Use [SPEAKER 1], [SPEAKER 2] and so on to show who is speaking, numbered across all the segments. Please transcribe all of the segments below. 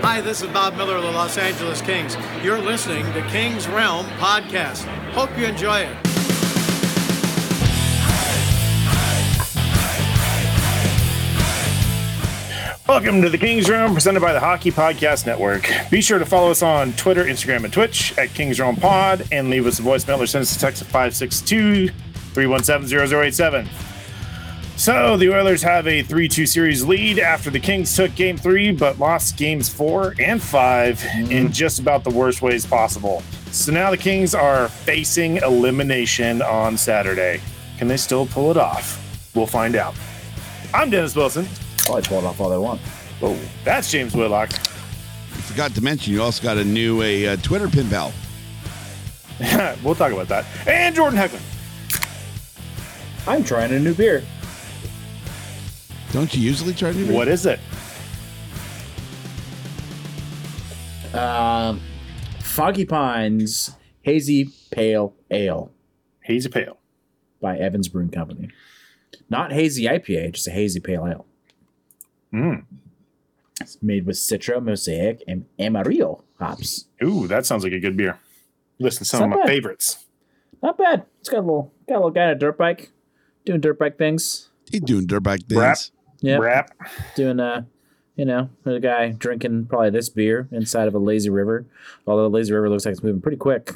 [SPEAKER 1] Hi, this is Bob Miller of the Los Angeles Kings. You're listening to King's Realm Podcast. Hope you enjoy it.
[SPEAKER 2] Welcome to the King's Room, presented by the Hockey Podcast Network. Be sure to follow us on Twitter, Instagram, and Twitch at King's Room Pod, and leave us a voicemail or send us a text at 562 317 0087. So the Oilers have a 3 2 series lead after the Kings took game three, but lost games four and five in just about the worst ways possible. So now the Kings are facing elimination on Saturday. Can they still pull it off? We'll find out. I'm Dennis Wilson.
[SPEAKER 3] Probably pull it off all they want.
[SPEAKER 2] Oh, that's James Whitlock.
[SPEAKER 4] Forgot to mention, you also got a new a uh, Twitter pin pal.
[SPEAKER 2] we'll talk about that. And Jordan Heckman.
[SPEAKER 3] I'm trying a new beer.
[SPEAKER 4] Don't you usually try to do
[SPEAKER 2] What is it?
[SPEAKER 3] Um, Foggy Pines Hazy Pale Ale
[SPEAKER 2] Hazy pale.
[SPEAKER 3] by Evans Brewing Company. Not hazy IPA, just a hazy pale ale.
[SPEAKER 2] Mm.
[SPEAKER 3] It's made with Citra, Mosaic, and Amarillo hops.
[SPEAKER 2] Ooh, that sounds like a good beer. Listen, to some
[SPEAKER 3] It's
[SPEAKER 2] of
[SPEAKER 3] not
[SPEAKER 2] my
[SPEAKER 3] bad.
[SPEAKER 2] favorites.
[SPEAKER 3] Not bad. It's got a little got a little guy on a dirt bike, doing dirt bike things.
[SPEAKER 4] He doing dirt bike things.
[SPEAKER 2] Rap.
[SPEAKER 3] Yeah,
[SPEAKER 2] Rap.
[SPEAKER 3] doing uh, you know, a guy drinking probably this beer inside of a lazy river. Although the lazy river looks like it's moving pretty quick.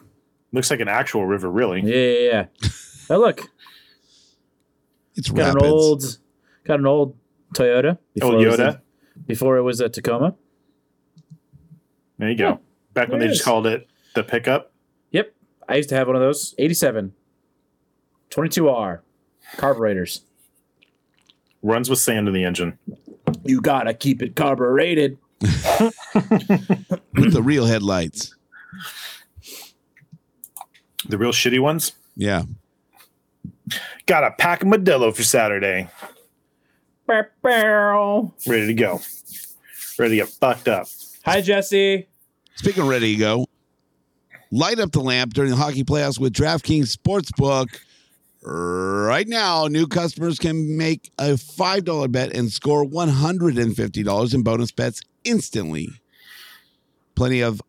[SPEAKER 2] Looks like an actual river, really.
[SPEAKER 3] Yeah, yeah, yeah. oh look,
[SPEAKER 4] It's
[SPEAKER 3] Got
[SPEAKER 4] rapids.
[SPEAKER 3] an old, got an old Toyota.
[SPEAKER 2] Old
[SPEAKER 3] It was
[SPEAKER 2] Yoda.
[SPEAKER 3] a, before it was a Tacoma.
[SPEAKER 2] There you go. Back when
[SPEAKER 3] there
[SPEAKER 2] they
[SPEAKER 3] it
[SPEAKER 2] just
[SPEAKER 3] is.
[SPEAKER 2] called it the pickup.
[SPEAKER 3] Yep, I used to have one of those. 87, 22R, carburetors.
[SPEAKER 2] Runs with sand in the engine.
[SPEAKER 3] You gotta keep it carbureted.
[SPEAKER 4] with the real headlights.
[SPEAKER 2] The real shitty ones.
[SPEAKER 4] Yeah.
[SPEAKER 2] Got a pack of Modelo for Saturday.
[SPEAKER 3] Bow, bow.
[SPEAKER 2] Ready to go. Ready to get fucked up.
[SPEAKER 3] Hi Jesse.
[SPEAKER 4] Speaking of ready to go, light up the lamp during the hockey playoffs with DraftKings Sportsbook. Right now, new customers can make a $5 bet and score $150 in bonus bets instantly. Plenty of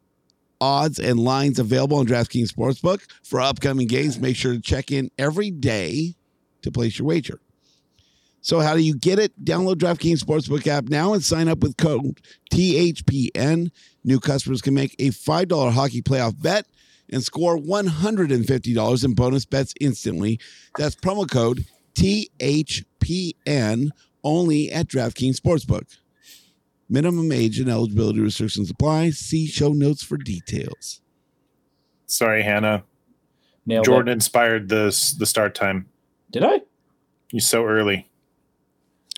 [SPEAKER 4] odds and lines available on DraftKings Sportsbook. For upcoming games, make sure to check in every day to place your wager. So, how do you get it? Download DraftKings Sportsbook app now and sign up with code THPN. New customers can make a $5 hockey playoff bet and score $150 in bonus bets instantly. That's promo code THPN only at DraftKings Sportsbook. Minimum age and eligibility restrictions apply. See show notes for details.
[SPEAKER 2] Sorry, Hannah.
[SPEAKER 3] Nailed
[SPEAKER 2] Jordan
[SPEAKER 3] It.
[SPEAKER 2] inspired this the start time.
[SPEAKER 3] Did I?
[SPEAKER 2] You so early.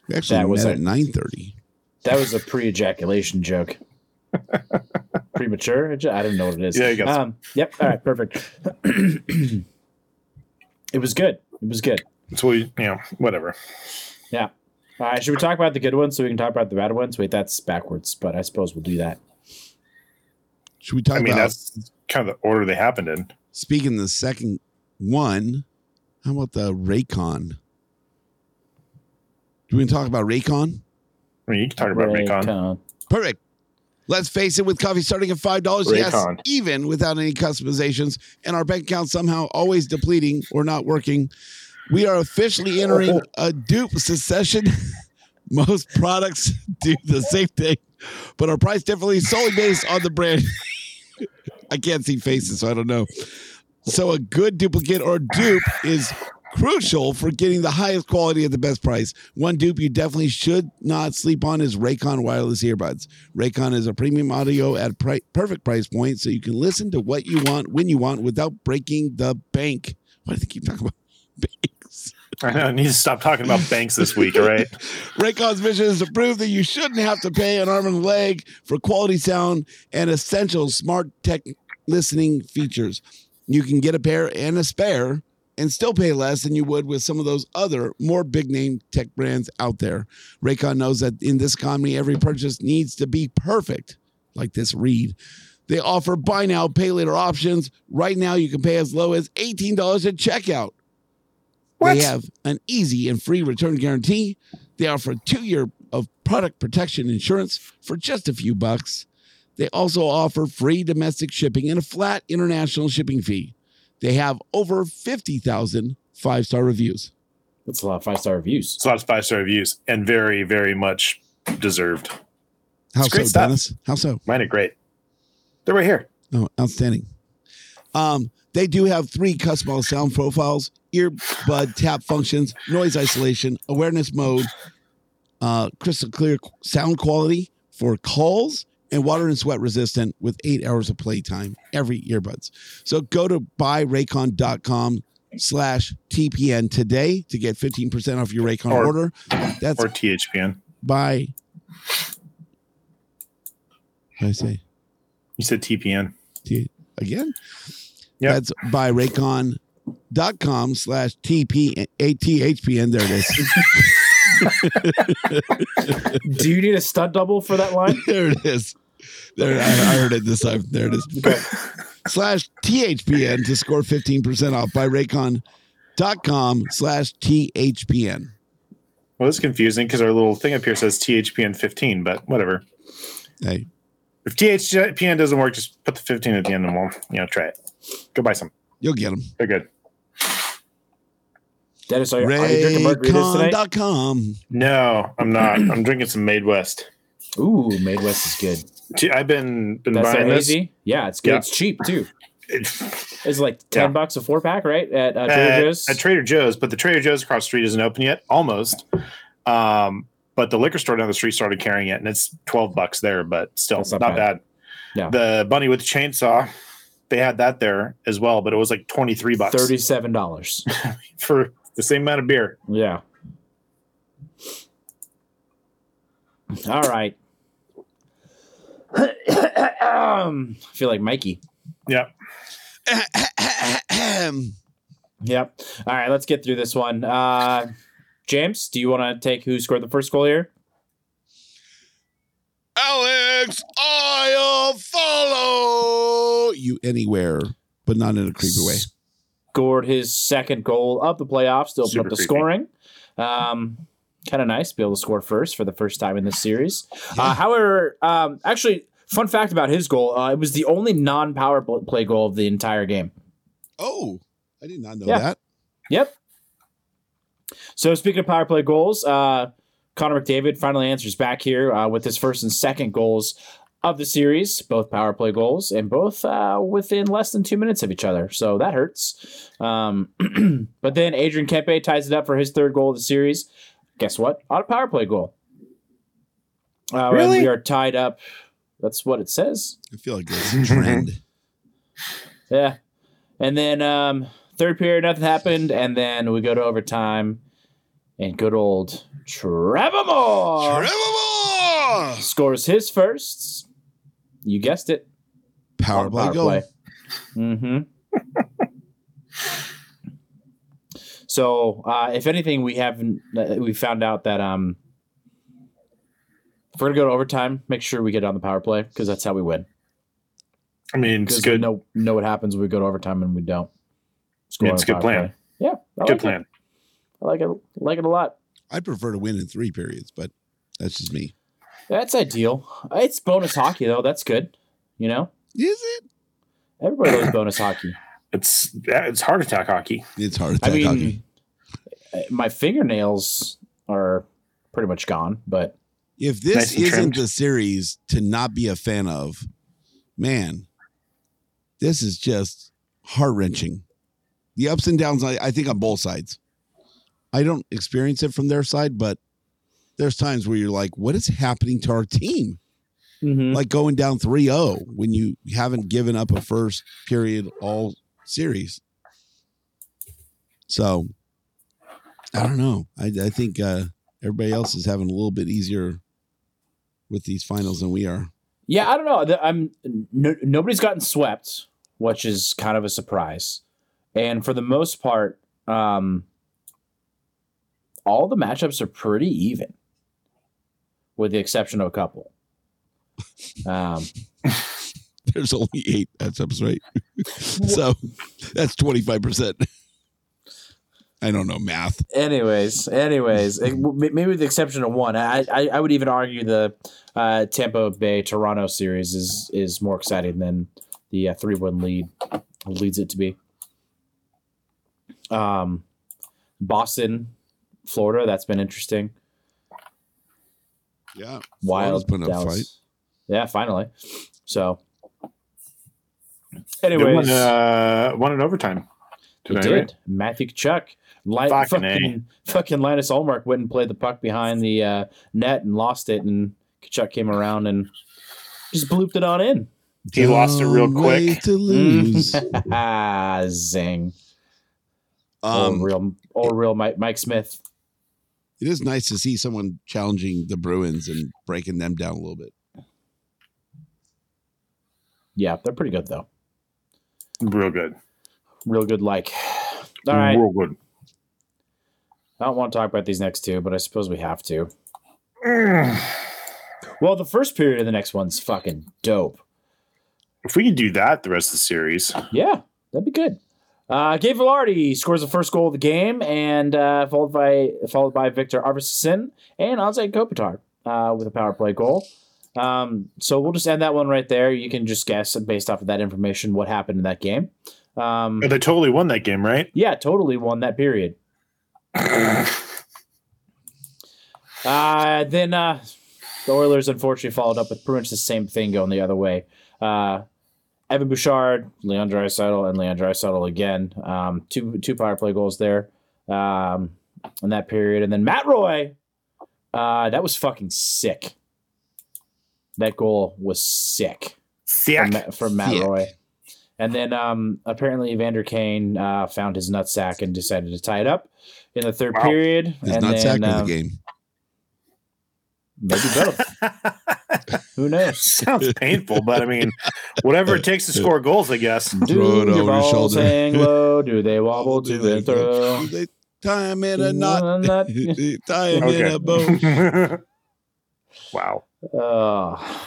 [SPEAKER 4] We actually
[SPEAKER 3] That was
[SPEAKER 4] met
[SPEAKER 3] a-
[SPEAKER 4] at 9.30.
[SPEAKER 3] That was a pre-ejaculation joke. Premature? eja- I don't know what it is.
[SPEAKER 2] Yeah, you got some.
[SPEAKER 3] um, Yep. All right. Perfect. it was good. It was good.
[SPEAKER 2] It's what you, you know, whatever.
[SPEAKER 3] Yeah. Uh, should we talk about the good ones so we can talk about the bad ones? Wait, that's backwards, but I suppose we'll do that.
[SPEAKER 4] Should we talk
[SPEAKER 2] I mean,
[SPEAKER 4] about
[SPEAKER 2] that's kind of the order they happened in.
[SPEAKER 4] speaking of the second one? How about the Raycon? Do we talk about Raycon?
[SPEAKER 2] I mean, you can talk about Raycon.
[SPEAKER 3] Raycon.
[SPEAKER 4] Perfect. Let's face it, with coffee starting at five dollars, yes,
[SPEAKER 2] Raycon.
[SPEAKER 4] even without any customizations, and our bank account somehow always depleting or not working, we are officially entering a dupe secession. Most products do the same thing, but are priced differently solely based on the brand. I can't see faces, so I don't know. So a good duplicate or dupe is crucial for getting the highest quality at the best price. One dupe you definitely should not sleep on is Raycon wireless earbuds. Raycon is a premium audio at pri- perfect price point, so you can listen to what you want when you want without breaking the bank. Why do they keep talking about banks?
[SPEAKER 2] I know. I need to stop talking about banks this week, all right?
[SPEAKER 4] Raycon's mission is to prove that you shouldn't have to pay an arm and a leg for quality sound and essential smart tech listening features. You can get a pair and a spare and still pay less than you would with some of those other more big name tech brands out there. Raycon knows that in this economy, every purchase needs to be perfect, like this read. They offer buy now, pay later options. Right now, you can pay as low as $18 at checkout. They have an easy and free return guarantee. They offer two year of product protection insurance for just a few bucks. They also offer free domestic shipping and a flat international shipping fee. They have over 50,000 five star reviews.
[SPEAKER 3] That's a lot of five star reviews.
[SPEAKER 2] It's a lot of five star reviews and very, very much deserved.
[SPEAKER 4] How
[SPEAKER 2] It's
[SPEAKER 4] so,
[SPEAKER 2] great stuff.
[SPEAKER 4] Dennis? How so?
[SPEAKER 2] Mine are great. They're right here.
[SPEAKER 4] No, outstanding. Um, they do have three customizable sound profiles: earbud tap functions, noise isolation, awareness mode, uh, crystal clear qu- sound quality for calls, and water and sweat resistant with eight hours of playtime every earbuds. So go to buyraycon.com slash TPN today to get 15% off your Raycon
[SPEAKER 2] Or-
[SPEAKER 4] order. That's
[SPEAKER 2] Or THPN.
[SPEAKER 4] by what did I say?
[SPEAKER 2] You said TPN.
[SPEAKER 4] T- again.
[SPEAKER 2] Yep.
[SPEAKER 4] That's by Raycon.com slash TP ATHPN. There it is.
[SPEAKER 3] Do you need a stunt double for that line?
[SPEAKER 4] there it is. There, I, I heard it this time. There it is. slash THPN to score 15% off by Raycon.com slash THPN.
[SPEAKER 2] Well, it's confusing because our little thing up here says THPN 15, but whatever.
[SPEAKER 4] Hey,
[SPEAKER 2] If THPN doesn't work, just put the 15 at the end and we'll, you know, try it. Go buy some.
[SPEAKER 4] you'll get them.
[SPEAKER 2] They're good.
[SPEAKER 3] Dennis, Oh, are, you- are you drinking margaritas tonight?
[SPEAKER 4] Raycon.com.
[SPEAKER 2] No, I'm not. I'm drinking some Made West.
[SPEAKER 3] Ooh, Made West is good.
[SPEAKER 2] Gee, I've been been
[SPEAKER 3] That's
[SPEAKER 2] buying
[SPEAKER 3] that
[SPEAKER 2] this.
[SPEAKER 3] easy. Yeah, it's good.
[SPEAKER 2] Yeah.
[SPEAKER 3] It's cheap too.
[SPEAKER 2] It-
[SPEAKER 3] It's like ten
[SPEAKER 2] Yeah.
[SPEAKER 3] bucks a four pack, right? At uh, Trader
[SPEAKER 2] at,
[SPEAKER 3] Joe's.
[SPEAKER 2] at Trader Joe's, but the Trader Joe's across the street isn't open yet, almost. Um, but the liquor store down the street started carrying it, and it's twelve bucks there, but still
[SPEAKER 3] That's
[SPEAKER 2] not,
[SPEAKER 3] not
[SPEAKER 2] bad.
[SPEAKER 3] Yeah.
[SPEAKER 2] The bunny with the chainsaw, they had that there as well, but it was like twenty three bucks
[SPEAKER 3] Thirty-seven dollars.
[SPEAKER 2] for the same amount of beer.
[SPEAKER 3] yeah. All right. I feel like Mikey.
[SPEAKER 2] Yeah,
[SPEAKER 3] Yep. All right, let's get through this one. Uh, James, do you want to take who scored the first goal here?
[SPEAKER 4] Alex, I'll follow you anywhere, but not in a creepy way.
[SPEAKER 3] Scored his second goal of the playoffs to open
[SPEAKER 2] Super
[SPEAKER 3] up the
[SPEAKER 2] creepy.
[SPEAKER 3] scoring. Um, kind of nice to be able to score first for the first time in this series. Uh, however, um, actually, fun fact about his goal: uh, it was the only non-power pl- play goal of the entire game.
[SPEAKER 4] Oh, I did not know
[SPEAKER 3] Yeah.
[SPEAKER 4] that.
[SPEAKER 3] Yep. So speaking of power play goals, uh, Connor McDavid finally answers back here uh, with his first and second goals of the series, both power play goals, and both uh, within less than two minutes of each other. So that hurts. Um, but then Adrian Kempe ties it up for his third goal of the series. Guess what? On a power play goal. Uh, and
[SPEAKER 2] Really?
[SPEAKER 3] We are tied up. That's what it says.
[SPEAKER 4] I feel like it's a trend.
[SPEAKER 3] Yeah. And then um, third period, nothing happened. And then we go to overtime. And good old Trevor Moore
[SPEAKER 4] Trevor Moore!
[SPEAKER 3] scores his first. You guessed it.
[SPEAKER 4] Power play goal.
[SPEAKER 3] hmm so, uh, if anything, we haven't uh, we found out that um, If we're gonna go to overtime, make sure we get on the power play because that's how we win.
[SPEAKER 2] I mean, it's
[SPEAKER 3] Because
[SPEAKER 2] good.
[SPEAKER 3] we know know what happens when we go to overtime and we don't. Score
[SPEAKER 2] It's
[SPEAKER 3] on
[SPEAKER 2] a good
[SPEAKER 3] power
[SPEAKER 2] plan.
[SPEAKER 3] play. Yeah, I
[SPEAKER 2] good
[SPEAKER 3] like
[SPEAKER 2] plan.
[SPEAKER 3] It. I like it. Like it a lot.
[SPEAKER 4] I'd prefer to win in three periods, but that's just me.
[SPEAKER 3] That's ideal. It's bonus hockey though. That's good. You know,
[SPEAKER 4] Is it?
[SPEAKER 3] everybody loves bonus hockey.
[SPEAKER 2] It's it's heart attack hockey.
[SPEAKER 4] It's hard
[SPEAKER 3] I
[SPEAKER 4] attack
[SPEAKER 3] mean, uh,
[SPEAKER 4] hockey.
[SPEAKER 3] my fingernails are pretty much gone, but
[SPEAKER 4] If this
[SPEAKER 2] Nice and
[SPEAKER 4] isn't
[SPEAKER 2] trimmed.
[SPEAKER 4] the series to not be a fan of, man, this is just heart wrenching. The ups and downs, I, I think, on both sides. I don't experience it from their side, but there's times where you're like, what is happening to our team?
[SPEAKER 3] Mm-hmm.
[SPEAKER 4] like going down 3-0 when you haven't given up a first period all series. So I don't know. I, I think uh, everybody else is having a little bit easier with these finals than we are.
[SPEAKER 3] yeah, I don't know. The- I'm no, nobody's gotten swept, which is kind of a surprise. And for the most part, um, all the matchups are pretty even, with the exception of a couple. Um,
[SPEAKER 4] There's only eight matchups, right? so that's 25%. I don't know math.
[SPEAKER 3] Anyways, anyways, it- w- may- maybe with the exception of one, I I, I would even argue the uh, Tampa Bay Toronto series is is more exciting than the uh, three one lead leads it to be. Um, Boston, Florida, that's been interesting.
[SPEAKER 4] Yeah. Florida's
[SPEAKER 3] Wild,
[SPEAKER 4] putting up a
[SPEAKER 3] Dallas.
[SPEAKER 4] fight.
[SPEAKER 3] yeah, finally. So,
[SPEAKER 2] They won,
[SPEAKER 3] anyways,
[SPEAKER 2] uh, won in overtime.
[SPEAKER 3] He
[SPEAKER 2] Tonight,
[SPEAKER 3] did.
[SPEAKER 2] right?
[SPEAKER 3] Matthew Kachuk. Li-
[SPEAKER 2] Fucking
[SPEAKER 3] fucking,
[SPEAKER 2] A.
[SPEAKER 3] fucking, Linus Ulmark went and played the puck behind the uh, net and lost it, and Kachuk came around and just blooped it on in.
[SPEAKER 2] He lost it real
[SPEAKER 4] Dumb way
[SPEAKER 2] quick.
[SPEAKER 4] to
[SPEAKER 3] Mm-hmm.
[SPEAKER 4] lose.
[SPEAKER 3] ah, zing.
[SPEAKER 4] um,
[SPEAKER 3] oh, real, oh, real Mike, Mike Smith.
[SPEAKER 4] it is nice to see someone challenging the Bruins and breaking them down a little bit.
[SPEAKER 3] Yeah, they're pretty good though.
[SPEAKER 2] Real good.
[SPEAKER 3] Real good. Like, all right.
[SPEAKER 2] Real good.
[SPEAKER 3] I don't want to talk about these next two, but I suppose we have to. Well, the first period of the next one's fucking dope.
[SPEAKER 2] If we could do that the rest of the series,
[SPEAKER 3] Yeah, that'd be good. Uh, Gabe Velarde scores the first goal of the game, and uh, followed by followed by Victor Arvidsson and Anze Kopitar uh, with a power play goal. Um, so we'll just end that one right there. You can just guess based off of that information what happened in that game. Um,
[SPEAKER 2] Oh, they totally won that game, right?
[SPEAKER 3] yeah, totally won that period. uh, then uh, the Oilers unfortunately followed up with pretty much the same thing going the other way. Uh, Evan Bouchard, Leon Dreisaitl, and Leon Dreisaitl again. Um, two two power play goals there um, in that period, and then Matt Roy. Uh, that was fucking sick. That goal was sick
[SPEAKER 2] Sick.
[SPEAKER 3] from, Ma- from Matt
[SPEAKER 4] Sick.
[SPEAKER 3] Roy. And then um, apparently Evander Kane uh, found his nutsack and decided to tie it up in the third
[SPEAKER 2] Wow.
[SPEAKER 3] period.
[SPEAKER 4] It's
[SPEAKER 3] and
[SPEAKER 4] not
[SPEAKER 3] then,
[SPEAKER 4] sacking
[SPEAKER 3] um,
[SPEAKER 4] the game.
[SPEAKER 3] Maybe both. Who knows?
[SPEAKER 2] Sounds painful, but I mean, whatever it takes to score goals, I guess.
[SPEAKER 3] Do
[SPEAKER 4] Throw it over
[SPEAKER 3] your
[SPEAKER 4] your
[SPEAKER 3] balls
[SPEAKER 4] shoulder.
[SPEAKER 3] hang low? Do they wobble
[SPEAKER 4] Do
[SPEAKER 3] to
[SPEAKER 4] they
[SPEAKER 3] and throw?
[SPEAKER 4] do they Tie him in a knot.
[SPEAKER 3] Not-
[SPEAKER 4] Tie him in a bow.
[SPEAKER 2] wow.
[SPEAKER 3] Oh,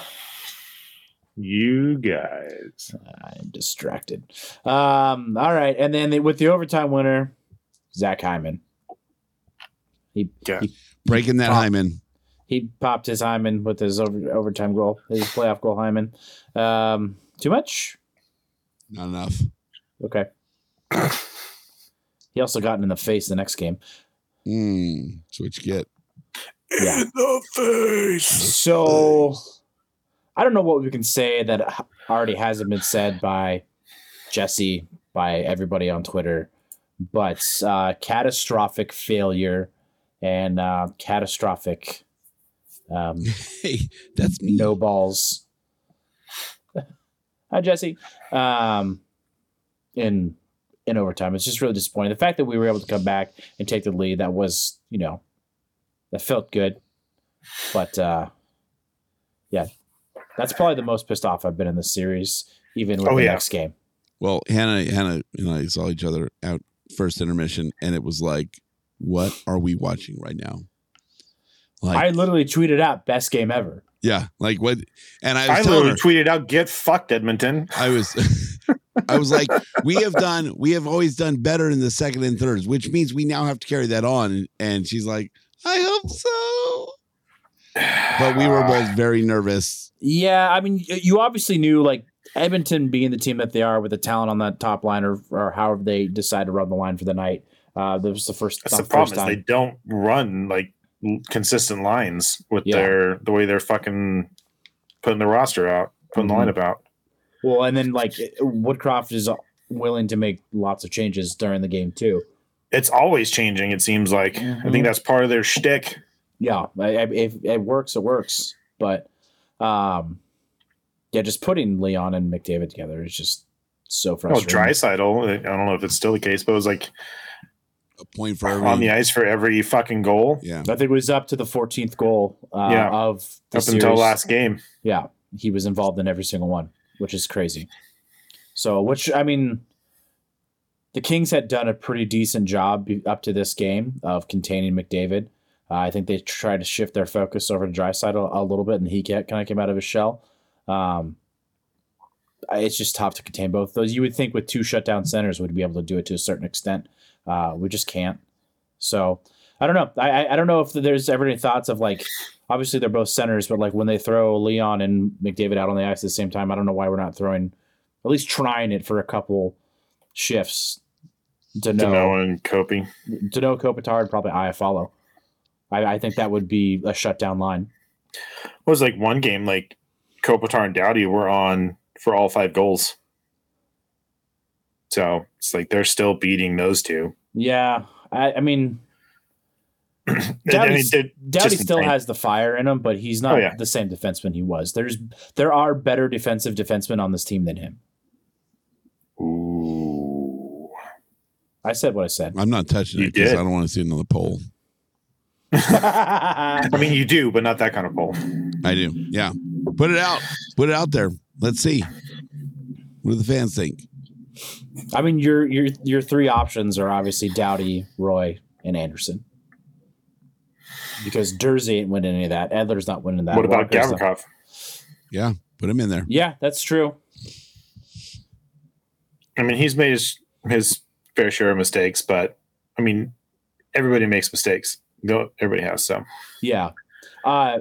[SPEAKER 2] You guys.
[SPEAKER 3] I'm distracted. Um, all right, and then with the overtime winner, Zach Hyman. He
[SPEAKER 2] Yeah.
[SPEAKER 3] he,
[SPEAKER 4] Breaking that
[SPEAKER 3] Pop.
[SPEAKER 4] hymen.
[SPEAKER 3] he popped his Hyman with his over, overtime goal, his playoff goal Hyman. Um, too much.
[SPEAKER 4] Not enough.
[SPEAKER 3] Okay. he also got in the face the next game.
[SPEAKER 4] Mm, that's what you get.
[SPEAKER 3] Yeah.
[SPEAKER 2] the face.
[SPEAKER 3] So I don't know what we can say that already hasn't been said by Jesse, by everybody on Twitter, but uh, catastrophic failure and uh, catastrophic um,
[SPEAKER 4] Hey, that's me.
[SPEAKER 3] no balls. Hi Jesse. Um, in in overtime, it's just really disappointing. The fact that we were able to come back and take the lead that was, you know, that felt good, but uh, yeah, that's probably the most pissed off I've been in this series, even with
[SPEAKER 2] Oh,
[SPEAKER 3] the
[SPEAKER 2] yeah.
[SPEAKER 3] next game.
[SPEAKER 4] Well, Hannah, Hannah and I saw each other out first intermission, and it was like, what are we watching right now? Like,
[SPEAKER 3] I literally tweeted out best game ever.
[SPEAKER 4] yeah, like what? And I was
[SPEAKER 2] I
[SPEAKER 4] telling
[SPEAKER 2] literally
[SPEAKER 4] her,
[SPEAKER 2] tweeted out, "Get fucked, Edmonton."
[SPEAKER 4] I was, I was like, we have done, we have always done better in the second and thirds, which means we now have to carry that on. And she's like, I hope so. But we were both very nervous.
[SPEAKER 3] Yeah, I mean, y- you obviously knew like Edmonton being the team that they are with the talent on that top line, or or however they decide to run the line for the night. Uh, that was the first.
[SPEAKER 2] That's the
[SPEAKER 3] not first
[SPEAKER 2] problem is
[SPEAKER 3] time.
[SPEAKER 2] they don't run like l- consistent lines with
[SPEAKER 3] Yeah.
[SPEAKER 2] their the way they're fucking putting the roster out, putting
[SPEAKER 3] Mhm.
[SPEAKER 2] the lineup out.
[SPEAKER 3] Well, and then like Woodcroft is uh, willing to make lots of changes during the game too.
[SPEAKER 2] It's always changing. It seems like I
[SPEAKER 3] Mhm.
[SPEAKER 2] think that's part of their shtick.
[SPEAKER 3] Yeah, I, I, if it works, it works. But um, yeah, just putting Leon and McDavid together is just so
[SPEAKER 2] Well,
[SPEAKER 3] frustrating.
[SPEAKER 2] Drysidle, Oh, I don't know if it's still the case, but it was like
[SPEAKER 4] A point for every.
[SPEAKER 2] on the ice for every fucking goal
[SPEAKER 4] yeah.
[SPEAKER 3] I think it was up to the 14th goal uh,
[SPEAKER 2] Yeah.
[SPEAKER 3] of the
[SPEAKER 2] up
[SPEAKER 3] series.
[SPEAKER 2] until last game.
[SPEAKER 3] Yeah, he was involved in every single one, which is crazy. So, which I mean, the Kings had done a pretty decent job be- up to this game of containing McDavid. Uh, I think they tried to shift their focus over to Dryside a, a little bit, and he kind of came out of his shell. Um, I- it's just tough to contain both those. You would think with two shutdown centers would be able to do it to a certain extent. Uh, we just can't. So I don't know. I I- I don't know if there's ever any thoughts of like obviously they're both centers, but like when they throw Leon and McDavid out on the ice at the same time, I don't know why we're not throwing, at least trying it for a couple shifts.
[SPEAKER 2] No.
[SPEAKER 3] Dano,
[SPEAKER 2] and Kopi.
[SPEAKER 3] Dano Kopitar, and probably Iafallo. I, I think that would be a shutdown line.
[SPEAKER 2] It was like one game like Kopitar and Dowdy were on for all five goals. So it's like they're still beating those two.
[SPEAKER 3] Yeah, I, I mean,
[SPEAKER 2] And- and
[SPEAKER 3] Doughty's-
[SPEAKER 2] it did-
[SPEAKER 3] Dowdy
[SPEAKER 2] just
[SPEAKER 3] still
[SPEAKER 2] insane.
[SPEAKER 3] has the fire in him, but he's not
[SPEAKER 2] Oh, yeah.
[SPEAKER 3] the same defenseman he was. There's there are better defensive defensemen on this team than him.
[SPEAKER 2] Ooh.
[SPEAKER 3] I said what I said.
[SPEAKER 4] I'm not touching
[SPEAKER 2] You
[SPEAKER 4] it because I
[SPEAKER 2] did.
[SPEAKER 4] don't want to see another poll.
[SPEAKER 2] I mean, you do, but not that kind of goal.
[SPEAKER 4] I do. Yeah. Put it out. Put it out there. Let's see. What do the fans think?
[SPEAKER 3] I mean, your your your three options are obviously Dowdy, Roy, and Anderson. Because Dersey ain't winning any of that. Edler's not winning that.
[SPEAKER 2] What about
[SPEAKER 3] Walker's not-
[SPEAKER 2] Gavrikov?
[SPEAKER 4] Yeah. Put him in there.
[SPEAKER 3] Yeah, that's true.
[SPEAKER 2] I mean, he's made his, his fair share of mistakes, but I mean, everybody makes mistakes. No, everybody has. So
[SPEAKER 3] Yeah. Uh,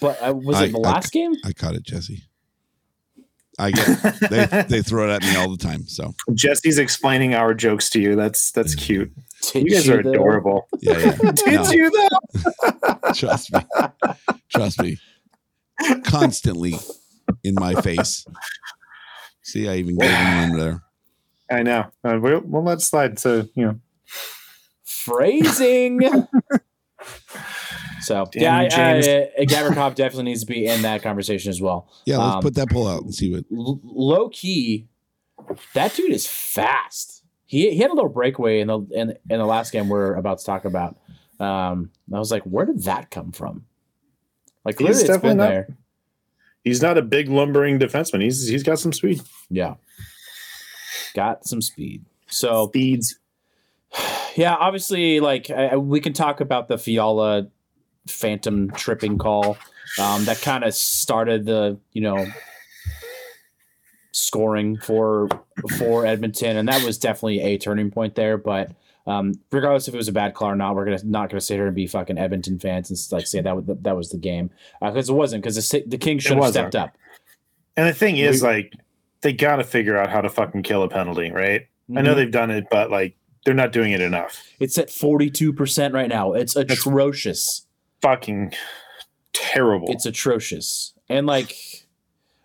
[SPEAKER 3] but uh, was
[SPEAKER 4] I-
[SPEAKER 3] it the
[SPEAKER 4] I-
[SPEAKER 3] last game?
[SPEAKER 4] I caught it, Jesse. I get they they throw it at me all the time. So
[SPEAKER 2] Jesse's explaining our jokes to you. That's that's cute.
[SPEAKER 3] Did
[SPEAKER 2] You guys are
[SPEAKER 3] though?
[SPEAKER 2] adorable.
[SPEAKER 4] yeah, yeah.
[SPEAKER 2] Did
[SPEAKER 4] No.
[SPEAKER 2] you though?
[SPEAKER 4] Trust me. Trust me. Constantly in my face. See, I even gave him one there.
[SPEAKER 2] I know. Uh, we'll, we'll let it slide. So you know,
[SPEAKER 3] Phrasing. so
[SPEAKER 2] Damn
[SPEAKER 3] yeah, I,
[SPEAKER 2] you, James.
[SPEAKER 3] I, uh, Gavrikov definitely needs to be in that conversation as well.
[SPEAKER 4] Yeah, let's
[SPEAKER 3] Um,
[SPEAKER 4] put that poll out and see what.
[SPEAKER 3] L- low key, that dude is fast. He he had a little breakaway in the in, in the last game we're about to talk about. Um, I was like, where did that come from? Like
[SPEAKER 2] He's
[SPEAKER 3] clearly it's been
[SPEAKER 2] definitely not-
[SPEAKER 3] there.
[SPEAKER 2] he's not a big lumbering defenseman. He's he's got some speed.
[SPEAKER 3] Yeah, got some speed. So
[SPEAKER 2] Speeds.
[SPEAKER 3] yeah, obviously, like I, I- we can talk about the Fiala phantom tripping call um, that kind of started the you know scoring for for Edmonton, and that was definitely a turning point there. But um, regardless if it was a bad call or not, we're gonna not gonna sit here and be fucking Edmonton fans and like say that was the, that was the game because it wasn't because the, Si- the Kings should have
[SPEAKER 2] wasn't.
[SPEAKER 3] stepped up.
[SPEAKER 2] And the thing is,
[SPEAKER 3] We-
[SPEAKER 2] like, they got to figure out how to fucking kill a penalty, right? I
[SPEAKER 3] Mhm.
[SPEAKER 2] know they've done it, but like, they're not doing it enough.
[SPEAKER 3] Mm-hmm. it's at forty two percent right now. It's atrocious.
[SPEAKER 2] Fucking terrible.
[SPEAKER 3] It's atrocious. And like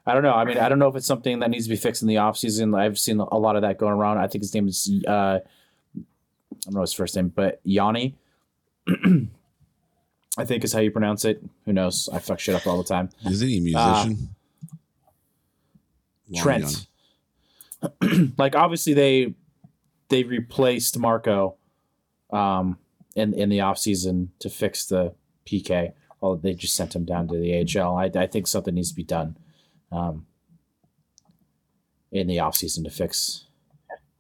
[SPEAKER 3] I don't know. I mean, I don't know if it's something that needs to be fixed in the offseason. I've seen a lot of that going around. I think his name is uh I don't know his first name, but Yanni. I think is how you pronounce it. Who knows? I fuck shit up all the time.
[SPEAKER 4] Isn't he a
[SPEAKER 3] uh,
[SPEAKER 4] musician? Long
[SPEAKER 3] Trent. like obviously they they replaced Marco um in in the offseason to fix the PK. Well, they just sent him down to the AHL. I, I think something needs to be done um in the offseason to fix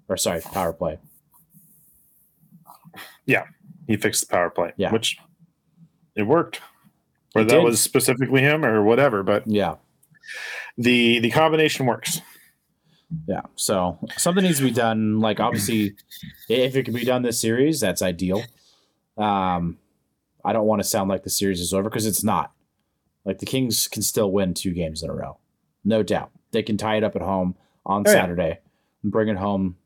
[SPEAKER 3] or sorry, power play.
[SPEAKER 2] he fixed the power play,
[SPEAKER 3] Yeah.
[SPEAKER 2] which it worked. whether
[SPEAKER 3] It
[SPEAKER 2] that
[SPEAKER 3] did.
[SPEAKER 2] was specifically him or whatever, but
[SPEAKER 3] Yeah.
[SPEAKER 2] the the combination works.
[SPEAKER 3] Yeah. So something needs to be done. Like obviously, if it can be done this series, that's ideal. Um, I don't want to sound like the series is over because it's not. Like the Kings can still win two games in a row, no doubt. They can tie it up at home on
[SPEAKER 2] Oh, yeah.
[SPEAKER 3] Saturday and bring it home.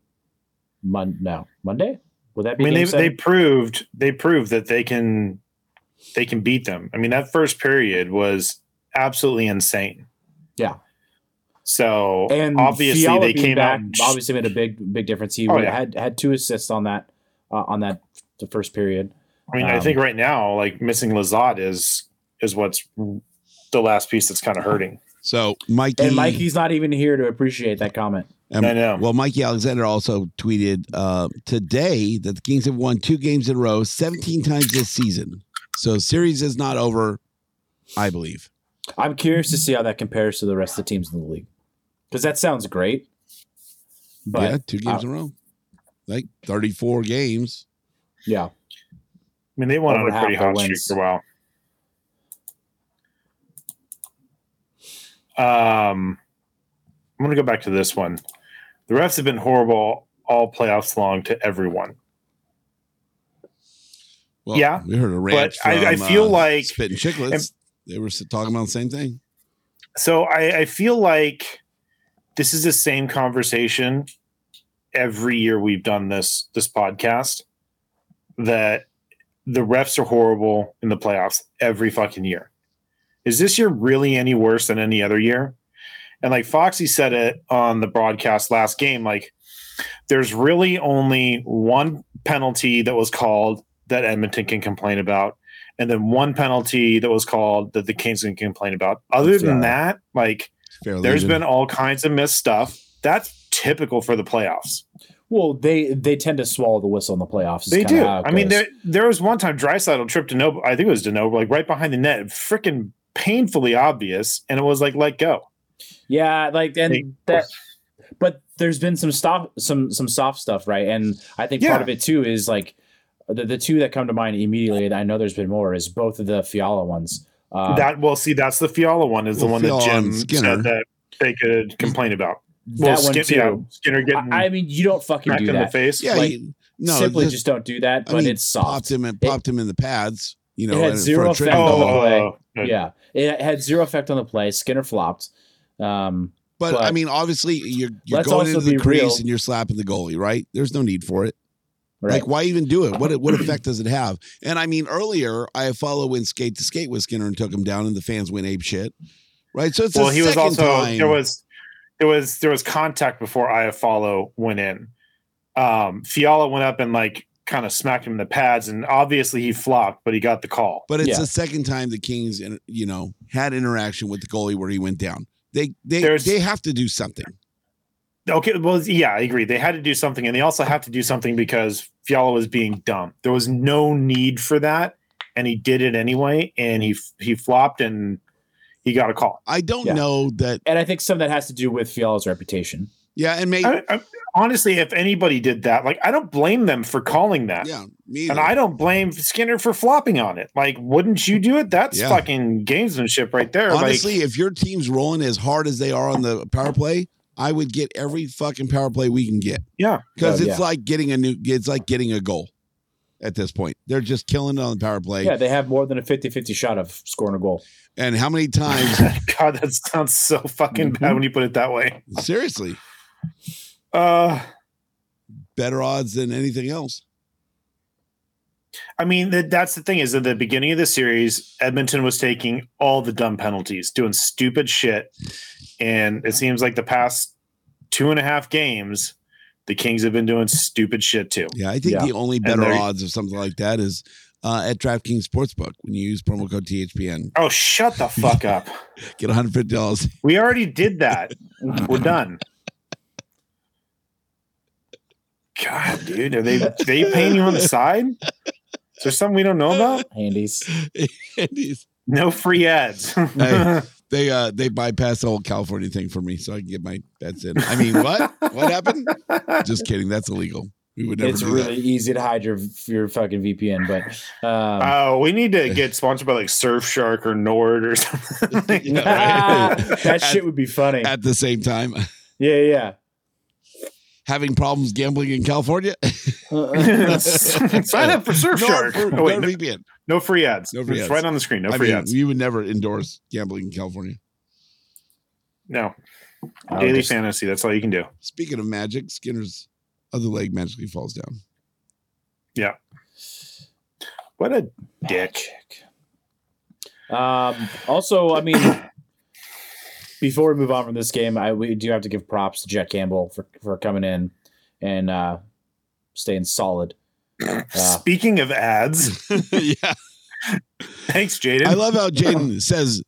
[SPEAKER 3] Mon no Monday would that
[SPEAKER 2] I
[SPEAKER 3] be?
[SPEAKER 2] mean,
[SPEAKER 3] game
[SPEAKER 2] they
[SPEAKER 3] seven?
[SPEAKER 2] they proved they proved that they can they can beat them. I mean, that first period was absolutely insane.
[SPEAKER 3] Yeah.
[SPEAKER 2] So
[SPEAKER 3] and
[SPEAKER 2] obviously
[SPEAKER 3] Fiala
[SPEAKER 2] they
[SPEAKER 3] being
[SPEAKER 2] came
[SPEAKER 3] back
[SPEAKER 2] out.
[SPEAKER 3] obviously made a big big difference. He
[SPEAKER 2] Oh,
[SPEAKER 3] would-
[SPEAKER 2] yeah.
[SPEAKER 3] had had two assists on that uh, on that the first period.
[SPEAKER 2] I mean, I
[SPEAKER 3] um,
[SPEAKER 2] think right now, like missing Lazat is is what's the last piece that's kind of hurting.
[SPEAKER 4] So Mikey,
[SPEAKER 3] And Mikey's not even here to appreciate that comment.
[SPEAKER 4] Um,
[SPEAKER 2] I know.
[SPEAKER 4] Well, Mikey Alexander also tweeted uh, today that the Kings have won two games in a row, 17 times this season. So series is not over, I believe.
[SPEAKER 3] I'm curious to see how that compares to the rest of the teams in the league because that sounds great. But
[SPEAKER 4] yeah, two games in a row, like 34 games.
[SPEAKER 3] yeah,
[SPEAKER 2] I mean, they went on
[SPEAKER 3] Over
[SPEAKER 2] a pretty
[SPEAKER 3] half
[SPEAKER 2] hot
[SPEAKER 3] the
[SPEAKER 2] streak
[SPEAKER 3] wins.
[SPEAKER 2] for a while. Um, I'm going to go back to this one. The refs have been horrible all playoffs long to everyone.
[SPEAKER 4] Well,
[SPEAKER 2] Yeah,
[SPEAKER 4] we heard a rant.
[SPEAKER 2] but I- I
[SPEAKER 4] from,
[SPEAKER 2] feel
[SPEAKER 4] uh,
[SPEAKER 2] like-
[SPEAKER 4] spit and chicklets.
[SPEAKER 2] and-
[SPEAKER 4] they were s- talking about the same thing.
[SPEAKER 2] So I, I feel like this is the same conversation every year we've done this this podcast that the refs are horrible in the playoffs every fucking year. Is this year really any worse than any other year? And like Foxy said it on the broadcast last game, like there's really only one penalty that was called that Edmonton can complain about, and then one penalty that was called that the Kings can complain about. Other
[SPEAKER 3] Yeah.
[SPEAKER 2] than that, like
[SPEAKER 4] Fairly,
[SPEAKER 2] there's been all kinds of missed stuff. That's typical for the playoffs.
[SPEAKER 3] well, they they tend to swallow the whistle in the playoffs. is
[SPEAKER 2] They
[SPEAKER 3] kinda
[SPEAKER 2] do.
[SPEAKER 3] how it
[SPEAKER 2] I mean,
[SPEAKER 3] goes.
[SPEAKER 2] there there was one time Drysaddle tripped to Noble. I think it was Denoble, like right behind the net, freaking painfully obvious, and it was like let go.
[SPEAKER 3] yeah, like and
[SPEAKER 2] They-
[SPEAKER 3] that. But there's been some stop some some soft stuff, right? And I think
[SPEAKER 2] Yeah.
[SPEAKER 3] part of it too is like the, the two that come to mind immediately. And I know there's been more. Is both of the Fiala ones. Uh,
[SPEAKER 2] that well, see, that's the Fiala one is
[SPEAKER 4] Well,
[SPEAKER 2] the one
[SPEAKER 4] Fiala
[SPEAKER 2] that Jim
[SPEAKER 4] and Skinner.
[SPEAKER 2] said that they could complain about. Well,
[SPEAKER 3] Mm-hmm. that one
[SPEAKER 2] Skin-
[SPEAKER 3] too.
[SPEAKER 2] yeah, Skinner getting
[SPEAKER 3] I, I mean, you don't fucking
[SPEAKER 2] cracked
[SPEAKER 3] do
[SPEAKER 2] in the
[SPEAKER 3] that.
[SPEAKER 2] face.
[SPEAKER 4] yeah,
[SPEAKER 3] like,
[SPEAKER 4] you- no,
[SPEAKER 3] Simply
[SPEAKER 4] this-
[SPEAKER 3] just don't do that.
[SPEAKER 4] I
[SPEAKER 3] But
[SPEAKER 4] mean,
[SPEAKER 3] it's soft.
[SPEAKER 4] Popped him and
[SPEAKER 3] It-
[SPEAKER 4] popped him in the pads. You know,
[SPEAKER 3] had
[SPEAKER 4] and for
[SPEAKER 3] zero
[SPEAKER 4] a trip
[SPEAKER 3] effect
[SPEAKER 4] and
[SPEAKER 3] on
[SPEAKER 4] all.
[SPEAKER 3] the-
[SPEAKER 2] Oh, oh,
[SPEAKER 3] yeah it had zero effect on the play skinner flopped um
[SPEAKER 4] But, I
[SPEAKER 3] But-
[SPEAKER 4] mean, obviously, you're you're
[SPEAKER 3] Let's
[SPEAKER 4] going
[SPEAKER 3] also
[SPEAKER 4] into the
[SPEAKER 3] be
[SPEAKER 4] crease
[SPEAKER 3] real.
[SPEAKER 4] and you're slapping the goalie, right? There's no need for it.
[SPEAKER 3] right
[SPEAKER 4] Like, why even do it? What what effect does it have? And I mean, earlier I follow when skate to skate with Skinner and took him down, and the fans went ape shit, right? So it's
[SPEAKER 2] well,
[SPEAKER 4] the
[SPEAKER 2] he was
[SPEAKER 4] second
[SPEAKER 2] also
[SPEAKER 4] time.
[SPEAKER 2] there was there was there was contact before Iafallo went in. Um, Fiala went up and like kind of smacked him in the pads, and obviously he flopped, but he got the call.
[SPEAKER 4] but it's
[SPEAKER 3] Yeah.
[SPEAKER 4] the second time the Kings, in- you know, had interaction with the goalie where he went down. They they
[SPEAKER 2] There's-
[SPEAKER 4] they have to do something.
[SPEAKER 2] Okay, well, yeah, I agree. They had to do something, and they also have to do something because Fiala was being dumb. There was no need for that, and he did it anyway. And he he flopped, and he got a call.
[SPEAKER 4] I don't
[SPEAKER 3] Yeah.
[SPEAKER 4] know that.
[SPEAKER 3] and i think some of that has to do with fiala's reputation
[SPEAKER 4] Yeah, and maybe
[SPEAKER 2] I, I, honestly, if anybody did that, like I don't blame them for calling that.
[SPEAKER 4] yeah, me.
[SPEAKER 2] And
[SPEAKER 4] either.
[SPEAKER 2] I don't blame Skinner for flopping on it. Like, wouldn't you do it? That's
[SPEAKER 4] Yeah.
[SPEAKER 2] fucking gamesmanship right there.
[SPEAKER 4] Honestly,
[SPEAKER 2] like,
[SPEAKER 4] if your team's rolling as hard as they are on the power play, I would get every fucking power play we can get.
[SPEAKER 2] Yeah.
[SPEAKER 4] because
[SPEAKER 3] Oh,
[SPEAKER 4] it's
[SPEAKER 3] yeah.
[SPEAKER 4] like getting a new. It's like getting a goal. At this point, they're just killing it on the power play.
[SPEAKER 3] yeah they have more than a 50-50 shot of scoring a goal
[SPEAKER 4] And how many times?
[SPEAKER 2] God, that sounds so fucking
[SPEAKER 4] Mm-hmm.
[SPEAKER 2] bad when you put it that way.
[SPEAKER 4] seriously,
[SPEAKER 2] Uh,
[SPEAKER 4] better odds than anything else.
[SPEAKER 2] I mean, that, that's the thing is at the beginning of the series, Edmonton was taking all the dumb penalties, doing stupid shit. And it seems like the past two and a half games, the Kings have been doing stupid shit too.
[SPEAKER 4] Yeah, I think
[SPEAKER 3] Yeah.
[SPEAKER 4] the only better
[SPEAKER 2] there-
[SPEAKER 4] odds of something like that is uh, at DraftKings Sportsbook when you use promo code THPN,
[SPEAKER 2] Oh, shut the fuck up.
[SPEAKER 4] get one hundred fifty dollars.
[SPEAKER 2] We already did that. We're done. God, dude, are they they paying you on the side? Is there something we don't know about?
[SPEAKER 3] handies
[SPEAKER 2] No free ads.
[SPEAKER 4] Hey. They uh, they bypassed the whole California thing for me, so I can get my bets in. I mean, what what happened? Just kidding. That's illegal. We would never
[SPEAKER 3] It's
[SPEAKER 4] do
[SPEAKER 3] really easy to hide your your fucking VPN, but um,
[SPEAKER 2] Oh, we need to get sponsored by like Surfshark or Nord or
[SPEAKER 4] that.
[SPEAKER 2] something.
[SPEAKER 4] Yeah, right?
[SPEAKER 3] that
[SPEAKER 4] At-
[SPEAKER 3] shit would be funny.
[SPEAKER 4] At the same time,
[SPEAKER 3] yeah, yeah.
[SPEAKER 4] having problems gambling in California.
[SPEAKER 2] Sign up for Surfshark.
[SPEAKER 4] No, for-
[SPEAKER 2] oh, wait,
[SPEAKER 4] no
[SPEAKER 2] no,
[SPEAKER 4] VPN.
[SPEAKER 2] no free ads.
[SPEAKER 4] No free
[SPEAKER 2] it's
[SPEAKER 4] ads.
[SPEAKER 2] right on the screen. No
[SPEAKER 4] I
[SPEAKER 2] free
[SPEAKER 4] mean,
[SPEAKER 2] ads.
[SPEAKER 4] we would never endorse gambling in California.
[SPEAKER 2] No.
[SPEAKER 4] Oh,
[SPEAKER 3] I would
[SPEAKER 2] Daily
[SPEAKER 3] just-
[SPEAKER 2] fantasy. That's all you can do.
[SPEAKER 4] Speaking of magic, Skinner's other leg magically falls down.
[SPEAKER 2] What a dick.
[SPEAKER 3] Um, also, I mean, before we move on from this game, I we do have to give props to Jet Campbell for for coming in and uh, staying solid.
[SPEAKER 4] Ah.
[SPEAKER 3] Uh,
[SPEAKER 2] Speaking of ads,
[SPEAKER 4] yeah.
[SPEAKER 2] thanks, Jaden.
[SPEAKER 4] I love how Jaden says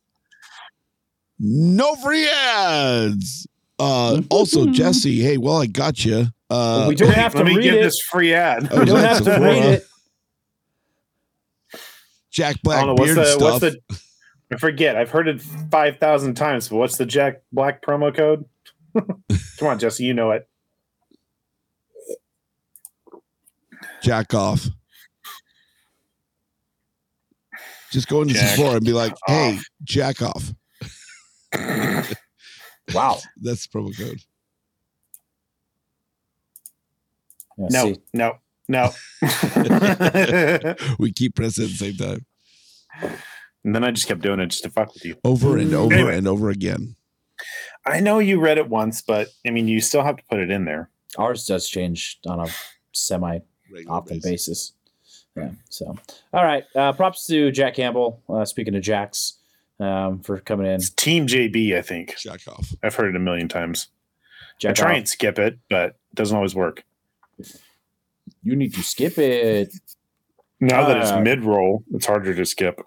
[SPEAKER 4] no free ads. Uh, also, Jesse, hey, well, I got you. Uh,
[SPEAKER 3] we don't have to
[SPEAKER 2] Let me
[SPEAKER 3] read
[SPEAKER 2] give
[SPEAKER 3] it.
[SPEAKER 2] this free ad.
[SPEAKER 4] Oh,
[SPEAKER 3] we don't have to
[SPEAKER 4] Sephora.
[SPEAKER 3] read it.
[SPEAKER 4] Jack
[SPEAKER 2] I
[SPEAKER 4] Black
[SPEAKER 2] don't know what's
[SPEAKER 4] beard
[SPEAKER 2] the
[SPEAKER 4] stuff.
[SPEAKER 2] what's the. I forget. I've heard it five thousand times. But what's the Jack Black promo code? Come on, Jesse, you know it.
[SPEAKER 4] Jack off. Just go into
[SPEAKER 2] Jack
[SPEAKER 4] Sephora and be like, "Hey,
[SPEAKER 2] off.
[SPEAKER 4] Jack off."
[SPEAKER 3] Wow.
[SPEAKER 4] That's the promo code.
[SPEAKER 3] Yeah,
[SPEAKER 2] No,
[SPEAKER 3] see.
[SPEAKER 2] no, no. and
[SPEAKER 4] We keep pressing at the same time,
[SPEAKER 2] then I just kept doing it just to fuck with you.
[SPEAKER 4] over and over
[SPEAKER 2] Anyway.
[SPEAKER 4] and over again.
[SPEAKER 2] I know you read it once, but I mean, you still have to put it in there.
[SPEAKER 3] ours does change on a semi
[SPEAKER 4] Regular
[SPEAKER 3] often basis.
[SPEAKER 4] basis.
[SPEAKER 3] Yeah. So, all right. Uh, props to Jack Campbell. Uh, speaking of Jacks, um, for coming in.
[SPEAKER 2] It's Team JB, I think.
[SPEAKER 4] Jack off.
[SPEAKER 2] I've heard it a million times. I
[SPEAKER 3] Jack,
[SPEAKER 2] try
[SPEAKER 3] off.
[SPEAKER 2] and skip it, but it doesn't always work.
[SPEAKER 3] you need to skip it.
[SPEAKER 2] Now that it's
[SPEAKER 3] Uh,
[SPEAKER 2] mid roll, it's harder to skip.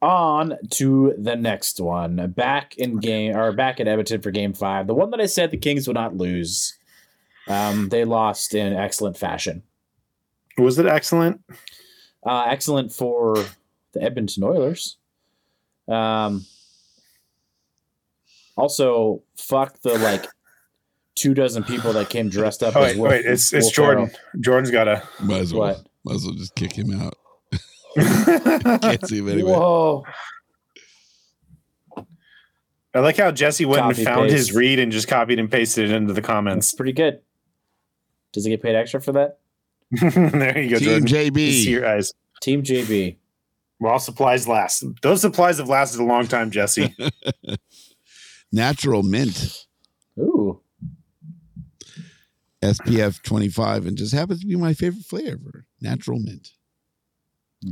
[SPEAKER 3] on to the next one. Back in game or back at Edmonton for game five. The one that I said the Kings would not lose. Um, they lost in excellent fashion.
[SPEAKER 2] Was it excellent?
[SPEAKER 3] Uh, excellent for the Edmonton Oilers. Um, also, fuck the like two dozen people that came dressed up.
[SPEAKER 2] Oh,
[SPEAKER 3] as
[SPEAKER 2] wait,
[SPEAKER 3] Will-
[SPEAKER 2] wait, it's it's
[SPEAKER 3] Will
[SPEAKER 2] Jordan.
[SPEAKER 3] Ferrell.
[SPEAKER 2] Jordan's got a.
[SPEAKER 4] Might as well.
[SPEAKER 3] What?
[SPEAKER 4] Might as well just kick him out.
[SPEAKER 2] I
[SPEAKER 4] Can't see him anyway.
[SPEAKER 3] Whoa!
[SPEAKER 2] like how Jesse went
[SPEAKER 3] Copy,
[SPEAKER 2] and found
[SPEAKER 3] paste.
[SPEAKER 2] his read and just copied and pasted it into the
[SPEAKER 3] That's
[SPEAKER 2] comments.
[SPEAKER 3] pretty good. Does he get paid extra for that?
[SPEAKER 2] there you go,
[SPEAKER 4] Team
[SPEAKER 2] Jordan. You see
[SPEAKER 4] JB.
[SPEAKER 2] your eyes.
[SPEAKER 3] Team JB.
[SPEAKER 2] While supplies last, those supplies have lasted a long time, Jesse.
[SPEAKER 4] Natural mint.
[SPEAKER 3] Ooh.
[SPEAKER 4] SPF 25 and just happens to be my favorite flavor. Natural mint.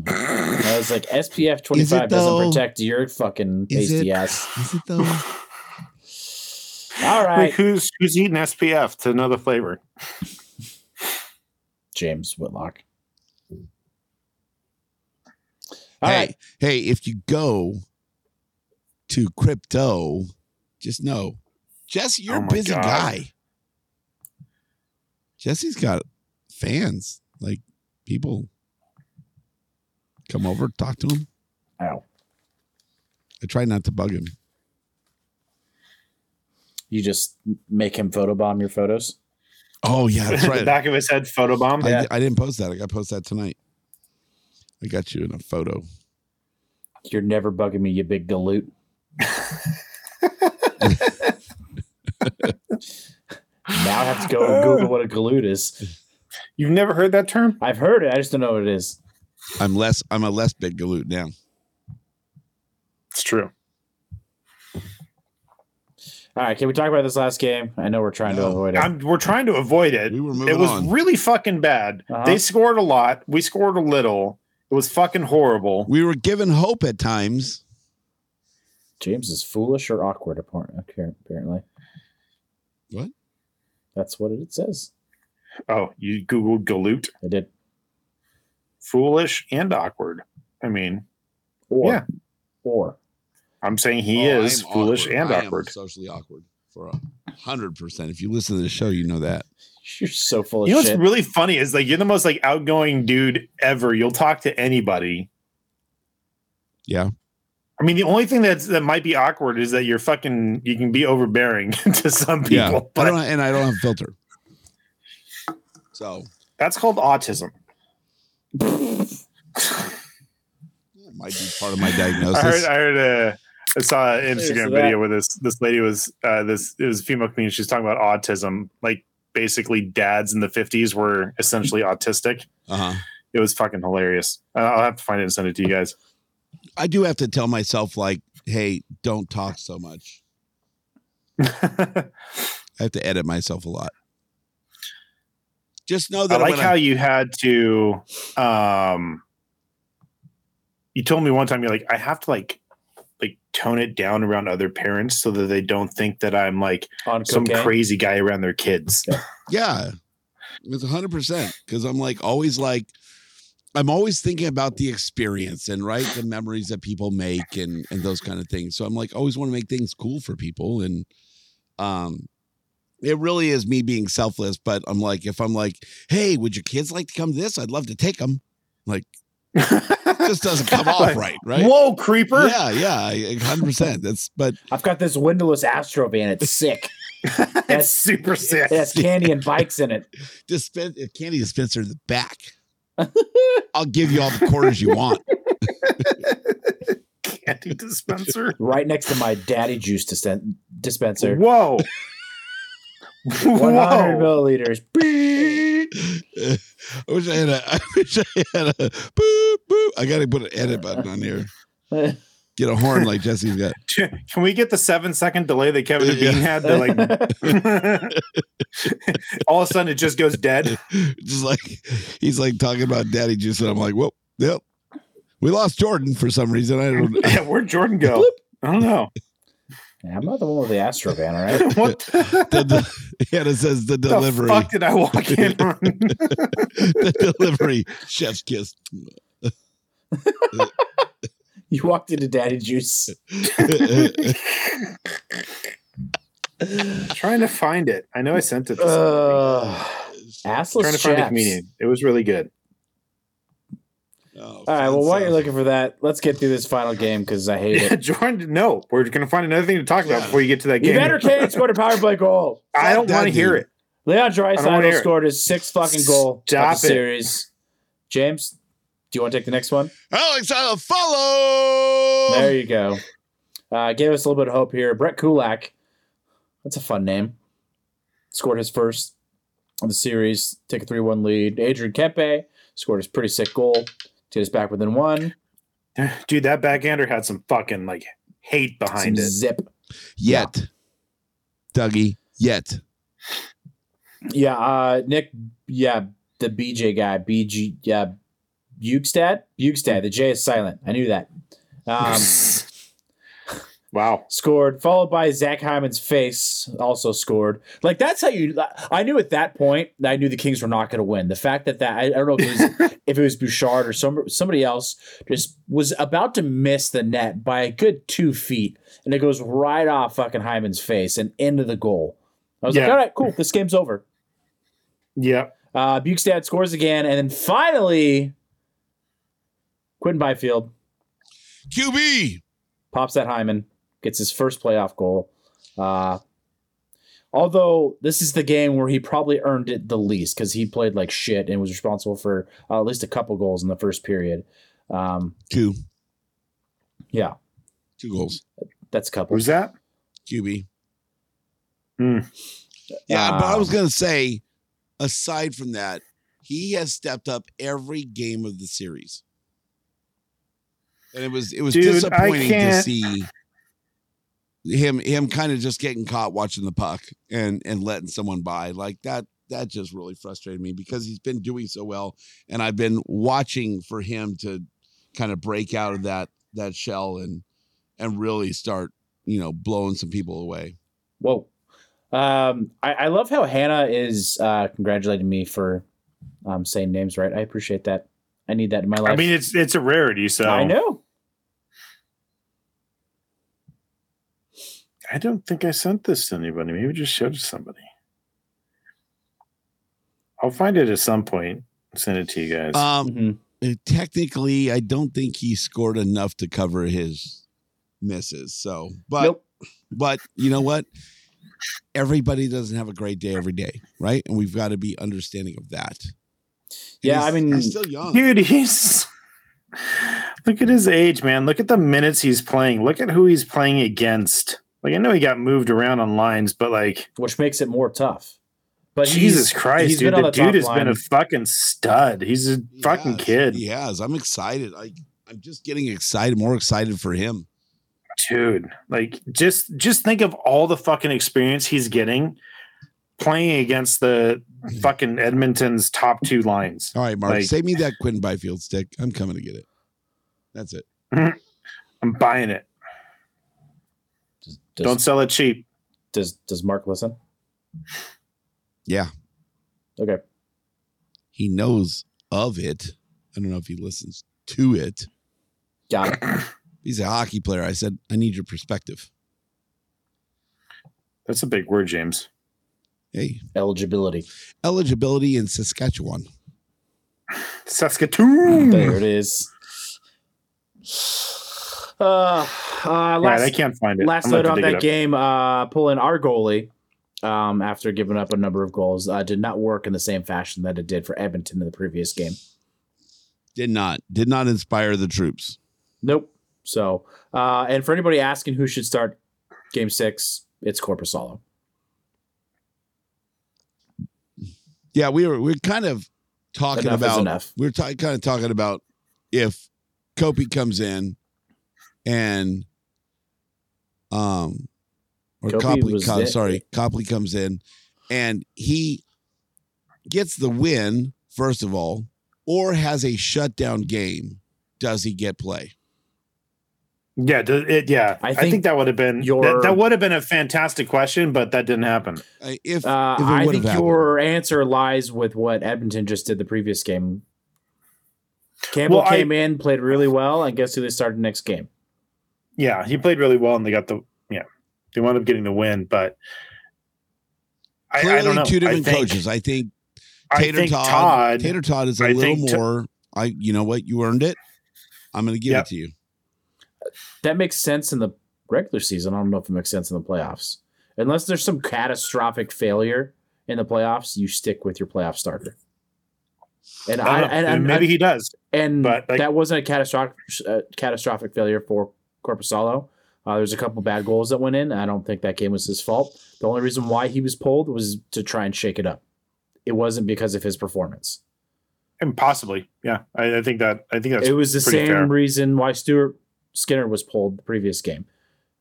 [SPEAKER 3] I was like, SPF 25
[SPEAKER 4] though?
[SPEAKER 3] doesn't protect your fucking
[SPEAKER 4] Is it?
[SPEAKER 3] pasty ass.
[SPEAKER 4] Is it though?
[SPEAKER 3] All
[SPEAKER 2] like
[SPEAKER 3] right,
[SPEAKER 2] who's who's eating SPF to another flavor?
[SPEAKER 3] James Whitlock. All
[SPEAKER 4] hey,
[SPEAKER 3] right,
[SPEAKER 4] hey, if you go to crypto, just know, Jesse, you're
[SPEAKER 2] Oh
[SPEAKER 4] a
[SPEAKER 2] my
[SPEAKER 4] busy
[SPEAKER 2] God.
[SPEAKER 4] guy. Jesse's got fans, like people come over, talk to him.
[SPEAKER 3] Ow.
[SPEAKER 4] I try not to bug him.
[SPEAKER 3] You just make him photobomb your photos.
[SPEAKER 4] Oh yeah, that's
[SPEAKER 2] the
[SPEAKER 4] right.
[SPEAKER 2] back of his head photobomb.
[SPEAKER 4] I,
[SPEAKER 3] Yeah.
[SPEAKER 4] I didn't post that. I got to post that tonight. I got you in a photo.
[SPEAKER 3] You're never bugging me, you big galoot. now I have to go and Google what a galoot is.
[SPEAKER 2] You've never heard that term?
[SPEAKER 3] I've heard it, I just don't know what it is.
[SPEAKER 4] I'm less. I'm a less big galoot now.
[SPEAKER 2] It's true.
[SPEAKER 3] All right, can we talk about this last game? I know we're trying to
[SPEAKER 4] No.
[SPEAKER 3] avoid it.
[SPEAKER 2] I'm, we're trying to avoid it.
[SPEAKER 4] We were moving
[SPEAKER 2] It was
[SPEAKER 4] on.
[SPEAKER 2] really fucking bad.
[SPEAKER 3] Uh-huh.
[SPEAKER 2] They scored a lot. We scored a little. It was fucking horrible.
[SPEAKER 4] we were given hope at times.
[SPEAKER 3] James is foolish or awkward, appar- okay, apparently.
[SPEAKER 4] What?
[SPEAKER 3] That's what it says.
[SPEAKER 2] Oh, you Googled galoot?
[SPEAKER 3] I did.
[SPEAKER 2] Foolish and awkward. I mean,
[SPEAKER 3] Or,
[SPEAKER 2] Yeah.
[SPEAKER 3] or
[SPEAKER 2] I'm saying he
[SPEAKER 4] Oh, I
[SPEAKER 2] is
[SPEAKER 4] am
[SPEAKER 2] foolish
[SPEAKER 4] awkward.
[SPEAKER 2] and
[SPEAKER 4] I am
[SPEAKER 2] awkward.
[SPEAKER 4] socially awkward for a hundred percent. If you listen to the show, you know that.
[SPEAKER 3] you're so full of
[SPEAKER 2] you know what's
[SPEAKER 3] shit.
[SPEAKER 2] really funny is like you're the most like outgoing dude ever. You'll talk to anybody.
[SPEAKER 4] Yeah.
[SPEAKER 2] I mean, the only thing that's that might be awkward is that you're fucking you can be overbearing to some people.
[SPEAKER 4] yeah. I
[SPEAKER 2] But
[SPEAKER 4] don't, and I don't have a filter. So
[SPEAKER 2] That's called autism.
[SPEAKER 4] That might be part of my
[SPEAKER 2] I heard.
[SPEAKER 4] diagnosis.
[SPEAKER 2] I heard. Uh, I saw an
[SPEAKER 3] There's
[SPEAKER 2] Instagram
[SPEAKER 3] that.
[SPEAKER 2] video where this this lady was uh, this it was a female comedian. She's talking about autism. Like basically, dads in the fifties were essentially autistic.
[SPEAKER 4] Uh-huh.
[SPEAKER 2] It was fucking hilarious. Uh, I'll have to find it and send it to you guys.
[SPEAKER 4] I do have to tell myself, like, hey, don't talk so much. I have to edit myself a lot. Just know
[SPEAKER 2] I
[SPEAKER 4] that
[SPEAKER 2] like
[SPEAKER 4] when
[SPEAKER 2] how
[SPEAKER 4] I,
[SPEAKER 2] you had to. um You told me one time you're like I have to like like tone it down around other parents so that they don't think that I'm like
[SPEAKER 3] on
[SPEAKER 2] some
[SPEAKER 3] cocaine.
[SPEAKER 2] crazy guy around their kids.
[SPEAKER 4] yeah, it's hundred percent because I'm like always like I'm always thinking about the experience and right the memories that people make and and those kind of things. So I'm like always want to make things cool for people and um. It really is me being selfless, but I'm like, if I'm like, hey, would your kids like to come to this? I'd love to take them. Just doesn't come off
[SPEAKER 2] Like,
[SPEAKER 4] right, right?
[SPEAKER 2] Whoa, creeper!
[SPEAKER 4] Yeah, yeah, hundred percent. That's but
[SPEAKER 3] I've got this windowless Astro van. It's sick.
[SPEAKER 2] That's
[SPEAKER 3] That's
[SPEAKER 2] super sick.
[SPEAKER 3] it has candy and bikes in it.
[SPEAKER 4] dispen- a candy dispenser in the back. I'll give you all the quarters you want.
[SPEAKER 2] Candy dispenser.
[SPEAKER 3] Right next to my daddy juice disen- dispenser.
[SPEAKER 2] Whoa.
[SPEAKER 3] 100
[SPEAKER 2] Whoa.
[SPEAKER 3] milliliters.
[SPEAKER 4] I wish I had a. I wish I had a. Boop boop. I gotta put an edit button on here. Get a horn like Jesse's got.
[SPEAKER 2] Can we get the seven second delay that Kevin and
[SPEAKER 4] Yeah.
[SPEAKER 2] Bean had? They're like, all of a sudden it just goes dead.
[SPEAKER 4] Just like he's like talking about daddy juice, and I'm like, whoop, yep. We lost Jordan for some reason. I don't.
[SPEAKER 2] Yeah, where'd Jordan go? I don't know.
[SPEAKER 3] Yeah, I'm not the one with the Astro van, all right?
[SPEAKER 2] What the,
[SPEAKER 4] The, the, yeah, it says the delivery.
[SPEAKER 2] the fuck did I walk in on?
[SPEAKER 4] the delivery. Chef's kiss.
[SPEAKER 3] You walked into daddy juice.
[SPEAKER 4] Oh,
[SPEAKER 2] trying to find it. I know I sent it. To somebody.
[SPEAKER 3] Uh, assless
[SPEAKER 2] trying to find a
[SPEAKER 3] chaps.
[SPEAKER 2] comedian. It was really good.
[SPEAKER 4] Oh,
[SPEAKER 3] All right. Well,
[SPEAKER 4] fun
[SPEAKER 3] while you're
[SPEAKER 4] stuff.
[SPEAKER 3] looking for that, let's get through this final game because I hate
[SPEAKER 2] Yeah,
[SPEAKER 3] it.
[SPEAKER 2] Jordan, no. We're going to find another thing to talk about
[SPEAKER 4] Yeah.
[SPEAKER 2] before you get to that
[SPEAKER 3] You
[SPEAKER 2] game.
[SPEAKER 3] better can't score a power play goal.
[SPEAKER 2] I don't
[SPEAKER 4] That
[SPEAKER 2] want to hear
[SPEAKER 4] dude.
[SPEAKER 2] it.
[SPEAKER 3] Leon
[SPEAKER 2] I don't wanna
[SPEAKER 3] Draisaitl
[SPEAKER 2] hear it.
[SPEAKER 3] scored his sixth fucking goal
[SPEAKER 2] Stop
[SPEAKER 3] of
[SPEAKER 2] it.
[SPEAKER 3] the series. James, do you want to take the next one?
[SPEAKER 4] Alex, I'll follow.
[SPEAKER 3] There you go. Uh, gave us a little bit of hope here. Brett Kulak, that's a fun name. Scored his first of the series, take a 3 1 lead. Adrian Kempe scored his pretty sick goal to get us back within one.
[SPEAKER 2] Dude, that backhander had some fucking like hate
[SPEAKER 3] Some
[SPEAKER 2] behind it.
[SPEAKER 3] zip.
[SPEAKER 4] Yet, Dougie. Yet.
[SPEAKER 3] Yeah, uh, Nick, yeah, the BJ guy, BG, yeah, Bugstad? Bugstad, the J is silent. I knew that. Um,
[SPEAKER 2] Um, wow.
[SPEAKER 3] scored, followed by Zach Hyman's face also scored. Like that's how you. I knew at that point that I knew the Kings were not going to win. The fact that that I, I don't know if it was, if it was Bouchard or some somebody else just was about to miss the net by a good two feet, and it goes right off fucking Hyman's face and into the goal. I was like,
[SPEAKER 2] Yeah.
[SPEAKER 3] all right, cool, this game's over.
[SPEAKER 2] Yep.
[SPEAKER 3] Uh, Bukestad scores again, and then finally, Quinn Byfield
[SPEAKER 4] QB.
[SPEAKER 3] pops at Hyman, gets his first playoff goal. Uh, although this is the game where he probably earned it the least because he played like shit and was responsible for uh, at least a couple goals in the first period. Um,
[SPEAKER 4] Two.
[SPEAKER 3] yeah,
[SPEAKER 4] Two goals.
[SPEAKER 3] that's a couple.
[SPEAKER 2] Who's that?
[SPEAKER 4] QB.
[SPEAKER 2] Hmm.
[SPEAKER 4] Yeah, but I
[SPEAKER 3] Um,
[SPEAKER 4] was gonna say, aside from that, he has stepped up every game of the series. And it was it was
[SPEAKER 2] Dude, I
[SPEAKER 4] disappointing to
[SPEAKER 2] can't-
[SPEAKER 4] see him him kind of just getting caught watching the puck and and letting someone by. Like that that just really frustrated me because he's been doing so well and I've been watching for him to kind of break out of that that shell and and really start, you know, blowing some people away.
[SPEAKER 3] Whoa. Um, I, I love how Hannah is uh, congratulating me for um, saying names right. I appreciate that. I need that in my life.
[SPEAKER 2] I mean, it's it's a rarity, so
[SPEAKER 3] I know.
[SPEAKER 2] I don't think I sent this to anybody. Maybe just showed it to somebody. I'll find it at some point. and Send it to you guys.
[SPEAKER 4] Um
[SPEAKER 3] Mhm.
[SPEAKER 4] Uh, technically i don't think he scored enough to cover his misses so but
[SPEAKER 3] Nope.
[SPEAKER 4] but you know what everybody doesn't have a great day every day right and we've got to be understanding of that
[SPEAKER 3] Yeah, I
[SPEAKER 4] He's-
[SPEAKER 3] mean,
[SPEAKER 4] he's still young.
[SPEAKER 2] Dude, he's look at his age, man. Look at the minutes he's playing. Look at who he's playing against. Like I know he got moved around on lines, but like
[SPEAKER 3] which makes it more tough. But he's-
[SPEAKER 2] Jesus Christ,
[SPEAKER 3] he's
[SPEAKER 2] dude,
[SPEAKER 3] been on
[SPEAKER 2] the
[SPEAKER 3] top
[SPEAKER 2] dude has been a
[SPEAKER 3] line.
[SPEAKER 2] fucking stud. He's a
[SPEAKER 4] He
[SPEAKER 2] fucking
[SPEAKER 4] has.
[SPEAKER 2] kid,
[SPEAKER 4] He has. I'm excited. I I'm just getting excited, more excited for him.
[SPEAKER 2] dude. Like just just think of all the fucking experience he's getting playing against the fucking Edmonton's top two lines.
[SPEAKER 4] All right, Mark,
[SPEAKER 2] Like-
[SPEAKER 4] save me that Quinn Byfield stick. I'm coming to get it. That's it.
[SPEAKER 2] I'm buying it.
[SPEAKER 3] does,
[SPEAKER 2] Don't
[SPEAKER 3] does,
[SPEAKER 2] sell it cheap.
[SPEAKER 3] does does Mark listen?
[SPEAKER 4] Yeah,
[SPEAKER 3] Okay,
[SPEAKER 4] he knows of it. I don't know if he listens to it.
[SPEAKER 3] got it.
[SPEAKER 4] He's a hockey player. I said, I need your perspective.
[SPEAKER 2] That's a big word, James.
[SPEAKER 4] Hey,
[SPEAKER 3] Eligibility.
[SPEAKER 4] eligibility in Saskatchewan.
[SPEAKER 2] Saskatoon.
[SPEAKER 3] There it is. Uh, uh,
[SPEAKER 2] All right, I
[SPEAKER 3] last
[SPEAKER 2] can't find it.
[SPEAKER 3] last
[SPEAKER 2] I'm gonna
[SPEAKER 3] note
[SPEAKER 2] have
[SPEAKER 3] on
[SPEAKER 2] to dig
[SPEAKER 3] that
[SPEAKER 2] it up.
[SPEAKER 3] game, uh, pulling our goalie um, after giving up a number of goals uh, did not work in the same fashion that it did for Edmonton in the previous game.
[SPEAKER 4] Did not. Did not inspire the troops.
[SPEAKER 3] Nope. So, uh, and for anybody asking who should start game six, it's Corpusalo.
[SPEAKER 4] Yeah, we were we are kind of talking
[SPEAKER 3] Enough is
[SPEAKER 4] about
[SPEAKER 3] enough.
[SPEAKER 4] we we're ta- kind of talking about if Kopi comes in and um or
[SPEAKER 3] Kopy
[SPEAKER 4] Copley
[SPEAKER 3] was
[SPEAKER 4] co-
[SPEAKER 3] it.
[SPEAKER 4] sorry, Copley comes in and he gets the win first of all or has a shutdown game, does he get play?
[SPEAKER 2] Yeah, th- it, yeah.
[SPEAKER 3] I
[SPEAKER 2] I think,
[SPEAKER 3] think
[SPEAKER 2] that would have been
[SPEAKER 3] your-
[SPEAKER 2] that, that would have been a fantastic question, but that didn't happen.
[SPEAKER 4] Uh, if,
[SPEAKER 3] Uh,
[SPEAKER 4] if it
[SPEAKER 3] I
[SPEAKER 4] would
[SPEAKER 3] think
[SPEAKER 4] have happened.
[SPEAKER 3] your answer lies with what Edmonton just did the previous game. Campbell
[SPEAKER 2] Well, I-
[SPEAKER 3] came in, played really well, and guess who they started next game?
[SPEAKER 2] Yeah, he played really well, and they got the yeah. They wound up getting the win, but I, I
[SPEAKER 4] clearly
[SPEAKER 2] don't know.
[SPEAKER 4] two
[SPEAKER 2] I
[SPEAKER 4] different
[SPEAKER 2] think,
[SPEAKER 4] coaches. I think
[SPEAKER 2] I
[SPEAKER 4] Tater
[SPEAKER 2] think
[SPEAKER 4] Todd,
[SPEAKER 2] Todd.
[SPEAKER 4] Tater Todd is a
[SPEAKER 2] I
[SPEAKER 4] little
[SPEAKER 2] think Ta-
[SPEAKER 4] more. I you know what you earned it. I'm going to give
[SPEAKER 2] Yep.
[SPEAKER 4] it to you.
[SPEAKER 3] That makes sense in the regular season. I don't know if it makes sense in the playoffs. Unless there's some catastrophic failure in the playoffs, you stick with your playoff starter. And
[SPEAKER 2] I
[SPEAKER 3] I,
[SPEAKER 2] don't know,
[SPEAKER 3] and, and-
[SPEAKER 2] maybe he does.
[SPEAKER 3] and
[SPEAKER 2] But, like-
[SPEAKER 3] that wasn't a catastrophic uh, catastrophic failure for Corpusalo. Uh, There's a couple bad goals that went in. I don't think that game was his fault. The only reason why he was pulled was to try and shake it up. It wasn't because of his performance.
[SPEAKER 2] And possibly, yeah. I, I think that. I think that's.
[SPEAKER 3] it was the
[SPEAKER 2] pretty
[SPEAKER 3] same
[SPEAKER 2] fair.
[SPEAKER 3] reason why Stuart Skinner was pulled the previous game.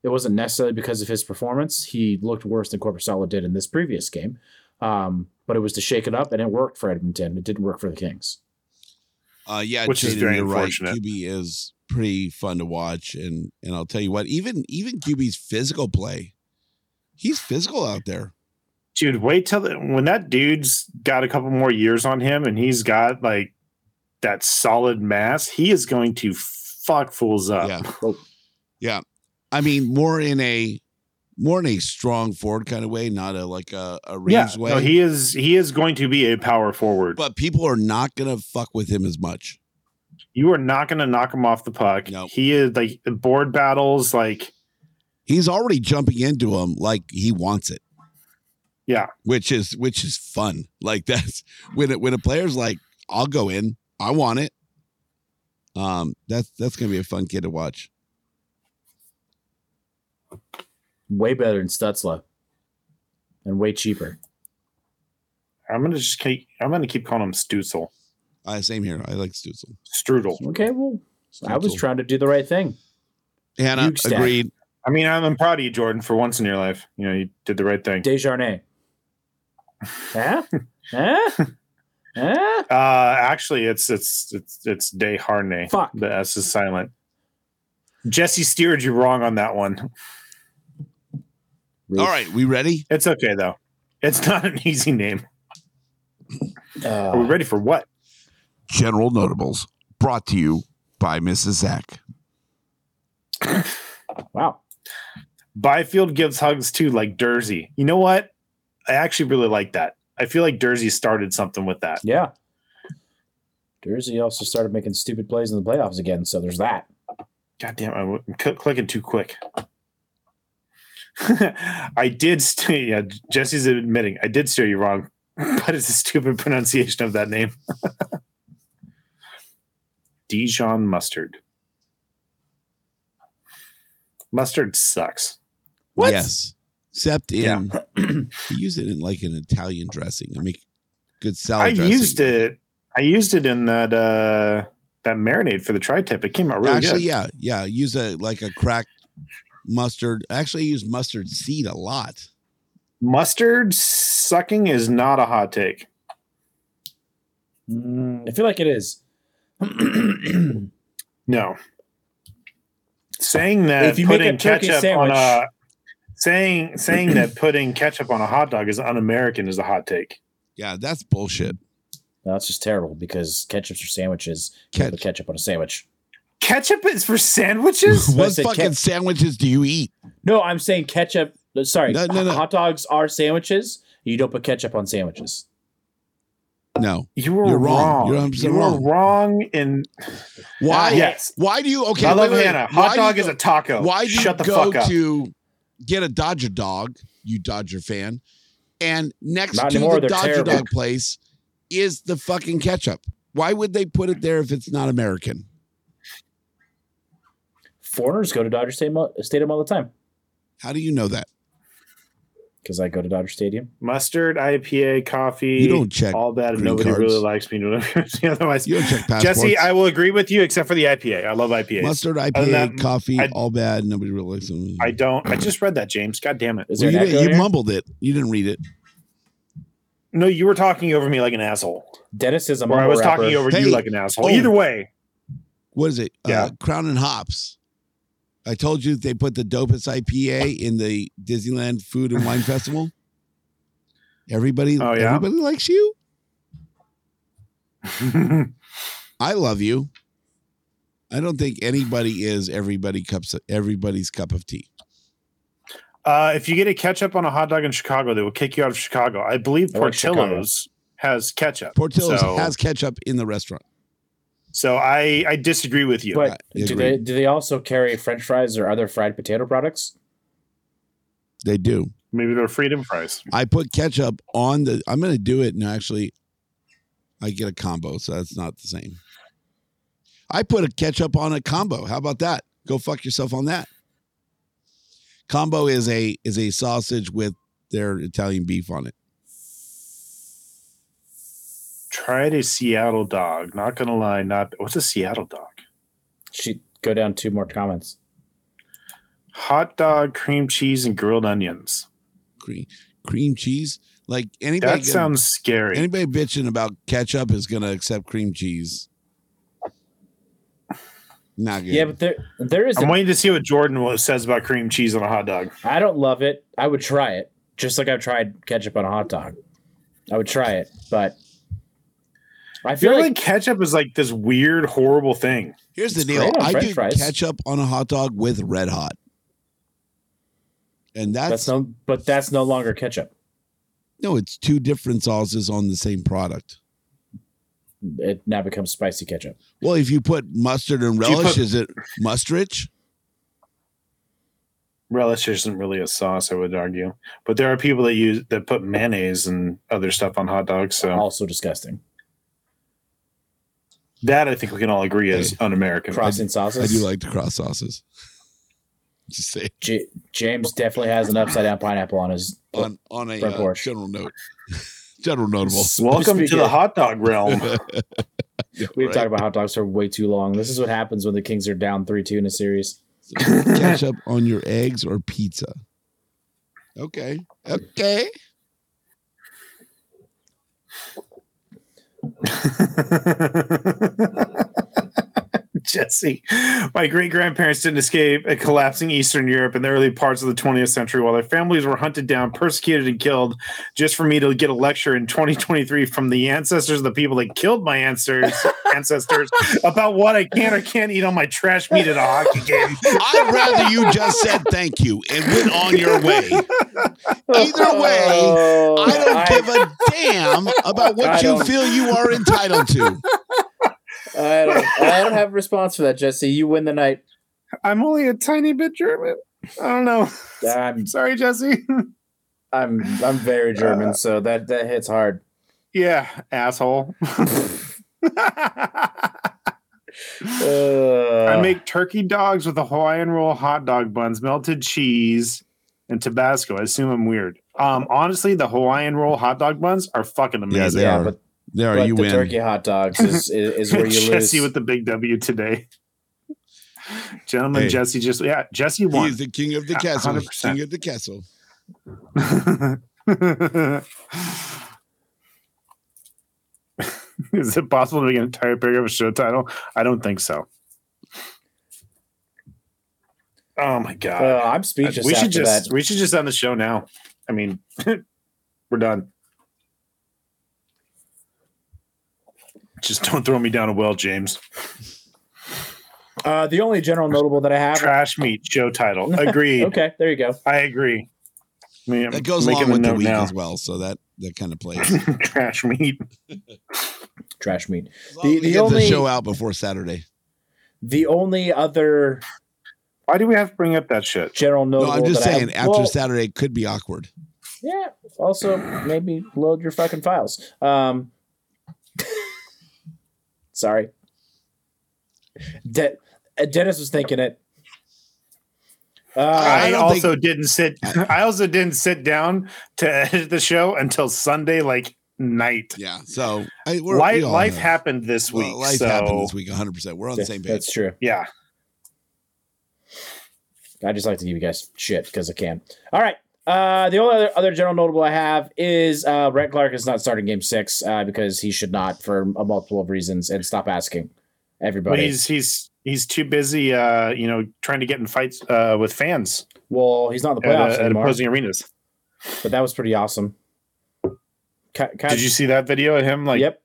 [SPEAKER 3] It wasn't necessarily because of his performance. He looked worse than Corpusalo did in this previous game. Um, but it was to shake it up, and it worked for Edmonton. It didn't work for the Kings.
[SPEAKER 4] Uh, yeah,
[SPEAKER 2] Which is
[SPEAKER 4] Jaden,
[SPEAKER 2] very
[SPEAKER 4] you're right.
[SPEAKER 2] unfortunate.
[SPEAKER 4] QB is pretty fun to watch, and and I'll tell you what, even even QB's physical play, he's physical out there.
[SPEAKER 2] dude, wait till the, when that dude's got a couple more years on him, and he's got like that solid mass. He is going to fuck fools up.
[SPEAKER 4] Yeah,
[SPEAKER 3] Oh.
[SPEAKER 4] yeah. I mean, more in a more in a strong forward kind of way, not a like a a Reeves way.
[SPEAKER 2] no, he is he is going to be a power forward.
[SPEAKER 4] but people are not going to fuck with him as much.
[SPEAKER 2] you are not going to knock him off the puck.
[SPEAKER 4] Nope.
[SPEAKER 2] He is like the board battles. Like
[SPEAKER 4] he's already jumping into him like he wants it.
[SPEAKER 2] Yeah.
[SPEAKER 4] Which is which is fun. Like that's when it when a player's like, I'll go in, I want it. Um, that's that's gonna be a fun kid to watch.
[SPEAKER 3] way better than Stutzla and way cheaper.
[SPEAKER 2] I'm going to just keep. I'm going to keep calling him Stutzel.
[SPEAKER 4] Uh, same here. I like Stutzel.
[SPEAKER 2] Strudel.
[SPEAKER 3] Okay, well, I was
[SPEAKER 4] Stutzel.
[SPEAKER 3] trying to do the right thing.
[SPEAKER 4] Hannah
[SPEAKER 3] Hugh Stack.
[SPEAKER 4] agreed.
[SPEAKER 2] I mean, I'm, I'm proud of you, Jordan, for once in your life. You know, you did the right thing.
[SPEAKER 3] Desjardins. Huh? huh? Huh?
[SPEAKER 2] Uh, actually, it's it's it's it's De Harnay.
[SPEAKER 3] Fuck.
[SPEAKER 2] The S is silent. Jesse steered you wrong on that one.
[SPEAKER 4] All right, we ready?
[SPEAKER 2] It's okay though. It's not an easy name. Are we
[SPEAKER 3] Uh,
[SPEAKER 2] ready for what?
[SPEAKER 4] General Notables brought to you by Mrs. Zach.
[SPEAKER 3] wow.
[SPEAKER 2] Byfield gives hugs too, like Dersey. You know what? I actually really like that. I feel like Dersey started something with that.
[SPEAKER 3] Yeah. Jersey also started making stupid plays in the playoffs again, so there's that.
[SPEAKER 2] God damn, I'm cl- clicking too quick. I did, st- yeah, Jesse's admitting, I did steer you wrong, What is the stupid pronunciation of that name? Dijon mustard. Mustard sucks.
[SPEAKER 3] What?
[SPEAKER 4] Yes. Except in I use it in like an Italian dressing. I make good salad
[SPEAKER 2] I
[SPEAKER 4] dressing.
[SPEAKER 2] used it. I used it in that uh that marinade for the tri-tip. It came out Oh, really
[SPEAKER 4] Actually,
[SPEAKER 2] good.
[SPEAKER 4] yeah, yeah. Use a like a cracked mustard. Actually, I use mustard seed a lot.
[SPEAKER 2] Mustard sucking is not a hot take.
[SPEAKER 3] Mm, I feel like it is. if
[SPEAKER 2] No. Saying that
[SPEAKER 3] If you make a
[SPEAKER 2] putting
[SPEAKER 3] turkey
[SPEAKER 2] ketchup on a
[SPEAKER 3] sandwich-
[SPEAKER 2] saying saying that putting ketchup on a hot dog is un-American is a hot take.
[SPEAKER 4] Yeah, that's bullshit.
[SPEAKER 3] No, that's just terrible because ketchups are sandwiches. You
[SPEAKER 4] Ketch-
[SPEAKER 3] put ketchup on a sandwich.
[SPEAKER 2] Ketchup is for sandwiches.
[SPEAKER 3] But I
[SPEAKER 4] what
[SPEAKER 3] said
[SPEAKER 4] fucking
[SPEAKER 3] ket-
[SPEAKER 4] sandwiches do you eat?
[SPEAKER 3] No, I'm saying ketchup. Uh, Sorry,
[SPEAKER 4] No, no, no.
[SPEAKER 3] hot dogs are sandwiches. You don't put ketchup on sandwiches.
[SPEAKER 4] No.
[SPEAKER 2] You were
[SPEAKER 4] You're wrong.
[SPEAKER 2] wrong. You
[SPEAKER 4] You're 100%
[SPEAKER 2] were
[SPEAKER 4] wrong.
[SPEAKER 2] wrong. in
[SPEAKER 4] Why?
[SPEAKER 2] Uh, yes.
[SPEAKER 4] Why do you? Okay,
[SPEAKER 2] I
[SPEAKER 4] wait,
[SPEAKER 2] love
[SPEAKER 4] wait, wait.
[SPEAKER 2] Hannah.
[SPEAKER 4] Why
[SPEAKER 2] Hot
[SPEAKER 4] do
[SPEAKER 2] dog
[SPEAKER 4] you-
[SPEAKER 2] is a taco.
[SPEAKER 4] Why do you
[SPEAKER 2] Shut the
[SPEAKER 4] go
[SPEAKER 2] fuck up.
[SPEAKER 4] to get a Dodger dog? You Dodger fan, and next
[SPEAKER 3] Not
[SPEAKER 4] to
[SPEAKER 3] anymore,
[SPEAKER 4] the
[SPEAKER 3] they're
[SPEAKER 4] Dodger
[SPEAKER 3] terrible.
[SPEAKER 4] dog place is the fucking ketchup. Why would they put it there if it's not American?
[SPEAKER 3] Foreigners go to Dodger Stadium, Stadium all the time
[SPEAKER 4] How do you know that?
[SPEAKER 3] because I go to Dodger Stadium.
[SPEAKER 2] Mustard, IPA, coffee.
[SPEAKER 4] You don't check
[SPEAKER 2] all that.
[SPEAKER 4] green
[SPEAKER 2] Nobody
[SPEAKER 4] cards.
[SPEAKER 2] really likes me. Otherwise,
[SPEAKER 4] You don't check passports.
[SPEAKER 2] Jesse, I will agree with you except for the IPA. I love IPAs.
[SPEAKER 4] mustard, IPA,
[SPEAKER 2] Other than that,
[SPEAKER 4] coffee,
[SPEAKER 2] I-
[SPEAKER 4] all bad. Nobody really likes them.
[SPEAKER 2] I don't. I just read that, James. God damn it.
[SPEAKER 3] Is
[SPEAKER 4] Well,
[SPEAKER 3] there
[SPEAKER 4] you
[SPEAKER 3] an echo
[SPEAKER 4] did,
[SPEAKER 3] in
[SPEAKER 4] you
[SPEAKER 3] here?
[SPEAKER 4] mumbled it. You didn't read it.
[SPEAKER 2] No, you were talking over me like an asshole,
[SPEAKER 3] Dennis is a
[SPEAKER 2] or I
[SPEAKER 3] mumble
[SPEAKER 2] was
[SPEAKER 3] rapper.
[SPEAKER 2] talking over
[SPEAKER 4] Hey.
[SPEAKER 2] you like an asshole.
[SPEAKER 4] Oh.
[SPEAKER 2] Either way,
[SPEAKER 4] What is it?
[SPEAKER 2] Yeah.
[SPEAKER 4] Uh, Crown and Hops. I told you they put the dopest IPA in the Disneyland Food and Wine Festival. Everybody,
[SPEAKER 2] Oh, yeah?
[SPEAKER 4] everybody likes you.
[SPEAKER 2] I
[SPEAKER 4] I love you. I don't think anybody is everybody cups everybody's cup of tea.
[SPEAKER 2] Uh, if you get a ketchup on a hot dog in Chicago, they will kick you out of Chicago. I believe
[SPEAKER 3] I like Chicago.
[SPEAKER 2] Portillo's has ketchup.
[SPEAKER 4] Portillo's
[SPEAKER 2] so,
[SPEAKER 4] has ketchup in the restaurant.
[SPEAKER 2] So I I disagree with you.
[SPEAKER 3] But
[SPEAKER 4] I
[SPEAKER 3] do
[SPEAKER 4] agree.
[SPEAKER 3] they do they also carry French fries or other fried potato products?
[SPEAKER 4] They do.
[SPEAKER 2] Maybe they're freedom fries.
[SPEAKER 4] I put ketchup on the. I'm going to do it, and actually, I get a combo, so that's not the same. I put a ketchup on a combo. How about that? Go fuck yourself on that. Combo is a is a sausage with their Italian beef on it.
[SPEAKER 2] Tried a Seattle dog. Not gonna lie, not what's a Seattle dog?
[SPEAKER 3] She go down two more comments.
[SPEAKER 2] Hot dog, cream cheese, and grilled onions.
[SPEAKER 4] Cream cream cheese, like um, anybody.
[SPEAKER 2] That
[SPEAKER 4] gonna-
[SPEAKER 2] sounds scary.
[SPEAKER 4] anybody bitching about ketchup is going to accept cream cheese. Not good.
[SPEAKER 3] Yeah, but there there is.
[SPEAKER 2] I'm
[SPEAKER 3] A,
[SPEAKER 2] waiting to see what Jordan wa- says about cream cheese on a hot dog.
[SPEAKER 3] I don't love it. I would try it, just like I've tried ketchup on a hot dog. I would try it, but I
[SPEAKER 2] I feel
[SPEAKER 3] feel
[SPEAKER 2] like,
[SPEAKER 3] like
[SPEAKER 2] ketchup is like this weird, horrible thing.
[SPEAKER 4] Here's the
[SPEAKER 3] It's
[SPEAKER 4] deal.
[SPEAKER 3] great on
[SPEAKER 4] I
[SPEAKER 3] french
[SPEAKER 4] do
[SPEAKER 3] fries.
[SPEAKER 4] ketchup on a hot dog with red hot. And that's,
[SPEAKER 3] that's no, but that's no longer ketchup.
[SPEAKER 4] no, it's two different sauces on the same product.
[SPEAKER 3] It now becomes spicy ketchup.
[SPEAKER 4] Well, if you put mustard and
[SPEAKER 2] Do you
[SPEAKER 4] relish,
[SPEAKER 2] put-
[SPEAKER 4] is it mustridge?
[SPEAKER 2] Relish isn't really a sauce, I would argue, but there are people that use that put mayonnaise and other stuff on hot dogs. So
[SPEAKER 3] Also disgusting.
[SPEAKER 2] that I think we can all agree is un-American.
[SPEAKER 3] Crossing sauces.
[SPEAKER 4] I do like the cross sauces. Just say
[SPEAKER 3] J- James definitely has an upside down pineapple on his.
[SPEAKER 4] on on a
[SPEAKER 3] Front
[SPEAKER 4] uh,
[SPEAKER 3] porch.
[SPEAKER 4] general note. general notable.
[SPEAKER 2] Welcome to the hot dog realm.
[SPEAKER 3] We've
[SPEAKER 4] Right.
[SPEAKER 3] talked about hot dogs for way too long. This is what happens when the Kings are down three two in a series.
[SPEAKER 4] ketchup on your eggs or pizza. Okay. Okay.
[SPEAKER 2] Jesse, my great grandparents didn't escape a collapsing Eastern Europe in the early parts of the 20th century while their families were hunted down, persecuted, and killed just for me to get a lecture in 2023 from the ancestors of the people that killed my ancestors, ancestors about what I can or can't eat on my trash meat at a hockey game.
[SPEAKER 4] I'd rather you just said thank you and went on your way. Either way,
[SPEAKER 3] Oh,
[SPEAKER 4] I don't give a damn about
[SPEAKER 3] I
[SPEAKER 4] what you
[SPEAKER 3] don't-
[SPEAKER 4] feel you are entitled to.
[SPEAKER 3] I don't, I don't have a response for that, Jesse. You win the night.
[SPEAKER 2] I'm only a tiny bit German. I don't know.
[SPEAKER 3] I'm Uh,
[SPEAKER 2] Sorry, Jesse.
[SPEAKER 3] I'm I'm very German, so that that hits hard.
[SPEAKER 2] Yeah, asshole.
[SPEAKER 3] Uh,
[SPEAKER 2] I
[SPEAKER 4] Uh,
[SPEAKER 2] make turkey dogs with a Hawaiian roll hot dog buns, melted cheese, and Tabasco. I assume I'm weird. Um, honestly, the Hawaiian roll hot dog buns are fucking
[SPEAKER 4] Yeah,
[SPEAKER 2] amazing.
[SPEAKER 4] they
[SPEAKER 3] Yeah,
[SPEAKER 4] are.
[SPEAKER 3] but-
[SPEAKER 4] they are.
[SPEAKER 3] but
[SPEAKER 4] You
[SPEAKER 3] the
[SPEAKER 4] win.
[SPEAKER 3] turkey hot dogs is, is, is where you lose.
[SPEAKER 2] Jesse with the big W today. Gentleman
[SPEAKER 4] Hey.
[SPEAKER 2] Jesse just yeah, Jesse
[SPEAKER 4] He
[SPEAKER 2] won.
[SPEAKER 4] is the king of the
[SPEAKER 2] A-
[SPEAKER 4] castle.
[SPEAKER 2] 100%.
[SPEAKER 4] King of the castle.
[SPEAKER 2] Is it possible to make an entire paragraph a show title? I don't think so. Oh my god.
[SPEAKER 3] Uh, I'm speechless.
[SPEAKER 2] we should
[SPEAKER 3] after
[SPEAKER 2] just
[SPEAKER 3] that.
[SPEAKER 2] we should just end the show now. I mean, we're done. Just don't throw me down a well, James.
[SPEAKER 3] Uh, the only general notable that I have.
[SPEAKER 2] Trash meat show title. Agreed.
[SPEAKER 3] Okay, there you go.
[SPEAKER 2] I agree. I mean,
[SPEAKER 4] That goes
[SPEAKER 2] I'm
[SPEAKER 4] along
[SPEAKER 2] making a
[SPEAKER 4] with the
[SPEAKER 2] note
[SPEAKER 4] week
[SPEAKER 2] now.
[SPEAKER 4] as well. So that that kind of plays. As
[SPEAKER 2] Trash meat.
[SPEAKER 3] Trash meat.
[SPEAKER 4] long as we
[SPEAKER 3] the
[SPEAKER 4] get
[SPEAKER 3] only-
[SPEAKER 4] the show out before Saturday.
[SPEAKER 3] The only other
[SPEAKER 2] Why do we have to bring up that shit?
[SPEAKER 3] general
[SPEAKER 4] No,
[SPEAKER 3] notable.
[SPEAKER 4] I'm just
[SPEAKER 3] that I have-
[SPEAKER 4] saying. After
[SPEAKER 3] Well,
[SPEAKER 4] Saturday, it could be awkward.
[SPEAKER 3] Yeah. Also, maybe load your fucking files. Um, sorry. De- uh, Dennis was thinking it. Uh,
[SPEAKER 4] I
[SPEAKER 2] I,
[SPEAKER 4] don't
[SPEAKER 2] also didn't sit. I also didn't sit down to edit the show until Sunday, like night.
[SPEAKER 4] Yeah. So I, we're,
[SPEAKER 2] Life,
[SPEAKER 4] we all
[SPEAKER 2] life
[SPEAKER 4] know.
[SPEAKER 2] happened this
[SPEAKER 4] Well,
[SPEAKER 2] week.
[SPEAKER 4] life
[SPEAKER 2] so
[SPEAKER 4] happened this week. 100. percent We're on the
[SPEAKER 3] th-
[SPEAKER 4] same page.
[SPEAKER 3] that's true.
[SPEAKER 2] yeah,
[SPEAKER 3] I just like to give you guys shit because I can. All right. Uh, the only other, other general notable I have is uh, Brett Clark is not starting game six uh, because he should not for a multiple of reasons and stop asking
[SPEAKER 2] but
[SPEAKER 3] everybody.
[SPEAKER 2] he's he's he's too busy. Uh, you know, trying to get in fights uh, with fans
[SPEAKER 3] well, he's not in the
[SPEAKER 2] at, uh,
[SPEAKER 3] playoffs
[SPEAKER 2] at
[SPEAKER 3] anymore,
[SPEAKER 2] opposing arenas.
[SPEAKER 3] but that was pretty awesome. Ki- ki-
[SPEAKER 2] Did you see that video of him like
[SPEAKER 3] yep.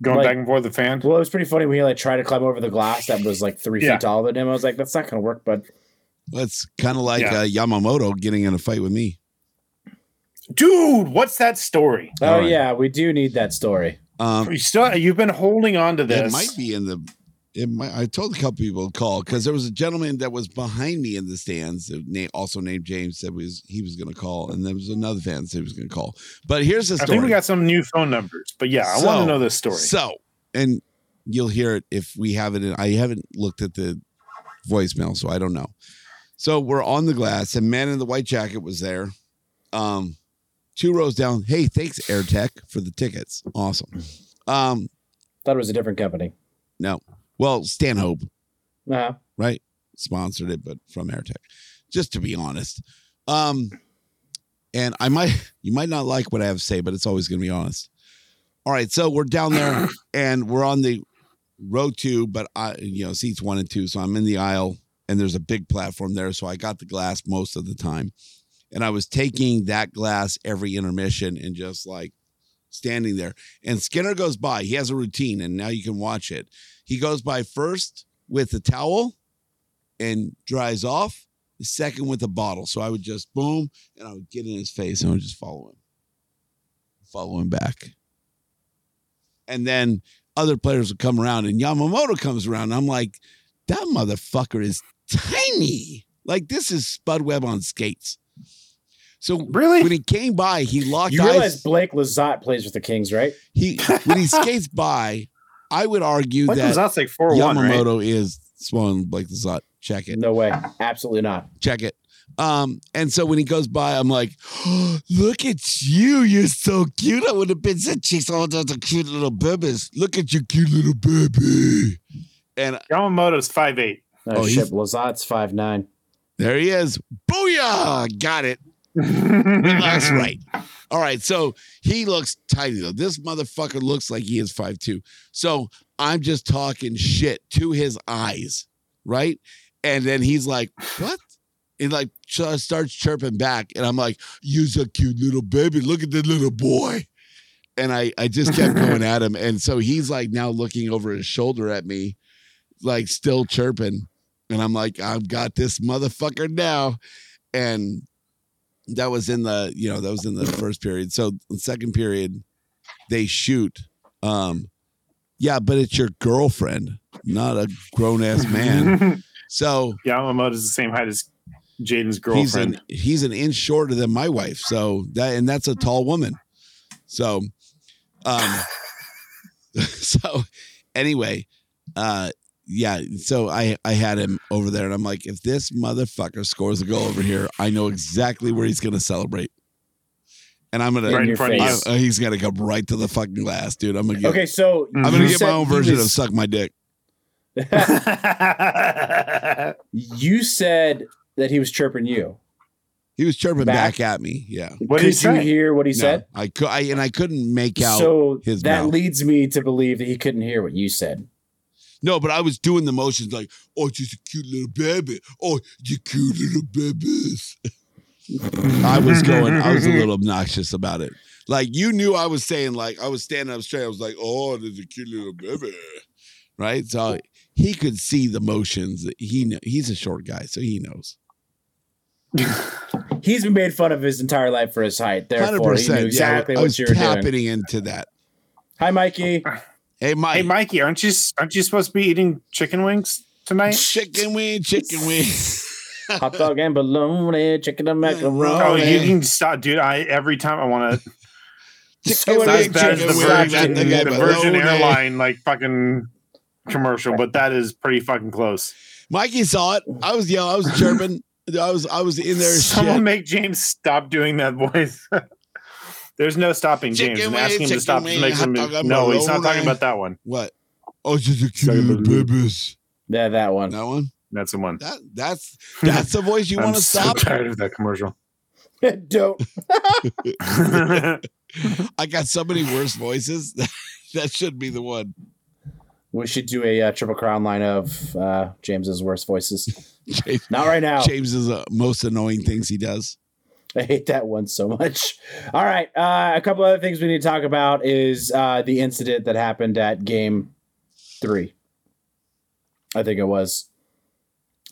[SPEAKER 2] going
[SPEAKER 3] Like-
[SPEAKER 2] back and forth with the fan?
[SPEAKER 3] Well, it was pretty funny when he like tried to climb over the glass that was like three
[SPEAKER 2] Yeah.
[SPEAKER 3] feet taller than him. I was like, that's not gonna work, but
[SPEAKER 4] That's kind of like
[SPEAKER 2] Yeah.
[SPEAKER 4] uh, Yamamoto getting in a fight with me.
[SPEAKER 2] Dude, what's that story?
[SPEAKER 3] oh
[SPEAKER 4] All right.
[SPEAKER 3] yeah, we do need that story.
[SPEAKER 4] Um,
[SPEAKER 2] You still you've been holding on to
[SPEAKER 4] it
[SPEAKER 2] this.
[SPEAKER 4] might be in the. It might, I told a couple people to call because there was a gentleman that was behind me in the stands, uh, na- also named James, said was he was going to call, and there was another fan said he was going to call. But here's the
[SPEAKER 2] I
[SPEAKER 4] story.
[SPEAKER 2] think we got some new phone numbers, but yeah, I want
[SPEAKER 4] So-
[SPEAKER 2] to know this story.
[SPEAKER 4] So, and you'll hear it if we have it. In, I haven't looked at the voicemail, so I don't know. So we're on the glass, and man in the white jacket was there. Um, two rows down. Hey, thanks AirTech for the tickets. Awesome. Um,
[SPEAKER 3] Thought it was a different company.
[SPEAKER 4] well, Stanhope
[SPEAKER 3] Uh-huh.
[SPEAKER 4] right? Sponsored it, but from AirTech, just to be honest. Um, and I might, you might not like what I have to say, but it's always going to be honest. All right, so we're down there and we're on the row two, but I, you know, seats one and two, so I'm in the aisle, and there's a big platform there, so I got the glass most of the time, and I was taking that glass every intermission and just like standing there. And Skinner goes by. He has a routine, and now you can watch it. He goes by first with a towel and dries off. The second with a bottle. So I would just boom and I would get in his face and I would just follow him, follow him back. And then other players would come around and Yamamoto comes around. And I'm like, that motherfucker is tiny. Like this is Spud Webb on skates. So
[SPEAKER 2] Really?
[SPEAKER 4] when he came by, he locked
[SPEAKER 3] You
[SPEAKER 4] eyes
[SPEAKER 3] realize Blake Lazat plays with the Kings, right?
[SPEAKER 4] he when he skates by, I would argue
[SPEAKER 2] What
[SPEAKER 4] that
[SPEAKER 2] comes out like four one, right?
[SPEAKER 4] Yamamoto is swung Blake Lazat. Check it,
[SPEAKER 3] No way. Absolutely not.
[SPEAKER 4] check it. Um, and so when he goes by, I'm like, look at you, you're so cute. I would have been such a oh, that's a cute little babies. Look at your cute little baby. And
[SPEAKER 2] Yamamoto's five eight.
[SPEAKER 3] No
[SPEAKER 4] Oh,
[SPEAKER 3] shit.
[SPEAKER 4] he's-
[SPEAKER 3] Lazat's five nine.
[SPEAKER 4] there he is. Booyah! Got it. That's right. All right. So he looks tiny though. This motherfucker looks like he is 5'2. So I'm just talking shit to his eyes, right? And then he's like, what? And like ch- starts chirping back. And I'm like, you's a cute little baby. Look at the little boy. And I, I just kept going at him. And so he's like now looking over his shoulder at me, like still chirping. And I'm like, I've got this motherfucker now. And that was in the you know that was in the first period so the second period they shoot um yeah but it's your girlfriend not a grown-ass man so
[SPEAKER 2] Yamamoto's the same height as Jaden's
[SPEAKER 4] he's
[SPEAKER 2] girlfriend.
[SPEAKER 4] an he's an inch shorter than my wife so that and that's a tall woman so Um, so anyway, uh, yeah. So I I had him over there, and I'm like, if this motherfucker scores a goal over here, I know exactly where he's gonna celebrate, and I'm gonna.
[SPEAKER 3] In
[SPEAKER 2] Right in
[SPEAKER 3] your
[SPEAKER 2] front of
[SPEAKER 4] I-
[SPEAKER 2] you.
[SPEAKER 3] face.
[SPEAKER 4] uh, he's gonna come right to the fucking glass, dude. I'm gonna get.
[SPEAKER 3] Okay, so
[SPEAKER 4] I'm gonna
[SPEAKER 3] you
[SPEAKER 4] get my
[SPEAKER 3] said
[SPEAKER 4] own
[SPEAKER 3] he
[SPEAKER 4] version of
[SPEAKER 3] was-
[SPEAKER 4] suck my dick.
[SPEAKER 3] You said that he was chirping you.
[SPEAKER 4] He was chirping
[SPEAKER 3] Back.
[SPEAKER 4] back, at me. Yeah.
[SPEAKER 2] What did
[SPEAKER 3] Could
[SPEAKER 2] he
[SPEAKER 3] you
[SPEAKER 2] say?
[SPEAKER 3] hear what he
[SPEAKER 4] No,
[SPEAKER 3] said?
[SPEAKER 4] I could, I, and I couldn't make out.
[SPEAKER 3] so
[SPEAKER 4] his
[SPEAKER 3] that
[SPEAKER 4] mouth.
[SPEAKER 3] leads me to believe that he couldn't hear what you said.
[SPEAKER 4] no, but I was doing the motions like, oh, just a cute little baby. Oh, you cute little babies. I was going, I was a little obnoxious about it. Like, you knew I was saying, like, I was standing up straight. I was like, oh, there's a cute little baby. Right. So he could see the motions. that He kn- He's a short guy, so he knows.
[SPEAKER 3] He's been made fun of his entire life for his height. Therefore, he knew
[SPEAKER 4] 100%.
[SPEAKER 3] exactly
[SPEAKER 4] yeah, I
[SPEAKER 3] what
[SPEAKER 4] was
[SPEAKER 3] you were
[SPEAKER 4] tapping
[SPEAKER 3] doing.
[SPEAKER 4] into that.
[SPEAKER 3] Hi, Mikey.
[SPEAKER 4] Hey, Mike.
[SPEAKER 2] hey, Mikey, aren't you aren't you supposed to be eating chicken wings tonight?
[SPEAKER 4] Chicken wing, chicken wing.
[SPEAKER 3] Hot dog and bologna, chicken and macaroni.
[SPEAKER 2] Oh,
[SPEAKER 4] Oh,
[SPEAKER 2] you
[SPEAKER 4] man.
[SPEAKER 2] can stop, dude. I every time I want to.
[SPEAKER 3] So
[SPEAKER 2] That's
[SPEAKER 3] Big
[SPEAKER 2] as bad as
[SPEAKER 3] chicken
[SPEAKER 2] the
[SPEAKER 3] wing,
[SPEAKER 2] Virgin,
[SPEAKER 3] that thing
[SPEAKER 2] the
[SPEAKER 3] got
[SPEAKER 2] Virgin airline like fucking commercial, but that is pretty fucking close.
[SPEAKER 4] Mikey saw it. I was yelling. I was chirping. I was I was in there.
[SPEAKER 2] Someone
[SPEAKER 4] shit.
[SPEAKER 2] make James stop doing that voice. There's no stopping James.
[SPEAKER 4] Chicken
[SPEAKER 2] and
[SPEAKER 4] wing,
[SPEAKER 2] asking him
[SPEAKER 4] chicken
[SPEAKER 2] to stop
[SPEAKER 4] wing,
[SPEAKER 2] makes him.
[SPEAKER 4] hot dog,
[SPEAKER 2] No, he's not
[SPEAKER 4] bologna.
[SPEAKER 2] talking about that one.
[SPEAKER 4] What? Oh, it's just a cute
[SPEAKER 2] Sorry,
[SPEAKER 4] little
[SPEAKER 2] baby.
[SPEAKER 4] babies.
[SPEAKER 3] Yeah, that one.
[SPEAKER 4] That one.
[SPEAKER 2] That's the one.
[SPEAKER 4] That that's that's the voice you
[SPEAKER 2] I'm
[SPEAKER 4] want to
[SPEAKER 2] so
[SPEAKER 4] stop.
[SPEAKER 2] tired of that commercial.
[SPEAKER 3] Don't.
[SPEAKER 4] I got so many worse voices. that should be the one.
[SPEAKER 3] We should do a uh, triple crown line of uh, James's worst voices.
[SPEAKER 4] James,
[SPEAKER 3] Not right now.
[SPEAKER 4] James is the most annoying things he does.
[SPEAKER 3] I hate that one so much. All right. Uh, a couple other things we need to talk about is uh, the incident that happened at game three. I think it was.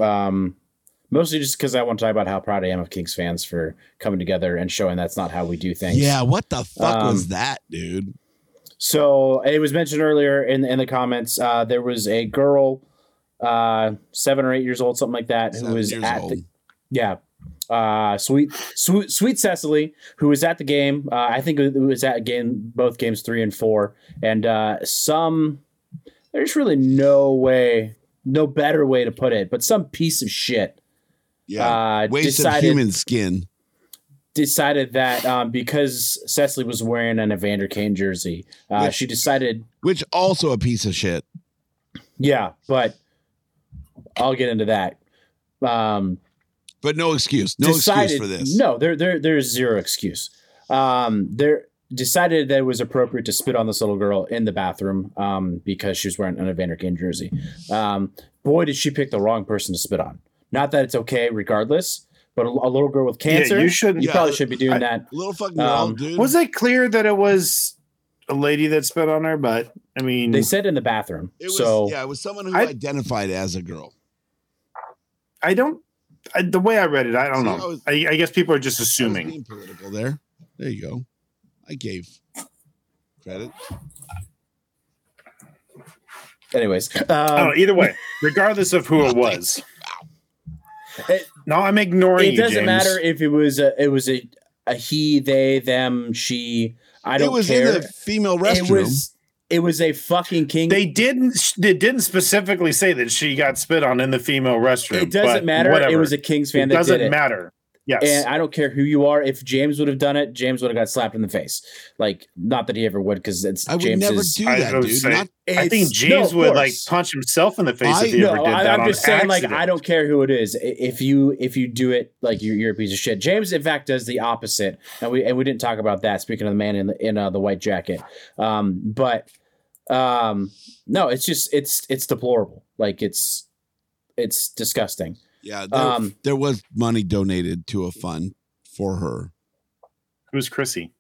[SPEAKER 3] Um, mostly just because I want to talk about how proud I am of Kings fans for coming together and showing that's not how we do things.
[SPEAKER 4] Yeah. What the fuck was
[SPEAKER 3] Um,
[SPEAKER 4] that, dude?
[SPEAKER 3] So it was mentioned earlier in in the comments. Uh, there was a girl, uh, seven or eight years old, something like that, who
[SPEAKER 4] Seven
[SPEAKER 3] was
[SPEAKER 4] years
[SPEAKER 3] at
[SPEAKER 4] old.
[SPEAKER 3] the yeah, uh, sweet sweet sweet Cecily, who was at the game. Uh, I think it was at game both games three and four, and uh, some there's really no way, no better way to put it, but some piece of shit
[SPEAKER 4] Yeah.
[SPEAKER 3] uh,
[SPEAKER 4] Waste of
[SPEAKER 3] decided
[SPEAKER 4] human skin.
[SPEAKER 3] decided that um, because Cecily was wearing an Evander Kane jersey, uh,
[SPEAKER 4] Yeah.
[SPEAKER 3] she decided.
[SPEAKER 4] Which also a piece of shit.
[SPEAKER 3] Yeah, but I'll get into that. Um,
[SPEAKER 4] But no excuse. No
[SPEAKER 3] decided-
[SPEAKER 4] excuse for this.
[SPEAKER 3] No, there, there, there's zero excuse. Um, there decided that it was appropriate to spit on this little girl in the bathroom um, because she was wearing an Evander Kane jersey. Um, boy, did she pick the wrong person to spit on. Not that it's okay, regardless, but a, a little girl with cancer,
[SPEAKER 2] you shouldn't-
[SPEAKER 3] You
[SPEAKER 4] Yeah,
[SPEAKER 3] probably should be doing
[SPEAKER 2] I-
[SPEAKER 3] that.
[SPEAKER 4] Little fucking
[SPEAKER 3] Um,
[SPEAKER 4] girl, dude.
[SPEAKER 2] was it clear that it was a lady that spit on her? But I mean,
[SPEAKER 3] They said in the bathroom.
[SPEAKER 4] It was
[SPEAKER 3] so
[SPEAKER 4] yeah, it was someone who
[SPEAKER 2] I-
[SPEAKER 4] identified as a girl.
[SPEAKER 2] I don't. I, the way I read it, I don't
[SPEAKER 4] See,
[SPEAKER 2] know.
[SPEAKER 4] I was-
[SPEAKER 2] I, I guess people are just
[SPEAKER 4] I was
[SPEAKER 2] assuming.
[SPEAKER 4] being political there. There you go. I gave credit.
[SPEAKER 3] Anyways, um,
[SPEAKER 2] I don't know. Either way, regardless of who it was.
[SPEAKER 3] It-
[SPEAKER 2] no, I'm ignoring
[SPEAKER 3] it
[SPEAKER 2] you,
[SPEAKER 3] doesn't
[SPEAKER 2] James.
[SPEAKER 3] matter if it was a it was a, a he they them she i don't
[SPEAKER 4] it was
[SPEAKER 3] care
[SPEAKER 4] in the female
[SPEAKER 3] it
[SPEAKER 4] restroom.
[SPEAKER 3] was it was a fucking king
[SPEAKER 2] They didn't. They didn't specifically say that she got spit on in the female restroom.
[SPEAKER 3] it doesn't
[SPEAKER 2] but
[SPEAKER 3] matter it
[SPEAKER 2] whatever.
[SPEAKER 3] was a kings fan
[SPEAKER 2] It
[SPEAKER 3] that
[SPEAKER 2] doesn't
[SPEAKER 3] did it
[SPEAKER 2] matter. Yes.
[SPEAKER 3] and i don't care who you are if james would have done it james would have got slapped in the face like not that he ever would because it's
[SPEAKER 4] I would
[SPEAKER 3] James's,
[SPEAKER 4] never do
[SPEAKER 2] I
[SPEAKER 4] that,
[SPEAKER 2] would
[SPEAKER 4] dude.
[SPEAKER 2] say-
[SPEAKER 4] Not,
[SPEAKER 2] I think
[SPEAKER 3] it's- no,
[SPEAKER 2] James
[SPEAKER 3] of
[SPEAKER 2] would like
[SPEAKER 3] course.
[SPEAKER 2] punch himself in the face
[SPEAKER 4] I-
[SPEAKER 2] if he
[SPEAKER 3] no,
[SPEAKER 2] ever did
[SPEAKER 3] I,
[SPEAKER 2] that.
[SPEAKER 3] I'm
[SPEAKER 2] on
[SPEAKER 3] just saying,
[SPEAKER 2] accident.
[SPEAKER 3] like, I don't care who it is. I- If you if you do it, like, you're, you're a piece of shit. James, in fact, does the opposite, and we and we didn't talk about that. Speaking of the man in the, in uh, the white jacket, um, but um, no, it's just it's it's deplorable. Like, it's it's disgusting.
[SPEAKER 4] yeah, there,
[SPEAKER 3] Um,
[SPEAKER 4] there was money donated to a fund for her.
[SPEAKER 2] Who's Chrissy?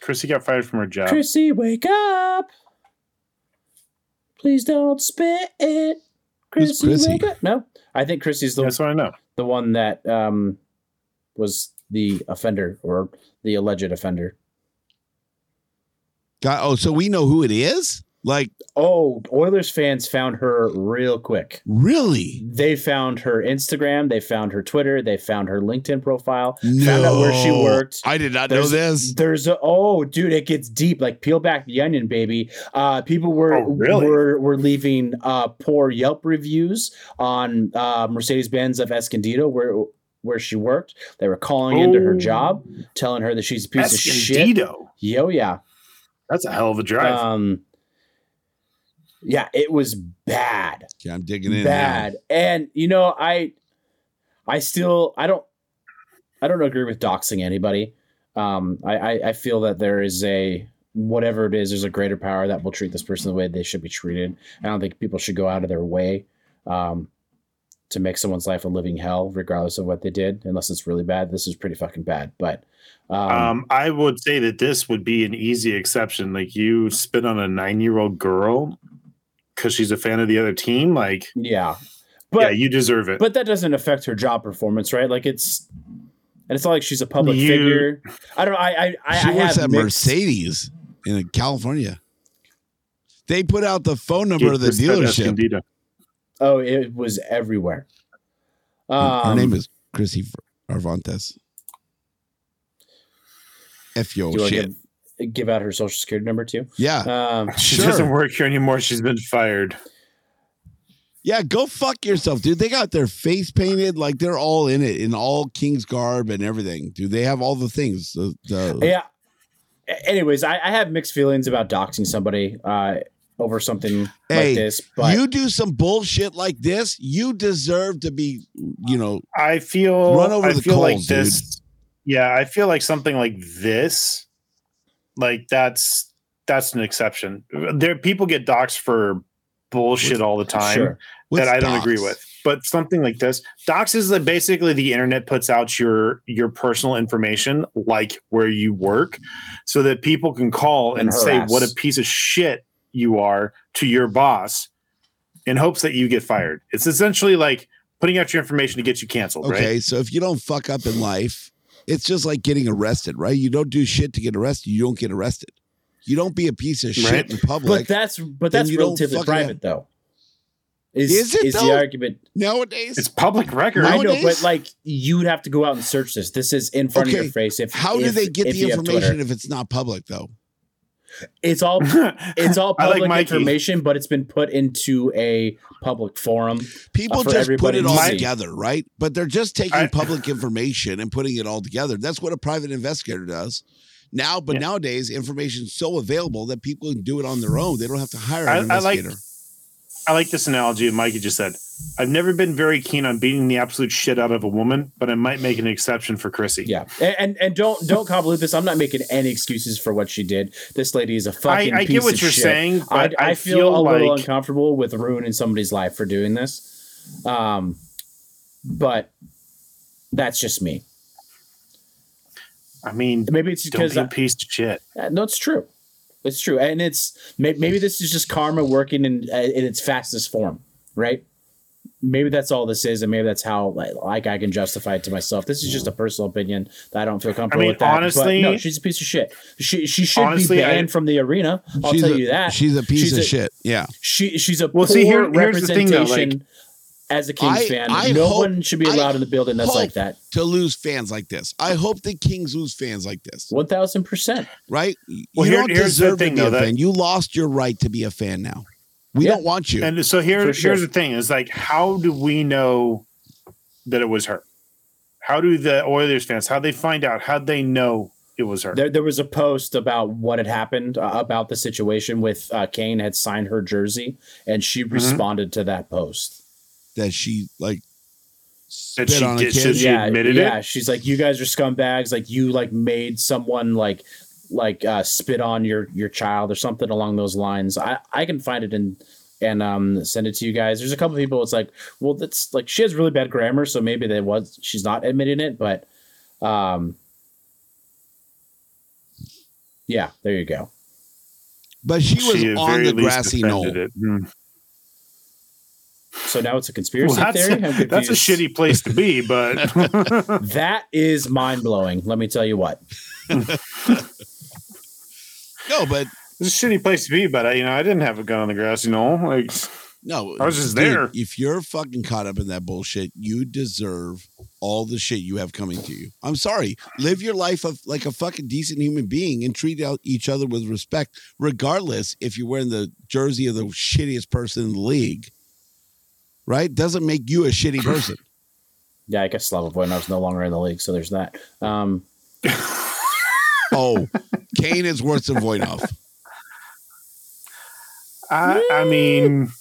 [SPEAKER 2] Chrissy got fired from her job.
[SPEAKER 3] Chrissy, wake up! Please don't spit it.
[SPEAKER 4] Who's
[SPEAKER 3] Chrissy,
[SPEAKER 4] Chrissy?
[SPEAKER 3] wake up! No, I think Chrissy's the
[SPEAKER 2] That's what I know.
[SPEAKER 3] the one that um was the offender or the alleged offender.
[SPEAKER 4] God, oh, so we know who it is? Like,
[SPEAKER 3] Oh, Oilers fans found her real quick.
[SPEAKER 4] really?
[SPEAKER 3] They found her Instagram, they found her Twitter, they found her LinkedIn profile, found out where she
[SPEAKER 4] No.
[SPEAKER 3] worked.
[SPEAKER 4] I did not know
[SPEAKER 3] There's-
[SPEAKER 4] this.
[SPEAKER 3] There's a, oh, dude, it gets deep. Like peel back the onion, baby. Uh, people were
[SPEAKER 2] Oh, really?
[SPEAKER 3] were were leaving uh, poor Yelp reviews on uh, Mercedes Benz of Escondido, where where she worked. They were calling into her
[SPEAKER 2] Oh.
[SPEAKER 3] job, telling her that she's a piece
[SPEAKER 2] That's
[SPEAKER 3] of shit.
[SPEAKER 2] Escondido.
[SPEAKER 3] Yo, yeah,
[SPEAKER 2] That's a hell of a drive.
[SPEAKER 3] um, yeah, it was bad
[SPEAKER 4] Okay, I'm digging in. now.
[SPEAKER 3] bad. And you know, I I still I don't I don't agree with doxing anybody. Um I, I, I feel that there is a whatever it is, there's a greater power that will treat this person the way they should be treated. I don't think people should go out of their way um to make someone's life a living hell, regardless of what they did, unless it's really bad. This is pretty fucking bad. But um,
[SPEAKER 2] Um, I would say that this would be an easy exception. Like you spit on a nine-year-old girl because she's a fan of the other team. Like,
[SPEAKER 3] yeah. But
[SPEAKER 2] yeah, you deserve it.
[SPEAKER 3] But that doesn't affect her job performance, right? Like it's, and it's not like she's a public
[SPEAKER 2] You-
[SPEAKER 3] figure. I don't. I. I. I,
[SPEAKER 4] She
[SPEAKER 3] I
[SPEAKER 4] works
[SPEAKER 3] have
[SPEAKER 4] at
[SPEAKER 3] mixed-
[SPEAKER 4] Mercedes in California. They put out the phone number
[SPEAKER 2] Get
[SPEAKER 4] of the
[SPEAKER 2] this to
[SPEAKER 4] dealership.
[SPEAKER 2] Escondido.
[SPEAKER 3] Oh, it was everywhere. Um,
[SPEAKER 4] Her name is Chrissy F- Arvantes. F your
[SPEAKER 3] Do I
[SPEAKER 4] shit.
[SPEAKER 3] give, give out her social security number too?
[SPEAKER 2] Uh,
[SPEAKER 4] Yeah.
[SPEAKER 3] Um,
[SPEAKER 2] She
[SPEAKER 4] Sure.
[SPEAKER 2] doesn't work here anymore. She's been fired.
[SPEAKER 4] Yeah, go fuck yourself, dude. They got their face painted like they're all in it in all king's garb and everything. Dude, they have all the things. The, the-
[SPEAKER 3] yeah. A- Anyways, I, I have mixed feelings about doxing somebody uh, over something
[SPEAKER 4] Hey,
[SPEAKER 3] like this, but
[SPEAKER 4] you do some bullshit like this, you deserve to be, you know,
[SPEAKER 2] I feel.
[SPEAKER 4] Run over
[SPEAKER 2] I
[SPEAKER 4] the
[SPEAKER 2] feel
[SPEAKER 4] coals,
[SPEAKER 2] like this. Yeah, I feel like something like this. Like that's that's an exception. There, people get doxed for bullshit all the time.
[SPEAKER 3] sure.
[SPEAKER 4] what's
[SPEAKER 2] that I don't
[SPEAKER 4] dox?
[SPEAKER 2] agree with. But something like this, docs is like basically the internet puts out your your personal information, like where you work, so that people can call and,
[SPEAKER 3] And
[SPEAKER 2] say
[SPEAKER 3] harass.
[SPEAKER 2] what a piece of shit you are to your boss, in hopes that you get fired. It's essentially like putting out your information to get you canceled,
[SPEAKER 4] Okay,
[SPEAKER 2] right?
[SPEAKER 4] so if you don't fuck up in life, it's just like getting arrested, right? You don't do shit to get arrested, you don't get arrested. You don't be a piece of shit
[SPEAKER 2] Right.
[SPEAKER 4] in
[SPEAKER 3] But
[SPEAKER 4] public
[SPEAKER 3] that's but
[SPEAKER 4] then
[SPEAKER 3] that's
[SPEAKER 4] you don't
[SPEAKER 3] relatively
[SPEAKER 4] fucking
[SPEAKER 3] private,
[SPEAKER 4] have-
[SPEAKER 3] though. Is
[SPEAKER 4] Is it,
[SPEAKER 3] the
[SPEAKER 4] though?
[SPEAKER 3] argument?
[SPEAKER 4] nowadays.
[SPEAKER 2] It's public record.
[SPEAKER 3] I know, but
[SPEAKER 4] Nowadays-
[SPEAKER 3] like you'd have to go out and search this. This is in front of
[SPEAKER 4] Okay,
[SPEAKER 3] your face. If
[SPEAKER 4] How do
[SPEAKER 3] if-
[SPEAKER 4] they get
[SPEAKER 3] if
[SPEAKER 4] the
[SPEAKER 3] you have
[SPEAKER 4] information
[SPEAKER 3] Twitter.
[SPEAKER 4] if it's not public though?
[SPEAKER 3] It's all it's all
[SPEAKER 2] I like
[SPEAKER 3] public
[SPEAKER 2] Mikey.
[SPEAKER 3] information, but it's been put into a public forum.
[SPEAKER 4] People
[SPEAKER 3] for
[SPEAKER 4] just put
[SPEAKER 3] everybody
[SPEAKER 4] it
[SPEAKER 3] to
[SPEAKER 4] all
[SPEAKER 3] see.
[SPEAKER 4] together, right? But they're just taking
[SPEAKER 2] I-
[SPEAKER 4] public information and putting it all together. That's what a private investigator does. Now, but
[SPEAKER 2] Yeah.
[SPEAKER 4] nowadays, information is so available that people can do it on their own. They don't have to hire an
[SPEAKER 2] I- I like-
[SPEAKER 4] investigator.
[SPEAKER 2] I like this analogy that Mikey just said. I've never been very keen on beating the absolute shit out of a woman, but I might make an exception for Chrissy.
[SPEAKER 3] Yeah, and and, and don't don't convolute this. I'm not making any excuses for what she did. This lady is a
[SPEAKER 2] I,
[SPEAKER 3] fucking.
[SPEAKER 2] I
[SPEAKER 3] piece
[SPEAKER 2] get what
[SPEAKER 3] of
[SPEAKER 2] you're
[SPEAKER 3] shit.
[SPEAKER 2] saying,
[SPEAKER 3] I,
[SPEAKER 2] but
[SPEAKER 3] I,
[SPEAKER 2] I,
[SPEAKER 3] feel, a little
[SPEAKER 2] like um,
[SPEAKER 3] uncomfortable with ruining somebody's life for doing this. Um, but that's just me.
[SPEAKER 2] I mean,
[SPEAKER 3] Maybe it's
[SPEAKER 2] don't
[SPEAKER 3] because
[SPEAKER 2] be a piece of shit.
[SPEAKER 3] Uh, no, it's true. It's true, and it's may- maybe this is just karma working in uh, in its fastest form, right? Maybe that's all this is, and maybe that's how like, like I can justify it to myself. This is just a personal opinion that I don't feel comfortable
[SPEAKER 2] mean,
[SPEAKER 3] with. That,
[SPEAKER 2] honestly-
[SPEAKER 3] but no, she's a piece of shit. She she should
[SPEAKER 2] Honestly,
[SPEAKER 3] be
[SPEAKER 2] I-
[SPEAKER 3] banned from the arena. I'll
[SPEAKER 4] she's
[SPEAKER 3] tell
[SPEAKER 4] a,
[SPEAKER 3] you that
[SPEAKER 4] she's a piece
[SPEAKER 3] She's
[SPEAKER 4] of
[SPEAKER 3] a-
[SPEAKER 4] shit. Yeah,
[SPEAKER 3] she she's a poor
[SPEAKER 2] Well, see, here- here's the thing,
[SPEAKER 3] representation
[SPEAKER 2] though,
[SPEAKER 3] as a Kings
[SPEAKER 4] I-
[SPEAKER 3] fan.
[SPEAKER 4] I
[SPEAKER 3] no
[SPEAKER 4] hope-
[SPEAKER 3] one should be
[SPEAKER 4] I
[SPEAKER 3] allowed in the building that's
[SPEAKER 4] hope-
[SPEAKER 3] like that.
[SPEAKER 4] to lose fans like this. I hope the Kings lose fans like this,
[SPEAKER 3] One thousand percent.
[SPEAKER 4] right? You
[SPEAKER 2] Well, here-
[SPEAKER 4] don't
[SPEAKER 2] here's the
[SPEAKER 4] deserve
[SPEAKER 2] thing,
[SPEAKER 4] to be
[SPEAKER 2] though,
[SPEAKER 4] a
[SPEAKER 2] that-
[SPEAKER 4] fan. You lost your right to be a fan now. We
[SPEAKER 3] Yeah.
[SPEAKER 4] don't want you.
[SPEAKER 2] And so here,
[SPEAKER 3] For sure.
[SPEAKER 2] here's the thing: is like, how do we know that it was her? How do the Oilers fans? How they find out? How they know it was her?
[SPEAKER 3] There, there was a post about what had happened uh, about the situation with uh, Kane had signed her jersey, and she
[SPEAKER 2] Mm-hmm.
[SPEAKER 3] responded to that post.
[SPEAKER 4] that she like
[SPEAKER 2] That
[SPEAKER 4] spit
[SPEAKER 2] she
[SPEAKER 4] on a
[SPEAKER 2] did- she-
[SPEAKER 4] kid.
[SPEAKER 2] She admitted it?
[SPEAKER 3] yeah. She's like, "You guys are scumbags. Like, you like made someone like like uh, spit on your your child or something along those lines." I I can find it in and um send it to you guys. There's a couple people. It's like, well, that's like she has really bad grammar, so maybe they was she's not admitting it, but um, yeah, there you go.
[SPEAKER 4] but she was
[SPEAKER 2] She at
[SPEAKER 4] on
[SPEAKER 2] very
[SPEAKER 4] the
[SPEAKER 2] least
[SPEAKER 4] grassy knoll.
[SPEAKER 2] defended it. Hmm.
[SPEAKER 3] So now it's a
[SPEAKER 2] Well,
[SPEAKER 3] conspiracy
[SPEAKER 2] that's,
[SPEAKER 3] theory. I'm
[SPEAKER 2] a, that's a
[SPEAKER 3] confused.
[SPEAKER 2] shitty place to be, but
[SPEAKER 3] That is mind blowing. Let me tell you what.
[SPEAKER 4] No, but
[SPEAKER 2] It's a shitty place to be, but I, you know, I didn't have a gun on the grass. You know, like
[SPEAKER 4] No,
[SPEAKER 2] I was just
[SPEAKER 4] dude,
[SPEAKER 2] there.
[SPEAKER 4] If you're fucking caught up in that bullshit, you deserve all the shit you have coming to you. I'm sorry. Live your life of like a fucking decent human being and treat out each other with respect, regardless if you're wearing the jersey of the shittiest person in the league. Right? Doesn't make you a shitty person.
[SPEAKER 3] Yeah, I guess Slava Voynov is no longer in the league, so there's that. Um,
[SPEAKER 4] oh, Kane is worse than Voinov.
[SPEAKER 2] I, I mean,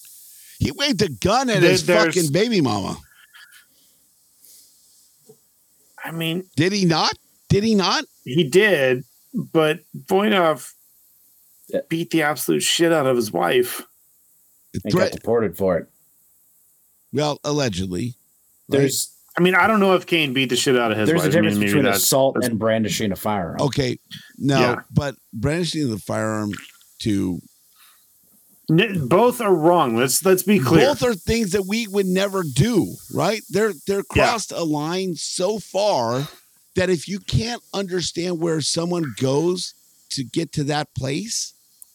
[SPEAKER 4] He waved a gun at
[SPEAKER 2] There-
[SPEAKER 4] his
[SPEAKER 2] there's-
[SPEAKER 4] fucking baby mama.
[SPEAKER 2] I mean,
[SPEAKER 4] Did he not? Did he not?
[SPEAKER 2] he did, but Voinov
[SPEAKER 3] Yeah.
[SPEAKER 2] beat the absolute shit out of his wife.
[SPEAKER 3] and
[SPEAKER 4] Threat-
[SPEAKER 3] got deported for it.
[SPEAKER 4] well, allegedly. right?
[SPEAKER 3] There's
[SPEAKER 2] I mean, I don't know if Kane beat the shit out of his
[SPEAKER 3] there's
[SPEAKER 2] wife.
[SPEAKER 3] a
[SPEAKER 2] I mean,
[SPEAKER 3] difference
[SPEAKER 2] maybe
[SPEAKER 3] between
[SPEAKER 2] that's-
[SPEAKER 3] assault
[SPEAKER 2] that's-
[SPEAKER 3] and brandishing a firearm.
[SPEAKER 4] Okay, no,
[SPEAKER 2] Yeah.
[SPEAKER 4] but brandishing the firearm to
[SPEAKER 2] N- both are wrong. Let's let's be clear.
[SPEAKER 4] both are things that we would never do, right? They're they're crossed a line so far that if you can't understand where someone goes to get to that place,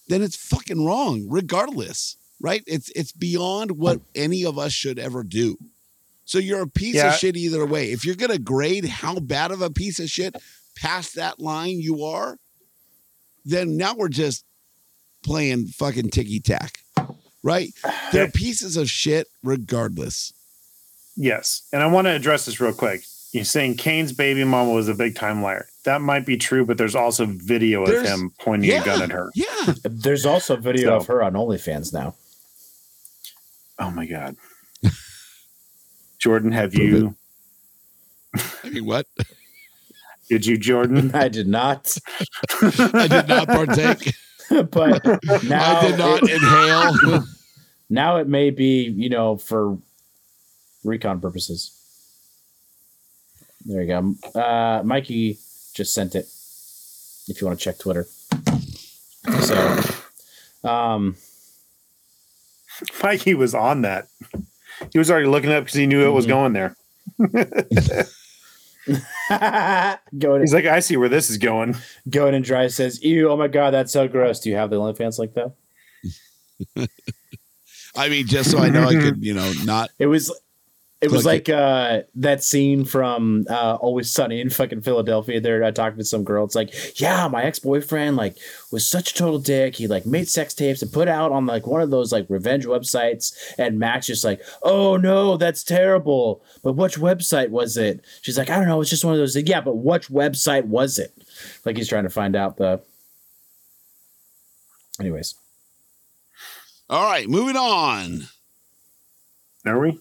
[SPEAKER 4] then it's fucking wrong, regardless, right? It's it's beyond what any of us should ever do. So you're a piece of
[SPEAKER 2] Yeah.
[SPEAKER 4] shit either way. If you're gonna grade how bad of a piece of shit past that line you are, then now we're just playing fucking ticky tack, right? They're pieces of shit regardless.
[SPEAKER 2] Yes. And I want to address this real quick. You're saying Kane's baby mama was a big time liar. That might be true, but there's also video of
[SPEAKER 4] There's-
[SPEAKER 2] him pointing
[SPEAKER 4] yeah.
[SPEAKER 2] a gun at her.
[SPEAKER 4] Yeah,
[SPEAKER 3] There's also a video
[SPEAKER 2] So-
[SPEAKER 3] of her on OnlyFans now.
[SPEAKER 2] Oh my God. Jordan, have
[SPEAKER 4] Prove
[SPEAKER 2] you?
[SPEAKER 4] I mean, what?
[SPEAKER 2] Did you, Jordan?
[SPEAKER 3] I did not,
[SPEAKER 4] I did not partake.
[SPEAKER 3] but now
[SPEAKER 4] I did not
[SPEAKER 3] It,
[SPEAKER 4] inhale.
[SPEAKER 3] now it may be you know for recon purposes. There you go. Uh, Mikey just sent it. If you want to check Twitter, so um,
[SPEAKER 2] Mikey was on that. He was already looking up because he knew it was
[SPEAKER 3] Mhm.
[SPEAKER 2] going there.
[SPEAKER 3] going
[SPEAKER 2] He's like, I see where this is going.
[SPEAKER 3] going and dry says, "Ew, oh my god, that's so gross." Do you have the OnlyFans like that?
[SPEAKER 4] I mean, just so I know, I could, you know, not.
[SPEAKER 3] It was it was
[SPEAKER 4] Click
[SPEAKER 3] like uh that scene from uh Always Sunny in fucking Philadelphia. There I talked to some girl. It's like, yeah, my ex-boyfriend like was such a total dick. He like made sex tapes and put out on like one of those like revenge websites and Max just like, "Oh no, that's terrible." But which website was it? She's like, "I don't know, it's just one of those." Like, yeah, but which website was it? Like he's trying to find out the Anyways,
[SPEAKER 4] All right, moving on.
[SPEAKER 2] Are we?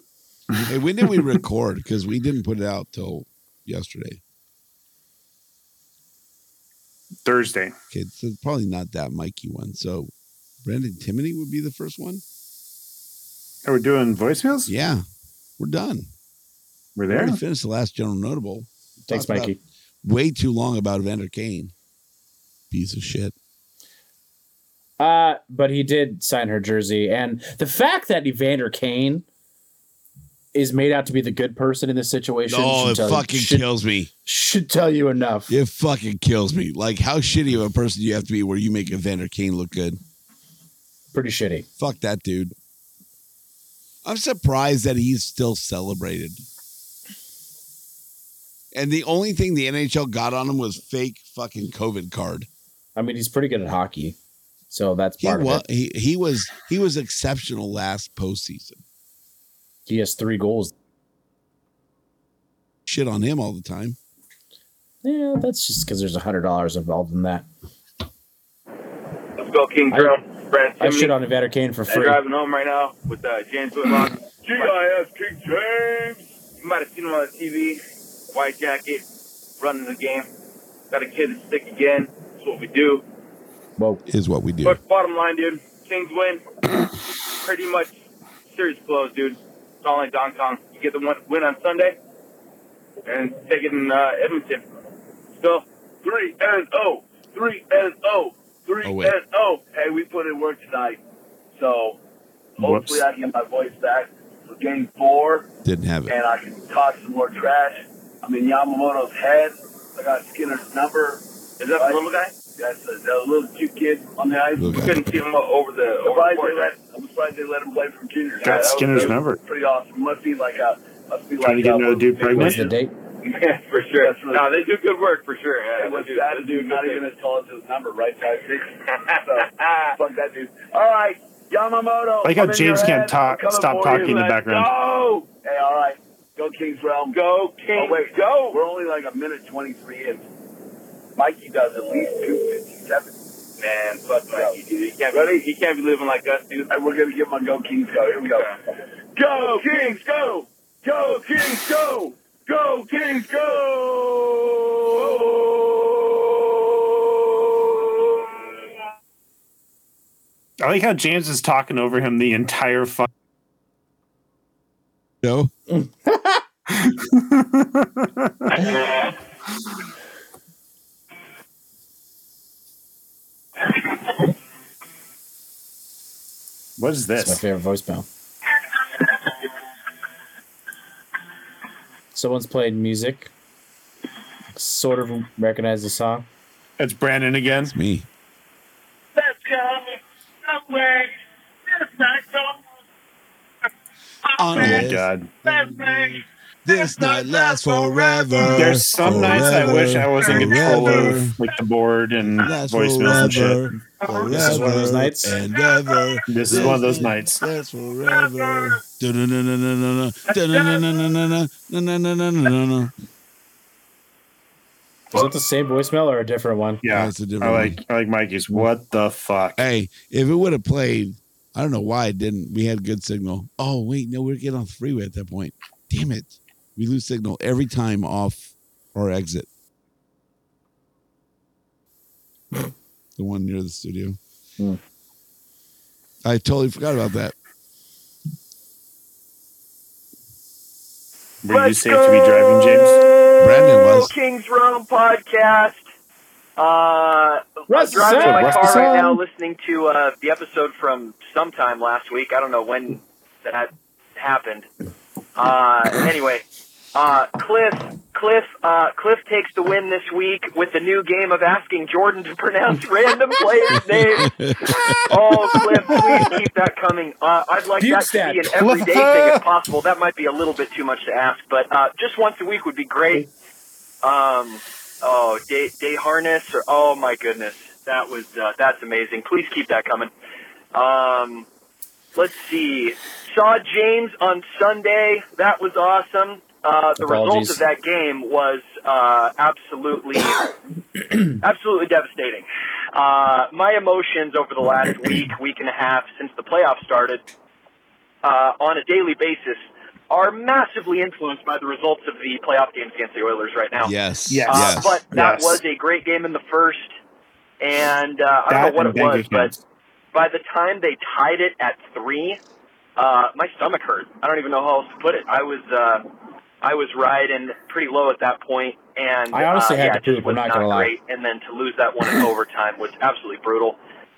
[SPEAKER 4] Hey, when did we record? Because we didn't put it out till yesterday.
[SPEAKER 2] Thursday.
[SPEAKER 4] Okay, so it's probably not that Mikey one. So Brandon Timoney would be the first one.
[SPEAKER 2] Are we doing voicemails?
[SPEAKER 4] Yeah, we're done.
[SPEAKER 2] We're
[SPEAKER 4] We
[SPEAKER 2] there.
[SPEAKER 4] already finished the last General Notable.
[SPEAKER 3] thanks
[SPEAKER 4] Talked about
[SPEAKER 3] Mikey.
[SPEAKER 4] Way too long about Evander Kane. Piece of shit.
[SPEAKER 3] Uh, but he did sign her jersey, and the fact that Evander Kane is made out to be the good person in this situation
[SPEAKER 4] Oh, it
[SPEAKER 3] tell,
[SPEAKER 4] fucking
[SPEAKER 3] should,
[SPEAKER 4] kills me.
[SPEAKER 3] should tell you enough.
[SPEAKER 4] It fucking kills me. Like how shitty of a person you have to be where you make Evander Kane look good.
[SPEAKER 3] Pretty shitty.
[SPEAKER 4] Fuck that dude. I'm surprised that he's still celebrated. And the only thing the NHL got on him was fake fucking COVID card.
[SPEAKER 3] I mean, he's pretty good at hockey, so that's
[SPEAKER 4] He
[SPEAKER 3] part of
[SPEAKER 4] was
[SPEAKER 3] it.
[SPEAKER 4] he, he was he was exceptional last postseason.
[SPEAKER 3] He has three goals.
[SPEAKER 4] Shit on him all the time.
[SPEAKER 3] Yeah, that's just because there's a hundred dollars involved in that.
[SPEAKER 5] Let's go, King
[SPEAKER 3] I-
[SPEAKER 5] Drum. Brad
[SPEAKER 3] I
[SPEAKER 5] Timmy.
[SPEAKER 3] shit on Evander Kane for
[SPEAKER 5] They're
[SPEAKER 3] free.
[SPEAKER 5] driving home right now with uh, James Whitlock. GIS King James. You might have seen him on the TV. White jacket, running the game. Got a kid that's sick again. That's what we do.
[SPEAKER 3] Whoa,
[SPEAKER 4] Is what we do.
[SPEAKER 5] But bottom line, dude, Kings win. Pretty much series close, dude. It's all in Don Kong. You get the one, win on Sunday, and take it in uh, Edmonton. So three and O, three and O, three
[SPEAKER 4] Oh, wait.
[SPEAKER 5] and O. Hey, we put in work tonight, so hopefully
[SPEAKER 2] Whoops.
[SPEAKER 5] I can get my voice back for Game Four,
[SPEAKER 4] Didn't have it.
[SPEAKER 5] and I can talk some more trash. I'm in Yamamoto's head. I got Skinner's number. Is that the little guy?
[SPEAKER 6] That's a, that little cute kid on the ice.
[SPEAKER 4] Look
[SPEAKER 6] You
[SPEAKER 4] at
[SPEAKER 6] couldn't
[SPEAKER 4] him.
[SPEAKER 6] see him over the. Over the court. I'm surprised they let him play from junior.
[SPEAKER 2] Got
[SPEAKER 6] That was-
[SPEAKER 2] Skinner's
[SPEAKER 6] that was
[SPEAKER 2] number.
[SPEAKER 6] Pretty awesome. Must be like a. Must be
[SPEAKER 2] Trying
[SPEAKER 6] like
[SPEAKER 2] to get
[SPEAKER 6] a-
[SPEAKER 2] another dude
[SPEAKER 3] What's the
[SPEAKER 2] pregnant.
[SPEAKER 3] date?
[SPEAKER 6] Yeah, for sure. no, they do good work for sure.
[SPEAKER 5] Yeah,
[SPEAKER 6] It was
[SPEAKER 5] they do-
[SPEAKER 6] that
[SPEAKER 5] they do
[SPEAKER 6] dude,
[SPEAKER 5] good
[SPEAKER 6] not
[SPEAKER 5] things.
[SPEAKER 6] even as tall as his number, right? Five six. so, fuck that dude. All right, Yamamoto.
[SPEAKER 2] Like how
[SPEAKER 6] I'm in your
[SPEAKER 2] James can't
[SPEAKER 6] head.
[SPEAKER 2] talk-
[SPEAKER 6] I'm coming
[SPEAKER 2] stop
[SPEAKER 6] for
[SPEAKER 2] talking
[SPEAKER 6] you.
[SPEAKER 2] in the
[SPEAKER 6] Let's
[SPEAKER 2] background.
[SPEAKER 6] Go. Hey, all right, go Kings Realm. Go Kings. Oh, wait, go. We're only like a minute twenty three in. Mikey does at least two fifty seven. Man, fuck Mikey, dude. He can't, Ready? He can't be living like us, dude. And we're gonna give him a go Kings go. Here we go. Go Kings go! Go Kings go! Go Kings go!
[SPEAKER 2] I like how James is talking over him the entire fuck.
[SPEAKER 4] No.
[SPEAKER 2] What is
[SPEAKER 3] That's my
[SPEAKER 2] this?
[SPEAKER 3] favorite voicemail. Someone's played music. Sort of recognize the song.
[SPEAKER 2] It's Brandon again.
[SPEAKER 4] Me.
[SPEAKER 6] Let's go! Somewhere! This night,
[SPEAKER 4] On
[SPEAKER 2] Oh my
[SPEAKER 4] this-
[SPEAKER 2] god.
[SPEAKER 4] This night lasts forever.
[SPEAKER 2] There's some nights I wish I was in control
[SPEAKER 4] Uh, forever,
[SPEAKER 2] of like the board and
[SPEAKER 4] lasts
[SPEAKER 2] voicemails and shit.
[SPEAKER 4] forever,
[SPEAKER 3] This is one of those nights?
[SPEAKER 4] And ever.
[SPEAKER 2] This is one of those nights.
[SPEAKER 4] That's forever. Da-na-na-na-na-na-na. Da-na-na-na-na-na-na. Na-na-na-na-na-na-na.
[SPEAKER 3] Was that the same voicemail or a different one?
[SPEAKER 2] Yeah.
[SPEAKER 4] That's a
[SPEAKER 2] I
[SPEAKER 4] different
[SPEAKER 2] like I like Mikey's. What the fuck?
[SPEAKER 4] Hey, if it would have played, I don't know why it didn't. We had good signal. Oh, wait, no, we're getting off the freeway at that point. Damn it. We lose signal every time off our exit. the one near the studio.
[SPEAKER 3] Hmm.
[SPEAKER 4] I totally forgot about that.
[SPEAKER 2] Were you safe to be driving, James?
[SPEAKER 4] Brandon was.
[SPEAKER 5] Kings Realm podcast. Uh, I'm
[SPEAKER 3] Russ
[SPEAKER 5] driving in
[SPEAKER 3] said-
[SPEAKER 5] my
[SPEAKER 2] Russ
[SPEAKER 5] car
[SPEAKER 2] said-
[SPEAKER 5] right now, listening to uh, the episode from sometime last week. I don't know when that happened. Uh, anyway, uh, Cliff, Cliff, uh, Cliff takes the win this week with the new game of asking Jordan to pronounce random players' names. Oh, Cliff, please keep that coming. Uh, I'd like that to be an everyday thing if possible. That might be a little bit too much to ask, but uh, just once a week would be great. Um, oh, day, day harness, or oh my goodness, that was uh, that's amazing. Please keep that coming. Um, let's see. Saw James on Sunday. That was awesome. Uh, the result
[SPEAKER 3] Apologies.
[SPEAKER 5] of that game was uh, absolutely, absolutely devastating. Uh, my emotions over the last week, week and a half since the playoffs started, uh, on a daily basis, are massively influenced by the results of the playoff games against the Oilers right now.
[SPEAKER 4] Yes.
[SPEAKER 2] Yes.
[SPEAKER 5] Uh,
[SPEAKER 4] Yes.
[SPEAKER 5] But that
[SPEAKER 2] Yes.
[SPEAKER 5] was a great game in the first, and uh, I don't
[SPEAKER 2] That
[SPEAKER 5] know what
[SPEAKER 2] and
[SPEAKER 5] it was,
[SPEAKER 2] Bengals
[SPEAKER 5] but
[SPEAKER 2] games.
[SPEAKER 5] by the time they tied it at three, uh, my stomach hurt. I don't even know how else to put it. I was uh, I was riding pretty low at that point, and
[SPEAKER 3] I honestly
[SPEAKER 5] uh,
[SPEAKER 3] had
[SPEAKER 5] yeah,
[SPEAKER 3] to
[SPEAKER 5] it just
[SPEAKER 3] poop, I'm
[SPEAKER 5] was
[SPEAKER 3] not gonna lie.
[SPEAKER 5] great. And then to lose that one in overtime was absolutely brutal.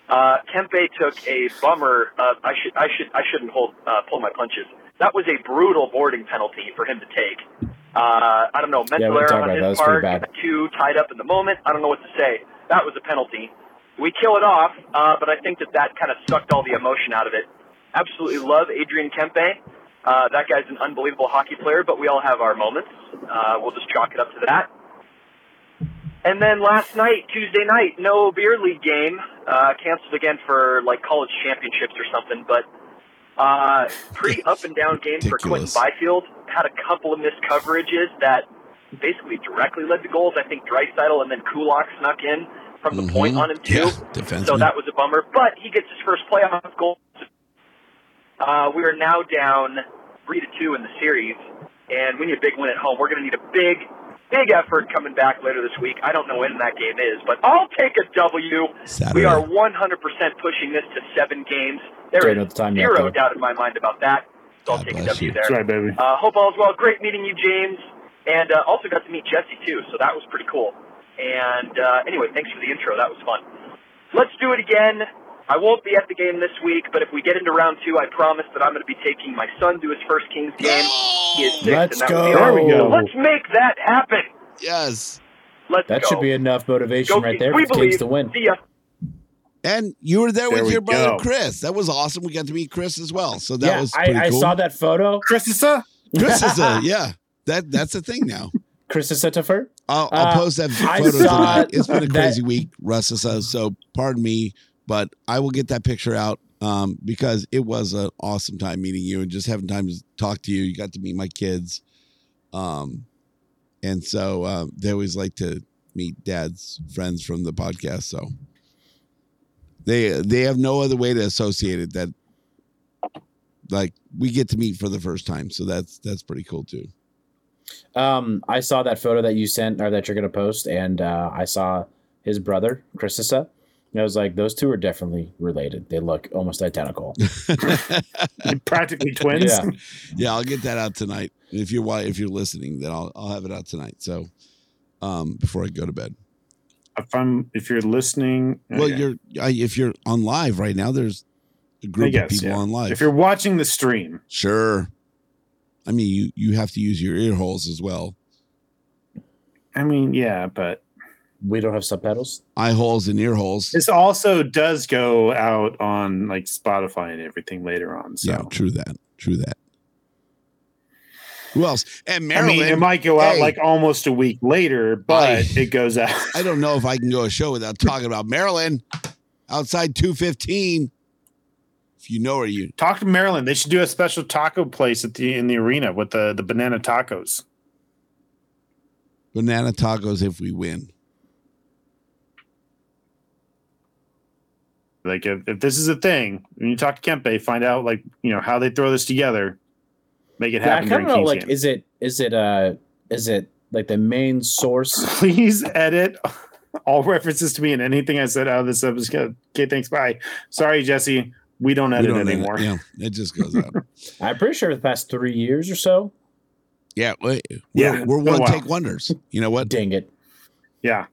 [SPEAKER 5] Uh, Kempe took a bummer. Uh, I should I should I shouldn't hold uh, pull my punches. That was a brutal boarding penalty for him to take. Uh, I don't know
[SPEAKER 3] Yeah,
[SPEAKER 5] mental
[SPEAKER 3] we can
[SPEAKER 5] error
[SPEAKER 3] talk
[SPEAKER 5] on
[SPEAKER 3] about that.
[SPEAKER 5] his
[SPEAKER 3] That's pretty
[SPEAKER 5] part.
[SPEAKER 3] bad.
[SPEAKER 5] Two tied up in the moment. I don't know what to say. That was a penalty. We kill it off, uh, but I think that that kind of sucked all the emotion out of it. Absolutely love Adrian Kempe. Uh, that guy's an unbelievable hockey player, but we all have our moments. Uh, we'll just chalk it up to that. And then last night, Tuesday night, no beer league game, uh, canceled again for like college championships or something. But uh, pretty up and down game for Quentin
[SPEAKER 4] Ridiculous.
[SPEAKER 5] Byfield. Had a couple of missed coverages that basically directly led to goals. I think Dreisaitl and then Kulak snuck in from the point
[SPEAKER 4] Mhm.
[SPEAKER 5] on him too.
[SPEAKER 4] Yeah,
[SPEAKER 5] So
[SPEAKER 4] defenseman.
[SPEAKER 5] that was a bummer. But he gets his first playoff goal. Uh, we are now down three to two in the series, and we need a big win at home. We're going to need a big, big effort coming back later this week. I don't know when that game is, but I'll take a W.
[SPEAKER 4] Saturday.
[SPEAKER 5] We are 100% pushing this to seven games. There
[SPEAKER 3] Don't know
[SPEAKER 5] is
[SPEAKER 3] the time yet,
[SPEAKER 5] zero
[SPEAKER 3] though.
[SPEAKER 5] doubt in my mind about that. So I'll
[SPEAKER 4] God
[SPEAKER 5] take a
[SPEAKER 4] bless
[SPEAKER 5] W
[SPEAKER 4] you.
[SPEAKER 5] there.
[SPEAKER 2] That's right, baby.
[SPEAKER 5] Uh, hope all's well. Great meeting you, James. And uh, also got to meet Jesse too, so that was pretty cool. And uh, anyway, thanks for the intro. That was fun. Let's do it again. I won't be at the game this week, but if we get into round two, I promise that I'm going to be taking my son to his first Kings game. He is 6
[SPEAKER 3] Let's
[SPEAKER 5] and that
[SPEAKER 3] go.
[SPEAKER 5] would be
[SPEAKER 2] There we
[SPEAKER 5] awesome.
[SPEAKER 2] go.
[SPEAKER 5] Let's make that happen.
[SPEAKER 4] Yes.
[SPEAKER 5] Let's
[SPEAKER 3] That
[SPEAKER 5] go.
[SPEAKER 3] should be enough motivation
[SPEAKER 5] Go
[SPEAKER 3] right
[SPEAKER 5] Kings.
[SPEAKER 3] there
[SPEAKER 5] we
[SPEAKER 3] for the
[SPEAKER 5] believe.
[SPEAKER 3] Kings to win.
[SPEAKER 5] See ya.
[SPEAKER 4] And you were there,
[SPEAKER 2] There
[SPEAKER 4] with
[SPEAKER 2] we
[SPEAKER 4] your
[SPEAKER 2] go.
[SPEAKER 4] brother Chris. That was awesome. We got to meet Chris as well. So that
[SPEAKER 3] yeah,
[SPEAKER 4] was
[SPEAKER 3] I,
[SPEAKER 4] pretty
[SPEAKER 3] I
[SPEAKER 4] cool.
[SPEAKER 3] saw that photo.
[SPEAKER 2] Chris is a
[SPEAKER 4] Chris is a yeah. That that's a thing now.
[SPEAKER 3] Chris Setifer.
[SPEAKER 4] I'll, I'll
[SPEAKER 3] Uh,
[SPEAKER 4] post that
[SPEAKER 3] I
[SPEAKER 4] photo
[SPEAKER 3] saw
[SPEAKER 4] tonight. It's been a
[SPEAKER 3] that-
[SPEAKER 4] crazy week, Russ. is out, So pardon me, but I will get that picture out um, because it was an awesome time meeting you and just having time to talk to you. You got to meet my kids, um, and so uh, they always like to meet Dad's friends from the podcast. So they they have no other way to associate it that like we get to meet for the first time. So that's that's pretty cool too.
[SPEAKER 3] Um, I saw that photo that you sent or that you're gonna post, and uh, I saw his brother Chrisissa. And I was like, those two are definitely related. They look almost identical.
[SPEAKER 2] practically twins.
[SPEAKER 3] yeah,
[SPEAKER 4] Yeah, I'll get that out tonight. If you're wa- if you're listening, then I'll I'll have it out tonight. So, um, before I go to bed.
[SPEAKER 2] If I'm, if you're listening,
[SPEAKER 4] Well,
[SPEAKER 2] okay.
[SPEAKER 4] you're I, if you're on live right now, there's a
[SPEAKER 2] I
[SPEAKER 4] group
[SPEAKER 2] guess,
[SPEAKER 4] of people
[SPEAKER 2] yeah.
[SPEAKER 4] on live.
[SPEAKER 2] If you're watching the stream,
[SPEAKER 4] sure, I mean you you have to use your ear holes as well,
[SPEAKER 2] I mean, yeah, but
[SPEAKER 3] we don't have subtitles.
[SPEAKER 4] eye holes and ear holes.
[SPEAKER 2] this also does go out on like Spotify and everything later on. So
[SPEAKER 4] Yeah, true that, true that. Who else? And
[SPEAKER 2] I
[SPEAKER 4] Marilyn.
[SPEAKER 2] mean, it might go out
[SPEAKER 4] hey.
[SPEAKER 2] like almost a week later, but
[SPEAKER 4] I-
[SPEAKER 2] it goes out.
[SPEAKER 4] I don't know if I can go a show without talking about Marilyn. Outside two fifteen. If you know her, you
[SPEAKER 2] Talk to Maryland. They should do a special taco place at the in the arena with the the banana tacos.
[SPEAKER 4] banana tacos if we win.
[SPEAKER 2] Like if, if this is a thing, when you talk to Kempe, find out like you know how they throw this together, make it
[SPEAKER 3] Yeah, I
[SPEAKER 2] happen during
[SPEAKER 3] kind of know.
[SPEAKER 2] Kings
[SPEAKER 3] Like,
[SPEAKER 2] game.
[SPEAKER 3] is it is it uh is it like the main source?
[SPEAKER 2] Please edit all references to me and anything I said out of this episode. Okay, thanks. Bye. Sorry, Jesse. We don't
[SPEAKER 4] We
[SPEAKER 2] edit
[SPEAKER 4] don't edit.
[SPEAKER 2] anymore.
[SPEAKER 4] Yeah, it just goes out.
[SPEAKER 3] I'm pretty sure the past three years or so.
[SPEAKER 4] yeah, Oh, we- we're,
[SPEAKER 2] Yeah,
[SPEAKER 4] we're
[SPEAKER 2] it's been a
[SPEAKER 4] one
[SPEAKER 2] while.
[SPEAKER 4] take wonders. You know what?
[SPEAKER 3] Dang it!
[SPEAKER 2] yeah.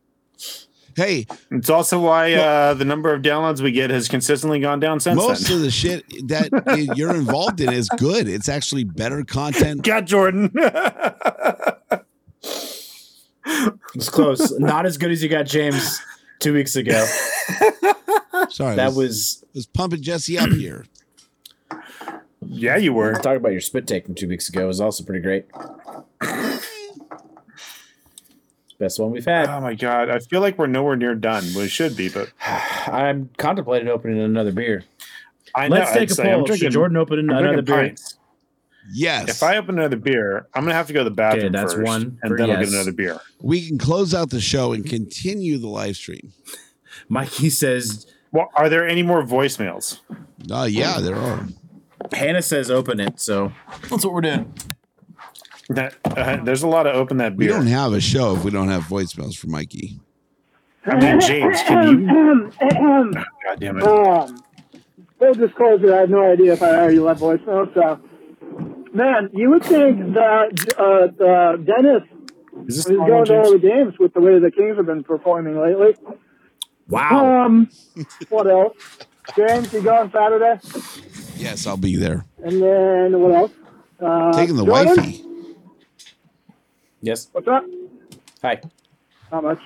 [SPEAKER 4] Hey,
[SPEAKER 2] It's also why uh, the number of downloads we get has consistently gone down since
[SPEAKER 4] most
[SPEAKER 2] then.
[SPEAKER 4] of the shit that i- you're involved in is good. It's actually better content.
[SPEAKER 2] God, Jordan.
[SPEAKER 3] It's close. Not as good as you got James two weeks ago.
[SPEAKER 4] Sorry, I
[SPEAKER 3] That
[SPEAKER 4] was,
[SPEAKER 3] was
[SPEAKER 4] was pumping Jesse up here.
[SPEAKER 2] yeah, you were.
[SPEAKER 3] talking about your spit take from two weeks ago. Was also pretty great. Best one we've had.
[SPEAKER 2] Oh my god, I feel like we're nowhere near done. We should be, but
[SPEAKER 3] I'm contemplating opening another beer.
[SPEAKER 2] I
[SPEAKER 3] Let's
[SPEAKER 2] know.
[SPEAKER 3] take a
[SPEAKER 2] it's like, I'm
[SPEAKER 3] poll. Should
[SPEAKER 2] drinking-
[SPEAKER 3] Jordan open
[SPEAKER 2] I'm
[SPEAKER 3] another
[SPEAKER 2] drinking
[SPEAKER 3] beer?
[SPEAKER 2] pints.
[SPEAKER 4] Yes,
[SPEAKER 2] If I open another beer, I'm gonna have to go to the bathroom.
[SPEAKER 3] Okay, that's
[SPEAKER 2] first,
[SPEAKER 3] one for
[SPEAKER 2] and then I'll
[SPEAKER 3] yes.
[SPEAKER 2] get another beer.
[SPEAKER 4] we can close out the show and continue the live stream.
[SPEAKER 3] Mikey says
[SPEAKER 2] Well, are there any more voicemails?
[SPEAKER 4] Oh yeah, there are.
[SPEAKER 3] Hannah says open it. So that's what we're doing.
[SPEAKER 2] That uh, there's a lot of open that
[SPEAKER 4] We
[SPEAKER 2] beer.
[SPEAKER 4] don't have a show if we don't have voicemails for Mikey.
[SPEAKER 2] I mean, James, can you? God damn it!
[SPEAKER 7] Um, full disclosure, I have no idea if I already left voicemail. So, man, you would think that uh, the Dennis
[SPEAKER 2] Is this the
[SPEAKER 7] is
[SPEAKER 2] normal
[SPEAKER 7] going to all the
[SPEAKER 2] James?
[SPEAKER 7] games with the way the Kings have been performing lately.
[SPEAKER 3] Wow.
[SPEAKER 7] Um, what else? James, you going Saturday?
[SPEAKER 4] Yes, I'll be there.
[SPEAKER 7] And then what else? Uh,
[SPEAKER 4] Taking the
[SPEAKER 7] Jordan?
[SPEAKER 4] wifey.
[SPEAKER 3] Yes.
[SPEAKER 7] What's up?
[SPEAKER 3] Hi.
[SPEAKER 7] Not much.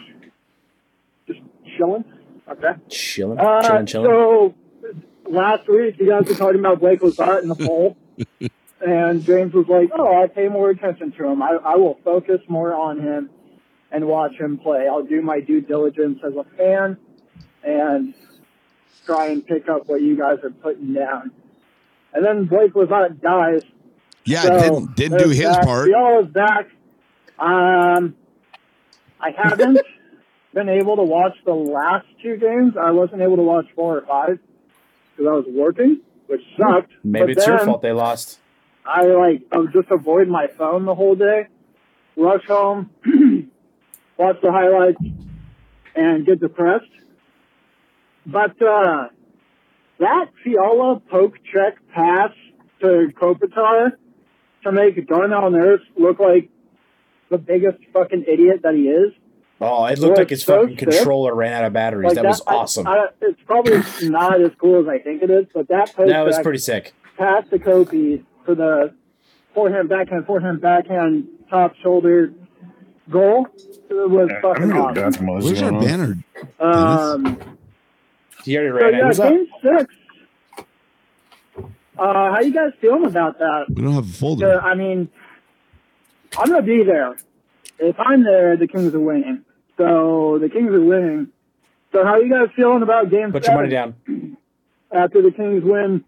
[SPEAKER 7] Just chilling. Okay.
[SPEAKER 3] Chilling.
[SPEAKER 7] Uh,
[SPEAKER 3] chilling. Chilling.
[SPEAKER 7] So last week you guys were talking about Blake Lazar in the poll, and James was like, "Oh, I'll pay more attention to him. I, I will focus more on him and watch him play. I'll do my due diligence as a fan and try and pick up what you guys are putting down." And then Blake Lazar dies.
[SPEAKER 4] Yeah,
[SPEAKER 7] so
[SPEAKER 4] didn't didn't do
[SPEAKER 7] there's
[SPEAKER 4] his
[SPEAKER 7] that.
[SPEAKER 4] part.
[SPEAKER 7] Fiala is back. Um, I haven't been able to watch the last two games. I wasn't able to watch four or five because I was working, which sucked.
[SPEAKER 3] Maybe
[SPEAKER 7] But
[SPEAKER 3] it's your
[SPEAKER 7] then
[SPEAKER 3] fault they lost.
[SPEAKER 7] I like I would just avoid my phone the whole day, rush home, watch the highlights, and get depressed. But uh, that Fiala poke check pass to Kopitar to make Darnell Nurse look like the biggest fucking idiot that he is.
[SPEAKER 3] Oh, it looked
[SPEAKER 7] Well,
[SPEAKER 3] like his
[SPEAKER 7] so
[SPEAKER 3] fucking
[SPEAKER 7] sick.
[SPEAKER 3] controller ran out of batteries.
[SPEAKER 7] Like
[SPEAKER 3] that, was
[SPEAKER 7] I-
[SPEAKER 3] awesome.
[SPEAKER 7] I, it's probably not as cool as I think it is, but that post
[SPEAKER 3] that was
[SPEAKER 7] back
[SPEAKER 3] pretty sick.
[SPEAKER 7] pass to Kofi for the forehand, backhand, forehand, backhand, top shoulder goal was
[SPEAKER 2] I'm
[SPEAKER 7] fucking
[SPEAKER 2] gonna go to the
[SPEAKER 7] awesome.
[SPEAKER 2] bathroom while this is
[SPEAKER 4] Where's our
[SPEAKER 2] going on.
[SPEAKER 4] banner?
[SPEAKER 7] Um,
[SPEAKER 3] He already
[SPEAKER 7] so
[SPEAKER 3] ran
[SPEAKER 7] yeah,
[SPEAKER 3] it.
[SPEAKER 2] up?
[SPEAKER 7] game six. Uh, how you guys feeling about that?
[SPEAKER 4] We don't have a
[SPEAKER 7] Uh,
[SPEAKER 4] folder.
[SPEAKER 7] I mean, I'm gonna be there. If I'm there, the Kings are winning. So the Kings are winning. So how you guys feeling about game
[SPEAKER 3] Put your
[SPEAKER 7] seven
[SPEAKER 3] money down.
[SPEAKER 7] after the Kings win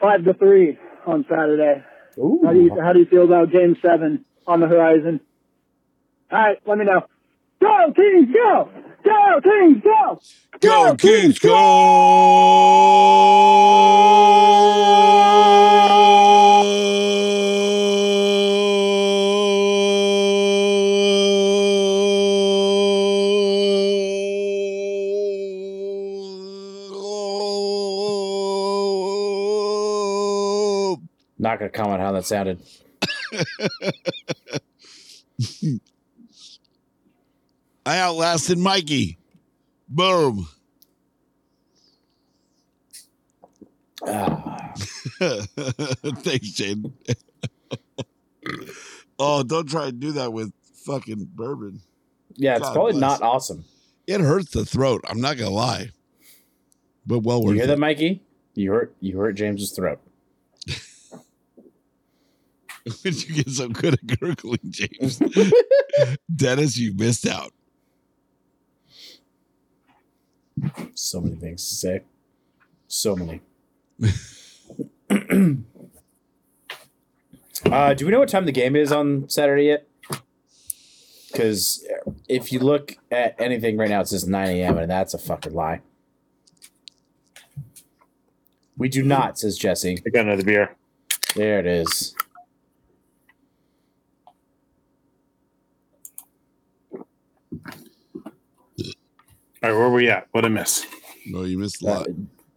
[SPEAKER 7] five to three on Saturday? How do you how do you feel about game seven on the horizon? All right, let me know. Go Kings, go! Go Kings, go!
[SPEAKER 4] Go, Kings, go!
[SPEAKER 3] Not going to comment how that sounded.
[SPEAKER 4] I outlasted Mikey. Boom.
[SPEAKER 3] Ah.
[SPEAKER 4] Thanks, Shane. oh, don't try and do that with fucking bourbon.
[SPEAKER 3] Yeah, it's
[SPEAKER 4] God
[SPEAKER 3] probably
[SPEAKER 4] bless.
[SPEAKER 3] not awesome.
[SPEAKER 4] It hurts the throat. I'm not gonna lie, but well
[SPEAKER 3] You
[SPEAKER 4] worth
[SPEAKER 3] hear that,
[SPEAKER 4] it.
[SPEAKER 3] Mikey? You hurt you hurt James's throat.
[SPEAKER 4] Did you get so good at gurgling, James? Dennis, you missed out.
[SPEAKER 3] So many things to say. So many. uh, do we know what time the game is on Saturday yet? Because if you look at anything right now, it says 9 a.m., and that's a fucking lie. We do not, says Jesse.
[SPEAKER 2] I got another beer.
[SPEAKER 3] There it is.
[SPEAKER 2] All right, where we at? What I miss?
[SPEAKER 4] No, you missed a
[SPEAKER 3] Uh,
[SPEAKER 4] lot.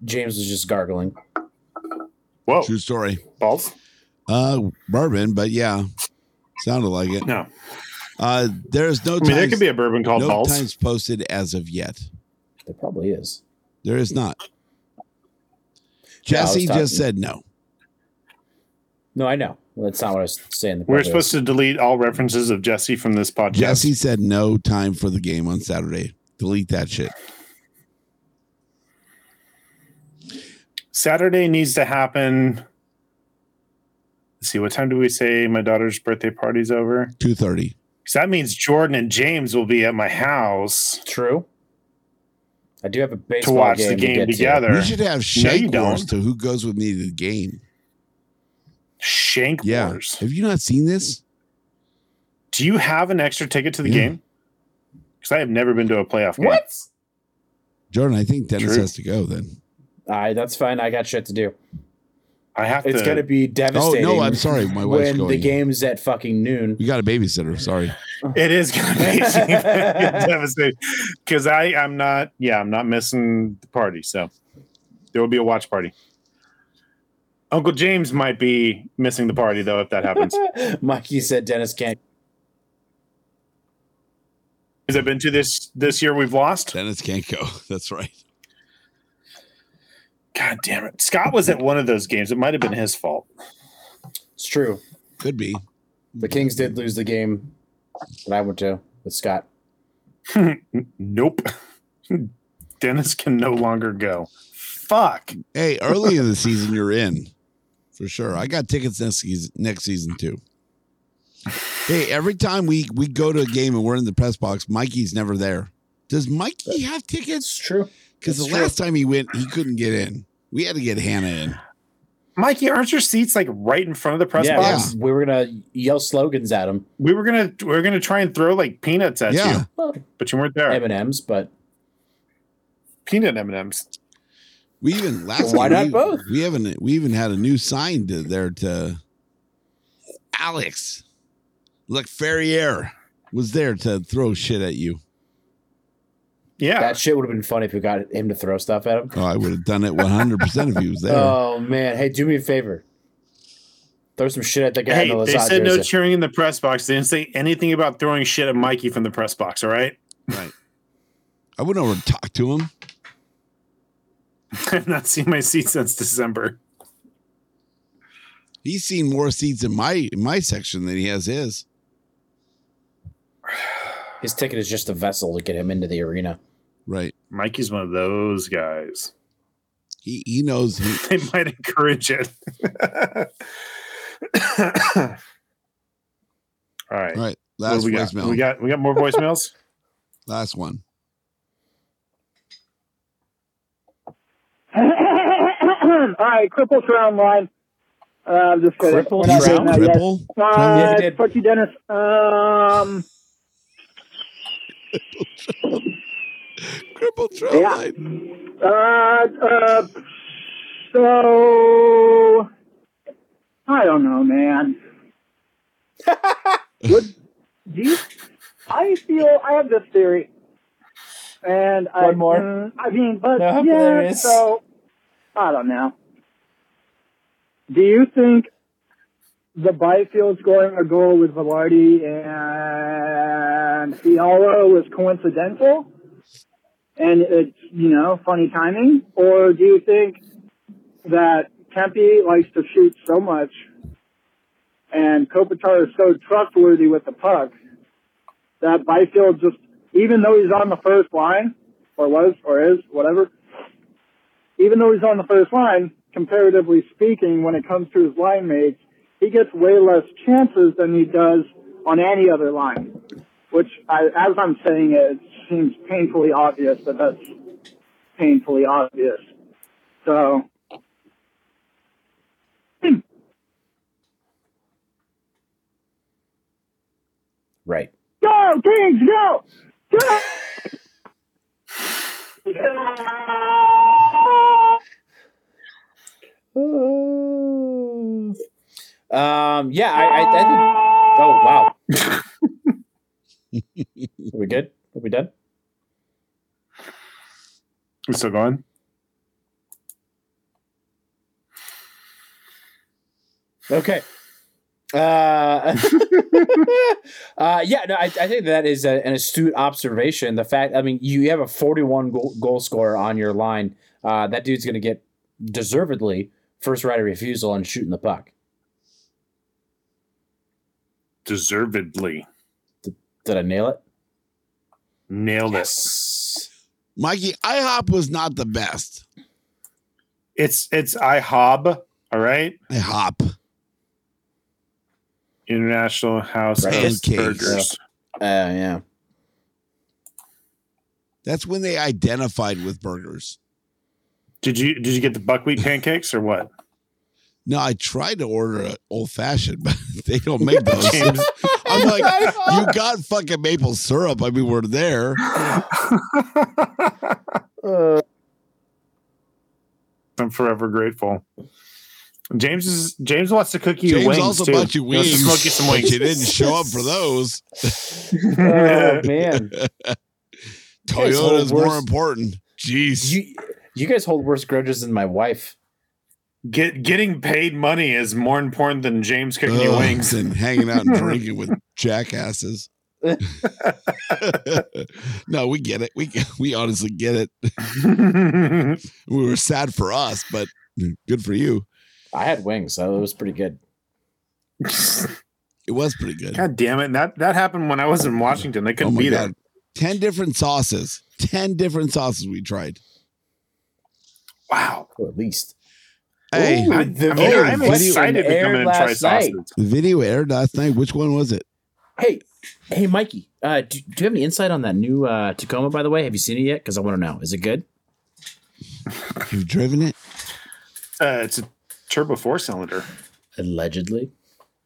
[SPEAKER 3] James was just gargling.
[SPEAKER 2] Whoa,
[SPEAKER 4] True story.
[SPEAKER 2] balls?
[SPEAKER 4] Uh, bourbon, but yeah, sounded like it.
[SPEAKER 2] No,
[SPEAKER 4] Uh, there is no.
[SPEAKER 2] I mean there
[SPEAKER 4] times-
[SPEAKER 2] could be a bourbon called
[SPEAKER 4] no
[SPEAKER 2] balls.
[SPEAKER 4] times posted as of yet.
[SPEAKER 3] There probably is.
[SPEAKER 4] There is not.
[SPEAKER 3] Yeah, I was
[SPEAKER 4] Jesse
[SPEAKER 3] talking-
[SPEAKER 4] just said no.
[SPEAKER 3] No, I know. Well, that's not what I was saying.
[SPEAKER 2] We're
[SPEAKER 3] There probably is.
[SPEAKER 2] supposed to delete all references of Jesse from this podcast.
[SPEAKER 4] Jesse said no time for the game on Saturday. Delete that shit.
[SPEAKER 2] Saturday needs to happen. Let's see, what time do we say my daughter's birthday party's over?
[SPEAKER 4] Two thirty.
[SPEAKER 2] Because that means Jordan and James will be at my house
[SPEAKER 3] True. I do have a
[SPEAKER 2] to
[SPEAKER 3] baseball
[SPEAKER 2] watch
[SPEAKER 3] game
[SPEAKER 2] the game
[SPEAKER 3] get to.
[SPEAKER 2] together.
[SPEAKER 4] We should have shake
[SPEAKER 2] don't.
[SPEAKER 4] wars to who goes with me to the game.
[SPEAKER 2] Shank
[SPEAKER 4] Yeah.
[SPEAKER 2] Wars.
[SPEAKER 4] Have you not seen this?
[SPEAKER 2] Do you have an extra ticket to the
[SPEAKER 4] Yeah.
[SPEAKER 2] game? Because I have never been to a playoff game.
[SPEAKER 3] What?
[SPEAKER 4] Jordan, I think Dennis
[SPEAKER 2] True.
[SPEAKER 4] has to go then.
[SPEAKER 3] All right, that's fine. I got shit to do.
[SPEAKER 2] I have
[SPEAKER 3] It's
[SPEAKER 2] to.
[SPEAKER 3] gonna be
[SPEAKER 4] Oh
[SPEAKER 3] devastating.
[SPEAKER 4] no, I'm sorry. My wife's
[SPEAKER 3] When
[SPEAKER 4] going.
[SPEAKER 3] the game's at fucking noon.
[SPEAKER 4] You got a babysitter. Sorry.
[SPEAKER 2] It is going to be devastating because I I'm not yeah I'm not missing the party so there will be a watch party. Uncle James might be missing the party though if that happens.
[SPEAKER 3] Mikey said Dennis can't.
[SPEAKER 2] Has it been to this this year we've lost?
[SPEAKER 4] Dennis can't go. That's right.
[SPEAKER 2] God damn it! Scott was at one of those games. It might have been his fault.
[SPEAKER 3] It's true.
[SPEAKER 4] Could be.
[SPEAKER 3] The Kings did lose the game that I went to with Scott.
[SPEAKER 2] Nope. Dennis can no longer go. Fuck.
[SPEAKER 4] Hey, early in the season, you're in for sure. I got tickets next season, next season too. Hey, every time we we go to a game and we're in the press box, Mikey's never there. Does Mikey have
[SPEAKER 3] It's
[SPEAKER 4] tickets?
[SPEAKER 3] true.
[SPEAKER 4] Because the
[SPEAKER 3] That's true.
[SPEAKER 4] last time he went, he couldn't get in. We had to get Hannah in.
[SPEAKER 2] Mikey, aren't your seats like right in front of the press
[SPEAKER 3] yeah,
[SPEAKER 2] box?
[SPEAKER 3] we were gonna yell slogans at him,
[SPEAKER 2] We were gonna we were gonna try and throw like peanuts at
[SPEAKER 4] yeah,
[SPEAKER 2] you, but you weren't there.
[SPEAKER 3] M and M's, but
[SPEAKER 2] Peanut M and M's.
[SPEAKER 4] we even last.
[SPEAKER 3] Why
[SPEAKER 4] time,
[SPEAKER 3] not
[SPEAKER 4] we,
[SPEAKER 3] both?
[SPEAKER 4] We haven't. We even had a new sign to, there to Alex. Look, Ferrier was there to throw shit at you.
[SPEAKER 2] Yeah.
[SPEAKER 3] that shit would have been funny if we got him to throw stuff at him.
[SPEAKER 4] Oh, I would have done it 100 percent if he was there.
[SPEAKER 2] Uh.
[SPEAKER 3] Oh man! Hey, do me a favor. Throw some shit at the guy.
[SPEAKER 2] Hey,
[SPEAKER 3] in the
[SPEAKER 2] they
[SPEAKER 3] Lazat
[SPEAKER 2] said no
[SPEAKER 3] jersey.
[SPEAKER 2] cheering in the press box. They didn't say anything about throwing shit at Mikey from the press box. All right,
[SPEAKER 4] Right. I went over and talked to him.
[SPEAKER 2] I've not seen my seat since December.
[SPEAKER 4] He's seen more seats in my in my section than he has his.
[SPEAKER 3] His ticket is just a vessel to get him into the arena.
[SPEAKER 4] Right.
[SPEAKER 2] Mikey's one of those guys.
[SPEAKER 4] He he knows
[SPEAKER 2] They
[SPEAKER 4] he,
[SPEAKER 2] might encourage it. All right.
[SPEAKER 4] all right.
[SPEAKER 2] What
[SPEAKER 4] Last
[SPEAKER 2] do we got?
[SPEAKER 4] voicemail.
[SPEAKER 2] We got we got more voicemails.
[SPEAKER 4] Last one.
[SPEAKER 7] All right, cripple round line. Uh, I'm just kidding.
[SPEAKER 3] Cripple
[SPEAKER 7] We're
[SPEAKER 4] He
[SPEAKER 7] not
[SPEAKER 4] said
[SPEAKER 3] Crown?
[SPEAKER 7] doing that yet.
[SPEAKER 4] cripple.
[SPEAKER 3] Yeah, he
[SPEAKER 7] Uh,
[SPEAKER 3] did.
[SPEAKER 7] fuck you, Dennis. Um,
[SPEAKER 4] Cripple trail
[SPEAKER 7] Yeah.
[SPEAKER 4] line.
[SPEAKER 7] uh, uh, so I don't know, man. Would do you, I feel I have this theory, and I,
[SPEAKER 3] One more?
[SPEAKER 7] mm, I mean, but
[SPEAKER 3] Nope,
[SPEAKER 7] yeah,
[SPEAKER 3] there is.
[SPEAKER 7] so I don't know. Do you think the Byfield's scoring a goal with Velarde and Fiala was coincidental? And it's, you know, funny timing? Or do you think that Tempe likes to shoot so much and Kopitar is so trustworthy with the puck that Byfield just, even though he's on the first line, or was, or is, whatever, even though he's on the first line, comparatively speaking, when it comes to his line mates, he gets way less chances than he does on any other line. Which, I, as I'm saying it, it seems painfully obvious, but that's painfully obvious. So,
[SPEAKER 3] Right.
[SPEAKER 7] go Kings, go, go!
[SPEAKER 2] Ah.
[SPEAKER 3] Um, yeah, I, I, I think. Oh, wow. Are we good? Are we done?
[SPEAKER 2] We're still going.
[SPEAKER 3] Okay. Uh, uh, yeah, no, I, I think that is a, an astute observation. The fact, I mean, you have a 41 goal, goal scorer on your line. Uh, that dude's going to get deservedly first right of refusal on shooting the puck.
[SPEAKER 2] Deservedly.
[SPEAKER 3] Did I nail it?
[SPEAKER 2] Nailed
[SPEAKER 4] Mikey, IHOP was not the best.
[SPEAKER 2] it. It's it's IHOB, all right?
[SPEAKER 4] IHOP.
[SPEAKER 2] International House
[SPEAKER 3] Right.
[SPEAKER 2] of
[SPEAKER 4] And cakes.
[SPEAKER 2] Burgers.
[SPEAKER 3] Uh, yeah.
[SPEAKER 4] That's when they identified with burgers.
[SPEAKER 2] Did you did you get the buckwheat pancakes or what?
[SPEAKER 4] No, I tried to order an old fashioned, but they don't make those.
[SPEAKER 2] James,
[SPEAKER 4] I'm like, you got fucking maple syrup. I mean, we're there.
[SPEAKER 2] I'm forever grateful. James is James wants to cook you
[SPEAKER 4] James
[SPEAKER 2] wings
[SPEAKER 4] also
[SPEAKER 2] too.
[SPEAKER 4] bought you
[SPEAKER 2] He wants to
[SPEAKER 4] wings.
[SPEAKER 2] smoke you some
[SPEAKER 4] but
[SPEAKER 2] wings.
[SPEAKER 4] you didn't show up for those.
[SPEAKER 3] Oh, man. guys hold
[SPEAKER 4] Toyota's more
[SPEAKER 3] worse-
[SPEAKER 4] important. Jeez.
[SPEAKER 3] You, you guys hold worse grudges than my wife.
[SPEAKER 2] Get getting paid money is more important than James cooking you
[SPEAKER 4] Ugh,
[SPEAKER 2] wings.
[SPEAKER 4] and hanging out and drinking with jackasses. no, we get it. We we honestly get it. We were sad for us, but good for you.
[SPEAKER 3] I had wings, so it was pretty good.
[SPEAKER 4] It was pretty good.
[SPEAKER 2] God damn it! That that happened when I was in Washington. They
[SPEAKER 4] Oh
[SPEAKER 2] couldn't be there.
[SPEAKER 4] Ten different sauces. Ten different sauces we tried.
[SPEAKER 2] Wow.
[SPEAKER 3] Or at least.
[SPEAKER 4] Hey,
[SPEAKER 3] Ooh,
[SPEAKER 2] I,
[SPEAKER 3] the
[SPEAKER 2] I mean,
[SPEAKER 3] video
[SPEAKER 2] I'm
[SPEAKER 3] went
[SPEAKER 2] excited to
[SPEAKER 3] aired
[SPEAKER 2] come in and try
[SPEAKER 3] last night.
[SPEAKER 2] sausage.
[SPEAKER 4] the video aired last night. Which one was it?
[SPEAKER 3] Hey, hey, Mikey, uh, do, do you have any insight on that new uh, Tacoma? By the way, have you seen it yet? Because I want to know. Is it good?
[SPEAKER 4] You've driven it.
[SPEAKER 2] Uh, it's a turbo four cylinder.
[SPEAKER 3] Allegedly,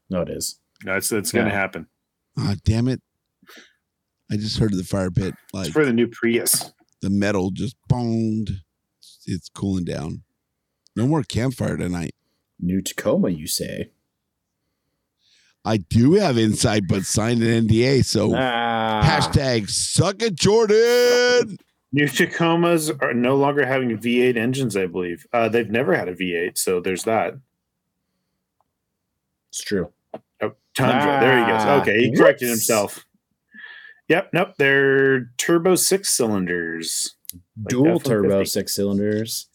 [SPEAKER 3] no, it is.
[SPEAKER 2] No, it's it's going to
[SPEAKER 3] Yeah.
[SPEAKER 2] happen.
[SPEAKER 4] Ah, damn it! I just heard of the fire pit. Like
[SPEAKER 2] It's for the new Prius.
[SPEAKER 4] the metal just bonged. It's cooling down. No more campfire tonight.
[SPEAKER 3] New Tacoma, you say?
[SPEAKER 4] I do have insight, but signed an NDA. So
[SPEAKER 3] Ah,
[SPEAKER 4] hashtag suck it, Jordan.
[SPEAKER 2] New Tacomas are no longer having V8 engines. I believe uh, they've never had a V8, so there's that.
[SPEAKER 3] it's true.
[SPEAKER 2] Oh, Tundra. there he goes.
[SPEAKER 3] Ah,
[SPEAKER 2] Okay, he corrected
[SPEAKER 3] whoops.
[SPEAKER 2] himself. Yep. Nope. They're turbo six cylinders. Like
[SPEAKER 3] Dual
[SPEAKER 2] F-150.
[SPEAKER 3] turbo six cylinders.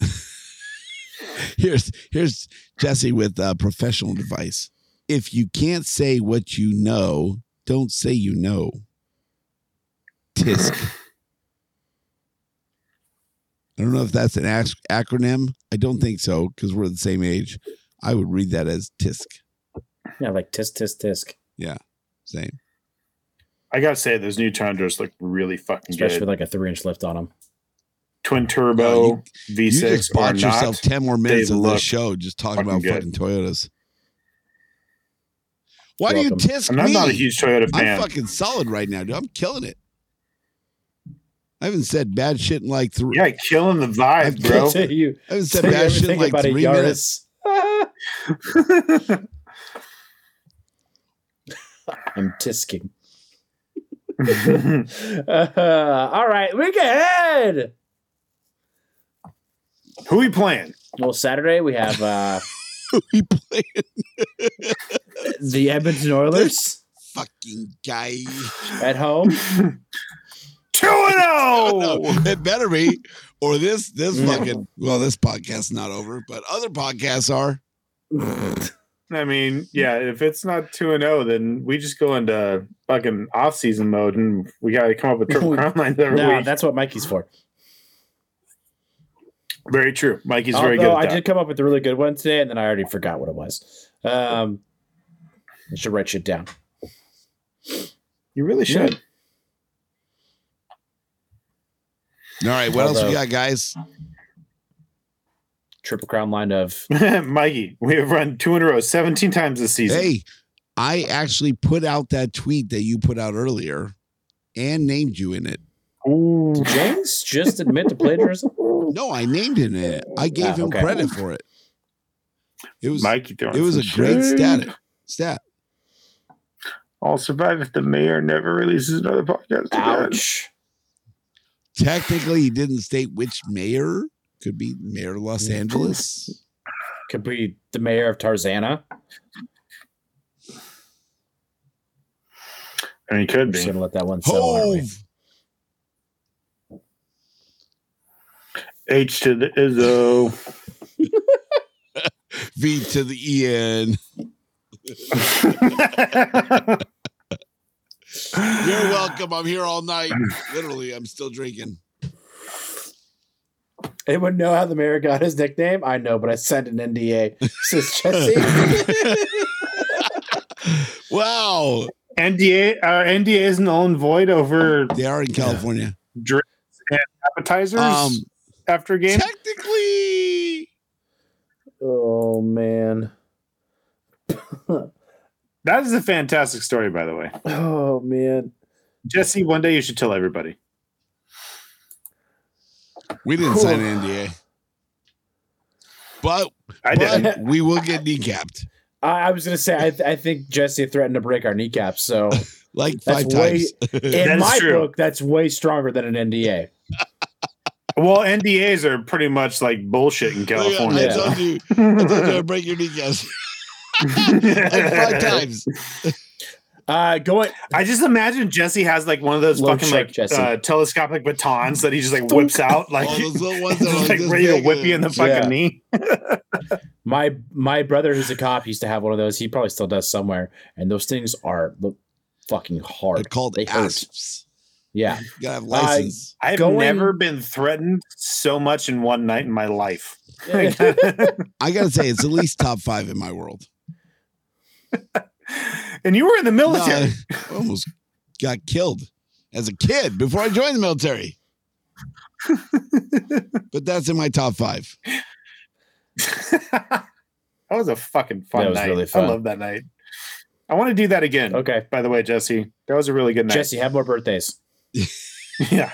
[SPEAKER 4] Here's here's Jesse with uh, professional advice. If you can't say what you know, don't say you know. Tisk. I don't know if that's an ac- acronym. I don't think so because we're the same age. I would read that as Tisk.
[SPEAKER 3] Yeah, like tisk tisk tisk.
[SPEAKER 4] Same.
[SPEAKER 2] I gotta say, those new Tundras look really fucking
[SPEAKER 3] Especially
[SPEAKER 2] good.
[SPEAKER 3] with like a three inch lift on them.
[SPEAKER 2] Twin
[SPEAKER 4] Oh,
[SPEAKER 2] turbo
[SPEAKER 4] You
[SPEAKER 2] V6
[SPEAKER 4] just
[SPEAKER 2] or
[SPEAKER 4] bought
[SPEAKER 2] not?
[SPEAKER 4] yourself ten more minutes
[SPEAKER 2] they
[SPEAKER 4] of this
[SPEAKER 2] look
[SPEAKER 4] show just talking
[SPEAKER 2] fucking
[SPEAKER 4] about
[SPEAKER 2] good.
[SPEAKER 4] fucking Toyotas. Why
[SPEAKER 3] You're
[SPEAKER 4] do
[SPEAKER 3] welcome.
[SPEAKER 4] you tisk
[SPEAKER 2] And I'm
[SPEAKER 4] me?
[SPEAKER 2] not a huge Toyota
[SPEAKER 4] I'm
[SPEAKER 2] fan.
[SPEAKER 4] fucking solid right now, dude. I'm killing it. I haven't said bad shit in like three.
[SPEAKER 2] yeah, killing the
[SPEAKER 4] I'm
[SPEAKER 2] vibe, bro.
[SPEAKER 4] killing
[SPEAKER 3] you
[SPEAKER 4] I haven't said
[SPEAKER 3] say
[SPEAKER 4] bad shit in
[SPEAKER 3] everything
[SPEAKER 4] like
[SPEAKER 3] about a
[SPEAKER 4] three minutes.
[SPEAKER 3] Yaris. I'm tisking. Uh, all right, week ahead.
[SPEAKER 2] Who we playing?
[SPEAKER 3] Well, Saturday we have uh,
[SPEAKER 4] we play it.
[SPEAKER 3] the Edmonton Oilers
[SPEAKER 4] fucking guy.
[SPEAKER 3] at home.
[SPEAKER 2] Two and oh!
[SPEAKER 4] No,
[SPEAKER 2] zero.
[SPEAKER 3] Oh.
[SPEAKER 4] it better be. Or this this
[SPEAKER 3] No.
[SPEAKER 4] fucking well, this podcast's not over, but other podcasts are.
[SPEAKER 2] I mean, yeah, if it's not two and zero, then we just go into fucking off season mode, and we gotta come up with triple crown lines every
[SPEAKER 3] No,
[SPEAKER 2] week.
[SPEAKER 3] that's what Mikey's for.
[SPEAKER 2] Very true. Mikey's very good.
[SPEAKER 3] Although
[SPEAKER 2] At
[SPEAKER 3] I
[SPEAKER 2] that.
[SPEAKER 3] did come up with a really good one today, and then I already forgot what it was. Um, I should write shit down.
[SPEAKER 2] You really should.
[SPEAKER 4] All right, what else we
[SPEAKER 3] Although-
[SPEAKER 4] got, guys?
[SPEAKER 3] Triple crown line of
[SPEAKER 2] Mikey, we have run two in a row 17 times this season.
[SPEAKER 4] Hey, I actually put out that tweet that you put out earlier and named you in it.
[SPEAKER 2] Ooh.
[SPEAKER 3] Did James just admit to plagiarism.
[SPEAKER 4] No, I named him in it. I gave
[SPEAKER 3] Ah,
[SPEAKER 4] him
[SPEAKER 3] okay.
[SPEAKER 4] credit for it. It was
[SPEAKER 2] Mikey throwing
[SPEAKER 4] it was a
[SPEAKER 2] some
[SPEAKER 4] great
[SPEAKER 2] shade.
[SPEAKER 4] stat. Stat.
[SPEAKER 2] I'll survive if the mayor never releases another podcast. again.
[SPEAKER 3] Ouch.
[SPEAKER 4] Technically, he didn't state which mayor. Could be mayor of Los Angeles.
[SPEAKER 3] Could be the mayor of Tarzana.
[SPEAKER 2] I mean, could
[SPEAKER 3] I'm just
[SPEAKER 2] be.
[SPEAKER 3] gonna let that one settle. aren't we?
[SPEAKER 4] Hove.
[SPEAKER 2] H to the Izzo.
[SPEAKER 4] V to the E EN. You're welcome. I'm here all night. Literally, I'm still drinking.
[SPEAKER 3] Anyone know how the mayor got his nickname? I know, but I sent an NDA. Says Jesse.
[SPEAKER 4] wow.
[SPEAKER 2] NDA, our NDA is null and void over
[SPEAKER 4] They are in California.
[SPEAKER 2] drinks and appetizers
[SPEAKER 4] Um,
[SPEAKER 2] after game.
[SPEAKER 4] technically,
[SPEAKER 3] oh man.
[SPEAKER 2] That is a fantastic story, by the way.
[SPEAKER 3] Oh man.
[SPEAKER 2] Jesse, one day you should tell everybody.
[SPEAKER 4] we didn't sign an NDA. But,
[SPEAKER 2] I did.
[SPEAKER 4] but we will get kneecapped
[SPEAKER 3] I, I was gonna say I, th- I think Jesse threatened to break our kneecaps. So
[SPEAKER 4] like
[SPEAKER 3] That's
[SPEAKER 4] five
[SPEAKER 3] way-
[SPEAKER 4] times.
[SPEAKER 3] in
[SPEAKER 2] is
[SPEAKER 3] my
[SPEAKER 2] true.
[SPEAKER 3] book, that's way stronger than an NDA.
[SPEAKER 2] Well, NDAs are pretty much like bullshit in
[SPEAKER 4] Look,
[SPEAKER 2] California.
[SPEAKER 4] I told you, I told you I'd break your kneecaps like five times.
[SPEAKER 3] Uh, going
[SPEAKER 2] I just imagine Jesse has like one of those
[SPEAKER 3] Low
[SPEAKER 2] fucking
[SPEAKER 3] check,
[SPEAKER 2] like
[SPEAKER 3] Jesse.
[SPEAKER 2] uh, telescopic batons that he just like whips out like,
[SPEAKER 4] All Oh, those little ones that are
[SPEAKER 2] just, like
[SPEAKER 4] like, this
[SPEAKER 2] ready to
[SPEAKER 4] big uh,
[SPEAKER 2] whip you in the
[SPEAKER 4] and-
[SPEAKER 2] fucking
[SPEAKER 3] Yeah.
[SPEAKER 2] knee.
[SPEAKER 3] my my brother who's a cop used to have one of those. He probably still does somewhere. And those things are lo- fucking hard.
[SPEAKER 4] They're called
[SPEAKER 3] They hurt.
[SPEAKER 4] asps.
[SPEAKER 3] Yeah.
[SPEAKER 4] You gotta have license.
[SPEAKER 2] I've
[SPEAKER 3] Going-
[SPEAKER 2] never been threatened so much in one night in my life.
[SPEAKER 4] I gotta say, it's at least top five in my world.
[SPEAKER 2] and you were in the
[SPEAKER 4] No,
[SPEAKER 2] military.
[SPEAKER 4] I I almost got killed as a kid before I joined the military. but that's in my top five.
[SPEAKER 2] that was a fucking fun
[SPEAKER 3] That was
[SPEAKER 2] night.
[SPEAKER 3] really fun.
[SPEAKER 2] I love that night. I want to do that again.
[SPEAKER 3] Okay.
[SPEAKER 2] By the way, Jesse, that was a really good night.
[SPEAKER 3] Jesse, have more birthdays.
[SPEAKER 2] Yeah.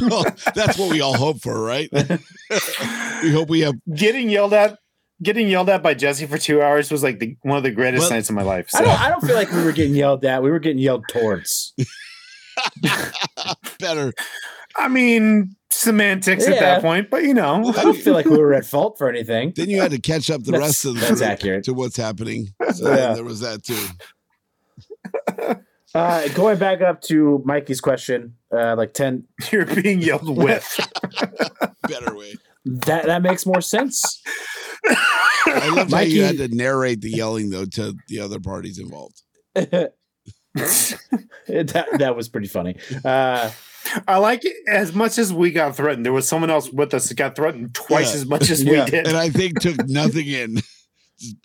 [SPEAKER 4] Well, that's what we all hope for, right? we hope we have.
[SPEAKER 2] Getting yelled at, getting yelled at by Jesse for two hours was like the, one of the greatest
[SPEAKER 4] Well-
[SPEAKER 2] nights of my life.
[SPEAKER 3] I
[SPEAKER 2] So.
[SPEAKER 3] don't. I don't feel like we were getting yelled at. We were getting yelled towards.
[SPEAKER 4] Better.
[SPEAKER 2] I mean, semantics at
[SPEAKER 3] Yeah.
[SPEAKER 2] that point, but you know,
[SPEAKER 3] I don't feel like we were at fault for anything.
[SPEAKER 4] Then you had to catch up the
[SPEAKER 3] That's-
[SPEAKER 4] rest of the
[SPEAKER 3] that's
[SPEAKER 4] troop
[SPEAKER 3] accurate.
[SPEAKER 4] to what's happening. So
[SPEAKER 3] Yeah.
[SPEAKER 4] then there was that too.
[SPEAKER 3] Uh, going back up to Mikey's question, uh, like ten.
[SPEAKER 2] you're being yelled with.
[SPEAKER 4] Better way.
[SPEAKER 3] That that makes more sense.
[SPEAKER 4] I love how
[SPEAKER 3] Mikey-
[SPEAKER 4] you had to narrate the yelling though to the other parties involved.
[SPEAKER 3] that that was pretty funny. Uh,
[SPEAKER 2] I like it as much as we got threatened. There was someone else with us that got threatened twice
[SPEAKER 4] Yeah.
[SPEAKER 2] as much as
[SPEAKER 3] Yeah.
[SPEAKER 2] we did.
[SPEAKER 4] and I think took nothing in. Just beep.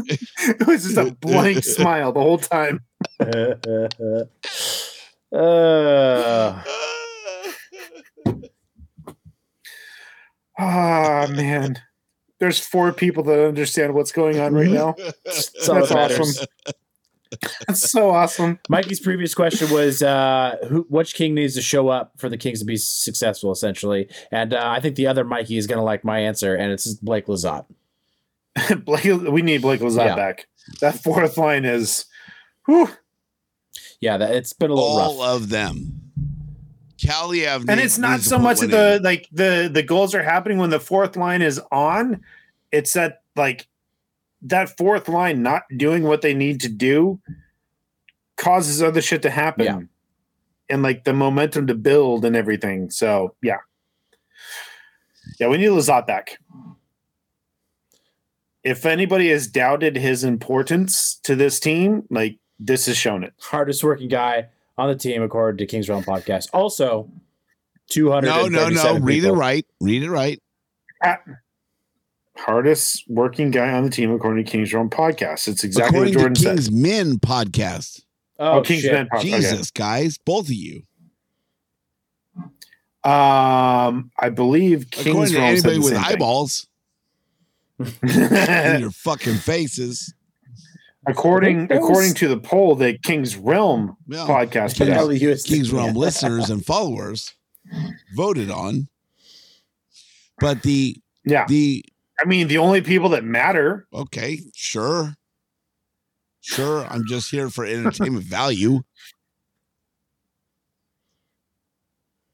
[SPEAKER 2] it was just a blank smile the whole time.
[SPEAKER 3] uh,
[SPEAKER 2] Ah man. There's four people that understand what's going on right now.
[SPEAKER 3] that's all that
[SPEAKER 2] That's
[SPEAKER 3] matters.
[SPEAKER 2] awesome. That's so awesome.
[SPEAKER 3] Mikey's previous question was uh, who, which king needs to show up for the Kings to be successful, essentially. And uh, I think the other Mikey is going to like my answer, and it's Blake Lazat.
[SPEAKER 2] Blake, we need Blake Lazat
[SPEAKER 3] Yeah.
[SPEAKER 2] back. That fourth line is whew,
[SPEAKER 3] Yeah, that, it's been a little rough.
[SPEAKER 4] All of them. Cali Avenue.
[SPEAKER 2] and it's not so much that the like the the goals are happening when the fourth line is on it's that like that fourth line not doing what they need to do causes other shit to happen
[SPEAKER 3] Yeah.
[SPEAKER 2] and like the momentum to build and everything so yeah yeah we need lazat back if anybody has doubted his importance to this team like this has shown it
[SPEAKER 3] hardest working guy on the team, according to Kings Realm podcast. Also, two hundred.
[SPEAKER 4] No, no, no. Read it right. Read it right.
[SPEAKER 2] hardest working guy on the team according to King's Own podcast. It's exactly
[SPEAKER 4] According
[SPEAKER 2] what Jordan
[SPEAKER 4] to
[SPEAKER 2] said.
[SPEAKER 4] King's Men podcast.
[SPEAKER 3] Oh,
[SPEAKER 2] Oh, King's
[SPEAKER 3] shit.
[SPEAKER 2] Men podcast.
[SPEAKER 4] Jesus, guys, both of you.
[SPEAKER 2] Okay. Um, I believe King's
[SPEAKER 4] According to
[SPEAKER 2] Realm said
[SPEAKER 4] anybody
[SPEAKER 2] the
[SPEAKER 4] with
[SPEAKER 2] same thing.
[SPEAKER 4] eyeballs in your fucking faces.
[SPEAKER 2] according
[SPEAKER 3] That was-
[SPEAKER 2] according to the poll that King's Realm
[SPEAKER 4] Yeah.
[SPEAKER 2] podcast put out.
[SPEAKER 3] LUSD.
[SPEAKER 4] Kings Realm listeners and followers voted on. But the
[SPEAKER 2] Yeah,
[SPEAKER 4] the
[SPEAKER 2] I mean the only people that matter.
[SPEAKER 4] okay, sure. Sure, I'm just here for entertainment value.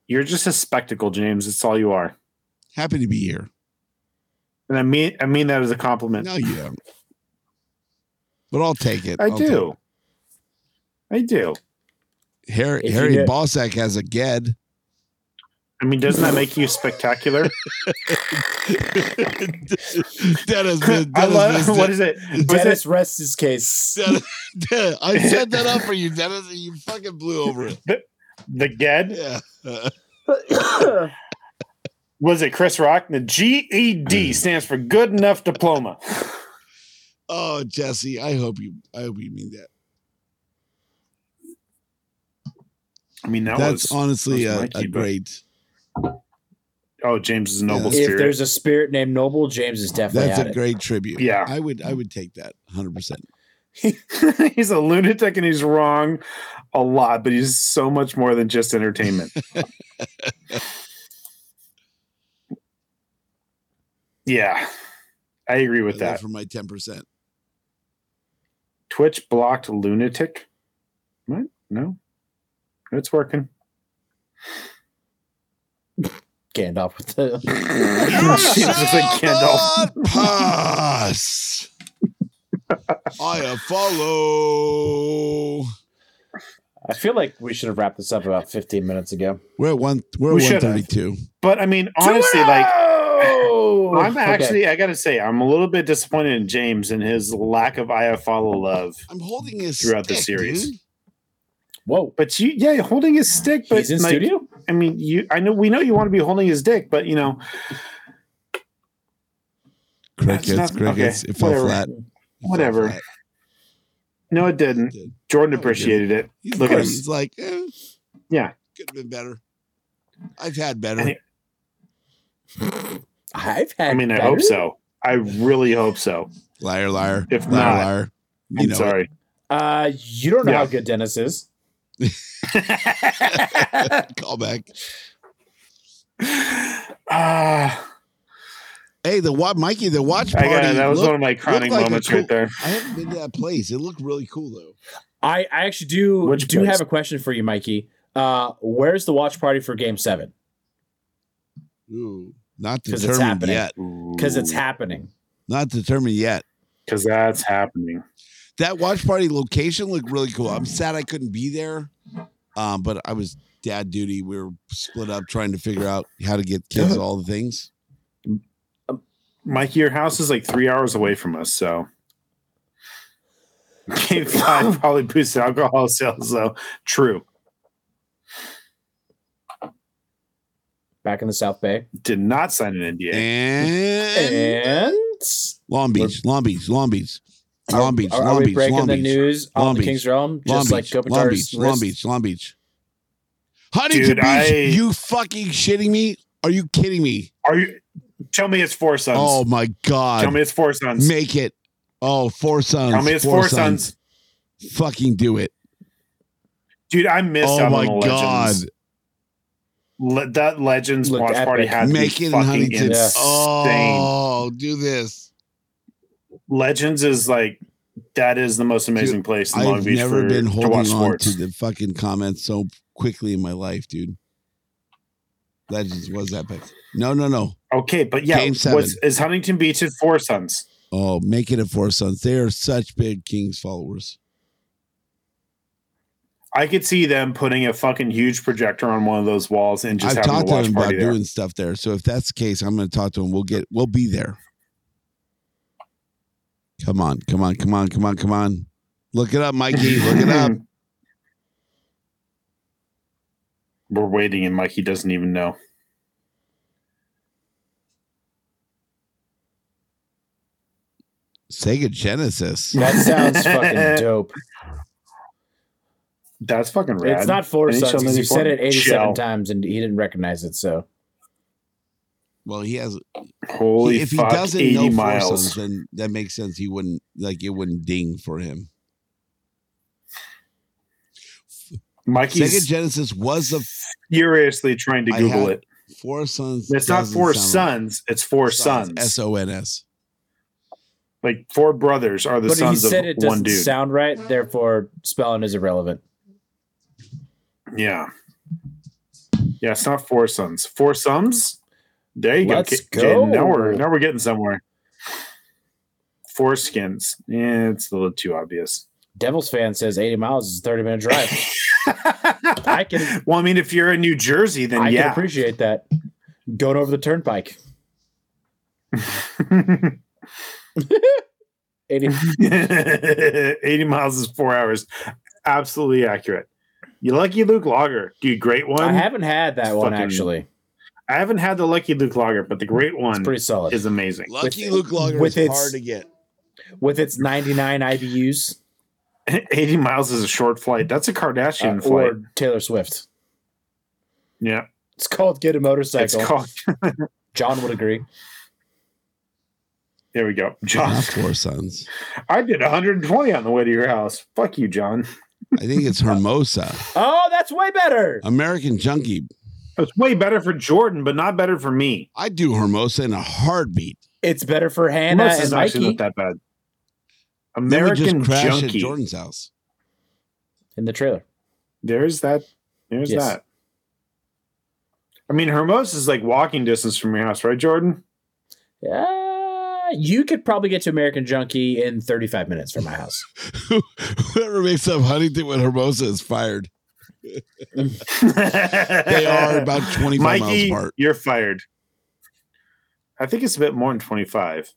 [SPEAKER 2] You're just a spectacle, James. That's all you are.
[SPEAKER 4] Happy to be here.
[SPEAKER 2] And I mean I mean that as a compliment.
[SPEAKER 4] No, you don't. But I'll take it.
[SPEAKER 2] I
[SPEAKER 4] I'll take
[SPEAKER 2] do. I do.
[SPEAKER 4] it. Harry,
[SPEAKER 3] If you
[SPEAKER 4] Harry
[SPEAKER 3] get-
[SPEAKER 4] Balsack has a GED.
[SPEAKER 2] I mean, doesn't that make you spectacular?
[SPEAKER 4] that has been.
[SPEAKER 2] I
[SPEAKER 4] That
[SPEAKER 2] love what is it? Was it
[SPEAKER 3] Dennis rests his case.
[SPEAKER 4] Dennis, I set that up for you, Dennis, and you fucking blew over it.
[SPEAKER 2] the Ged?
[SPEAKER 4] Yeah.
[SPEAKER 2] Was it Chris Rock? The GED stands for good enough diploma.
[SPEAKER 4] Oh, Jesse, I hope you. I hope you mean that.
[SPEAKER 2] I mean, that
[SPEAKER 4] That's
[SPEAKER 2] was
[SPEAKER 4] honestly
[SPEAKER 2] that was
[SPEAKER 4] a,
[SPEAKER 2] Mikey,
[SPEAKER 4] a
[SPEAKER 2] but-
[SPEAKER 4] great.
[SPEAKER 2] oh, James is a noble
[SPEAKER 4] Yeah.
[SPEAKER 3] if
[SPEAKER 2] spirit.
[SPEAKER 3] there's a spirit named Noble, James is definitely
[SPEAKER 4] That's
[SPEAKER 3] at
[SPEAKER 4] a
[SPEAKER 3] it.
[SPEAKER 4] great tribute.
[SPEAKER 2] Yeah.
[SPEAKER 4] I would. I would take that 100. percent
[SPEAKER 2] he's a lunatic and he's wrong a lot, but he's so much more than just entertainment. yeah, I agree with that.
[SPEAKER 4] for my 10. percent
[SPEAKER 2] Twitch blocked lunatic. What? No, it's working.
[SPEAKER 3] Gandalf with the
[SPEAKER 2] Jesus, like Gandalf.
[SPEAKER 4] pass. I follow.
[SPEAKER 3] I feel like we should have wrapped this up about 15 minutes ago.
[SPEAKER 4] We're at one. We're
[SPEAKER 2] We
[SPEAKER 4] at
[SPEAKER 2] should have.
[SPEAKER 4] 132.
[SPEAKER 2] But I mean, honestly, like
[SPEAKER 3] Oh!
[SPEAKER 2] I'm actually, I gotta say, I'm a little bit disappointed in James and his lack of I follow love.
[SPEAKER 4] I'm holding his
[SPEAKER 2] Throughout the
[SPEAKER 4] stick,
[SPEAKER 2] series.
[SPEAKER 4] dude.
[SPEAKER 3] Whoa.
[SPEAKER 2] But you, yeah, holding his stick, but
[SPEAKER 3] He's in
[SPEAKER 2] like,
[SPEAKER 3] studio?
[SPEAKER 2] I mean, you, I know we know you want to be holding his dick, but you know,
[SPEAKER 4] Crickets,
[SPEAKER 2] That's not-
[SPEAKER 4] crickets.
[SPEAKER 2] okay,
[SPEAKER 4] It fell
[SPEAKER 2] whatever.
[SPEAKER 4] flat. It fell
[SPEAKER 2] Whatever.
[SPEAKER 4] flat.
[SPEAKER 2] no, it didn't. Jordan appreciated it.
[SPEAKER 4] He's,
[SPEAKER 2] Look at
[SPEAKER 4] nice.
[SPEAKER 2] him.
[SPEAKER 4] He's like, eh,
[SPEAKER 2] Yeah.
[SPEAKER 4] could have been better. I've had better.
[SPEAKER 2] And it-
[SPEAKER 3] I've had
[SPEAKER 2] I mean, I
[SPEAKER 3] better.
[SPEAKER 2] hope so. I really hope so.
[SPEAKER 4] liar, liar.
[SPEAKER 2] If
[SPEAKER 4] liar,
[SPEAKER 2] not,
[SPEAKER 4] liar. You
[SPEAKER 2] I'm
[SPEAKER 4] know it.
[SPEAKER 2] sorry.
[SPEAKER 3] Uh, you don't know
[SPEAKER 2] Yeah.
[SPEAKER 3] how good Dennis is.
[SPEAKER 4] Call back.
[SPEAKER 2] Ah,
[SPEAKER 4] Hey, the wa- Mikey, the watch
[SPEAKER 2] I
[SPEAKER 4] party.
[SPEAKER 2] got it. That was
[SPEAKER 4] looked-
[SPEAKER 2] one of my chronic
[SPEAKER 4] like a
[SPEAKER 2] moments
[SPEAKER 4] cool-
[SPEAKER 2] right there.
[SPEAKER 4] I haven't been to that place. It looked really cool though.
[SPEAKER 3] I, I actually do
[SPEAKER 2] Which
[SPEAKER 3] do
[SPEAKER 2] place?
[SPEAKER 3] have a question for you, Mikey. Uh, where's the watch party for Game Seven?
[SPEAKER 4] Ooh, not
[SPEAKER 3] 'Cause it's
[SPEAKER 4] determined
[SPEAKER 3] happening.
[SPEAKER 4] yet.
[SPEAKER 3] Because it's happening.
[SPEAKER 4] Not determined yet.
[SPEAKER 2] because that's happening.
[SPEAKER 4] That watch party location looked really cool.
[SPEAKER 3] Mm.
[SPEAKER 4] I'm sad I couldn't be there, um, but I was dad duty. We were split up trying to figure out how to get kids all the things.
[SPEAKER 2] Mikey, your house is like three hours away from us, so Game five probably boosted alcohol sales, though. True.
[SPEAKER 3] Back in the South Bay.
[SPEAKER 2] Did not sign an NDA.
[SPEAKER 4] And
[SPEAKER 3] And
[SPEAKER 4] Long Beach, Long Beach, Long Beach, Long Beach,
[SPEAKER 3] are, are
[SPEAKER 4] Long
[SPEAKER 3] we
[SPEAKER 4] Beach,
[SPEAKER 3] breaking
[SPEAKER 4] Long
[SPEAKER 3] the
[SPEAKER 4] Beach,
[SPEAKER 3] news on
[SPEAKER 4] Long
[SPEAKER 3] the
[SPEAKER 4] Beach,
[SPEAKER 3] King's Realm?
[SPEAKER 4] Long
[SPEAKER 3] Just like
[SPEAKER 4] Beach, Long
[SPEAKER 3] Kopitar's
[SPEAKER 4] Beach, Long
[SPEAKER 3] wrist?
[SPEAKER 4] Beach, Long Beach. Huntington
[SPEAKER 2] Dude,
[SPEAKER 4] Beach,
[SPEAKER 2] I-
[SPEAKER 4] you fucking shitting me? Are you kidding me?
[SPEAKER 2] Are you? Tell me it's four sons.
[SPEAKER 4] Oh my
[SPEAKER 2] Tell
[SPEAKER 4] god!
[SPEAKER 2] me it's four sons.
[SPEAKER 4] Make it. Oh, four sons.
[SPEAKER 2] Tell me it's four, sons.
[SPEAKER 4] Fucking do it.
[SPEAKER 2] Dude, I missed
[SPEAKER 4] Oh
[SPEAKER 2] out
[SPEAKER 4] my
[SPEAKER 2] on the
[SPEAKER 4] god!
[SPEAKER 2] legends. Le- that Legends
[SPEAKER 3] Looked
[SPEAKER 2] watch party
[SPEAKER 3] epic.
[SPEAKER 2] had
[SPEAKER 4] Make
[SPEAKER 2] me
[SPEAKER 4] it in
[SPEAKER 2] fucking
[SPEAKER 4] Huntington.
[SPEAKER 2] insane.
[SPEAKER 3] Yeah.
[SPEAKER 4] Oh, do this.
[SPEAKER 2] Legends is like that is the most amazing place in Long
[SPEAKER 4] I've
[SPEAKER 2] Beach
[SPEAKER 4] never
[SPEAKER 2] for,
[SPEAKER 4] been
[SPEAKER 2] to watch
[SPEAKER 4] holding on
[SPEAKER 2] sports.
[SPEAKER 4] to the fucking comments so quickly in my life, dude. Legends was epic. No, no, no.
[SPEAKER 2] okay, but yeah,
[SPEAKER 4] Game seven.
[SPEAKER 2] was, is Huntington Beach at Four Sons?
[SPEAKER 4] Oh, make it a four sons. They are such big Kings followers.
[SPEAKER 2] I could see them putting a fucking huge projector on one of those walls and just
[SPEAKER 4] I've
[SPEAKER 2] having
[SPEAKER 4] talked
[SPEAKER 2] a
[SPEAKER 4] to
[SPEAKER 2] watch
[SPEAKER 4] them about
[SPEAKER 2] party there.
[SPEAKER 4] doing stuff there. So if that's the case, I'm going to talk to them. We'll get, we'll be there. Come on, come on, come on, come on, come on. Look it up, Mikey. Look it up.
[SPEAKER 2] We're waiting, and Mikey doesn't even know.
[SPEAKER 4] Sega Genesis.
[SPEAKER 3] That sounds fucking dope.
[SPEAKER 2] That's fucking rad.
[SPEAKER 3] It's not four
[SPEAKER 2] Any
[SPEAKER 3] sons. 'cause
[SPEAKER 2] Shonen
[SPEAKER 3] You said it 87
[SPEAKER 2] Shell.
[SPEAKER 3] times and he didn't recognize it. So
[SPEAKER 4] Well, he has
[SPEAKER 2] Holy
[SPEAKER 4] if
[SPEAKER 2] fuck!
[SPEAKER 4] he doesn't
[SPEAKER 2] Eighty
[SPEAKER 4] know
[SPEAKER 2] miles.
[SPEAKER 4] Forsons, then that makes sense. He wouldn't like it wouldn't ding for him. Sega
[SPEAKER 2] Mikey's
[SPEAKER 4] Genesis was a
[SPEAKER 2] furiously trying to
[SPEAKER 4] I
[SPEAKER 2] Google
[SPEAKER 4] had-
[SPEAKER 2] it.
[SPEAKER 4] four sons.
[SPEAKER 2] It's not
[SPEAKER 4] doesn't
[SPEAKER 2] four
[SPEAKER 4] sound
[SPEAKER 2] sons. It's four sons.
[SPEAKER 4] S O N S.
[SPEAKER 2] Like four brothers are the
[SPEAKER 3] but he
[SPEAKER 2] sons of
[SPEAKER 3] said it
[SPEAKER 2] one
[SPEAKER 3] doesn't
[SPEAKER 2] dude.
[SPEAKER 3] sound right, therefore spelling is irrelevant.
[SPEAKER 2] yeah. Yeah, it's not four sons. Four sums. There you
[SPEAKER 3] Let's
[SPEAKER 2] go. Ki- Jaden, Now
[SPEAKER 3] go.
[SPEAKER 2] we're now we're getting somewhere. Four skins. Yeah, it's a little too obvious.
[SPEAKER 3] Devils fan says 80 miles is a 30 minute drive. I can
[SPEAKER 2] Well, I mean, if you're in New Jersey, then
[SPEAKER 3] I can
[SPEAKER 2] yeah.
[SPEAKER 3] appreciate that. Going over the turnpike.
[SPEAKER 2] 80
[SPEAKER 3] 80
[SPEAKER 2] miles is four hours. Absolutely accurate. You lucky Luke Lager, dude. Great one.
[SPEAKER 3] I haven't had that one
[SPEAKER 2] Fucking-
[SPEAKER 3] actually.
[SPEAKER 2] I haven't had the lucky Luke Lager, but the great
[SPEAKER 3] It's
[SPEAKER 2] one
[SPEAKER 3] pretty solid.
[SPEAKER 2] is amazing.
[SPEAKER 4] Lucky
[SPEAKER 3] With-
[SPEAKER 4] Luke Lager
[SPEAKER 3] with
[SPEAKER 4] is
[SPEAKER 3] its-
[SPEAKER 4] hard to get.
[SPEAKER 3] With its 99 IBUs
[SPEAKER 2] 80 miles is a short flight. That's a
[SPEAKER 3] uh,
[SPEAKER 2] Kardashian flight.
[SPEAKER 3] or Taylor Swift.
[SPEAKER 2] Yeah.
[SPEAKER 3] It's called Get a
[SPEAKER 2] It's
[SPEAKER 3] Motorcycle.
[SPEAKER 2] called.
[SPEAKER 3] John would agree.
[SPEAKER 2] There we go. John.
[SPEAKER 4] Not four sons.
[SPEAKER 2] I did 120 on the way to your house. Fuck you, John.
[SPEAKER 4] I think it's Hermosa.
[SPEAKER 3] Oh, that's way better.
[SPEAKER 4] American Junkie.
[SPEAKER 2] It's way better for Jordan, but not better for me.
[SPEAKER 4] I do Hermosa in a heartbeat.
[SPEAKER 3] It's better for Hannah
[SPEAKER 4] uh,
[SPEAKER 2] Most
[SPEAKER 3] and
[SPEAKER 2] is actually
[SPEAKER 3] Mikey
[SPEAKER 2] not that bad.
[SPEAKER 4] Then we
[SPEAKER 2] American
[SPEAKER 4] just crashed at
[SPEAKER 2] junkie.
[SPEAKER 4] Jordan's house.
[SPEAKER 3] in the trailer.
[SPEAKER 2] There's that. There's
[SPEAKER 3] Yes.
[SPEAKER 2] that. I mean, Hermosa is like walking distance from your house, right, Jordan?
[SPEAKER 3] Uh, you could probably get to American Junkie in 35 minutes from my house.
[SPEAKER 4] Whoever makes up Huntington with Hermosa is fired. They
[SPEAKER 2] they
[SPEAKER 4] are about 25 miles
[SPEAKER 2] Mikey,
[SPEAKER 4] apart.
[SPEAKER 2] you're fired. I think it's a bit more than 25.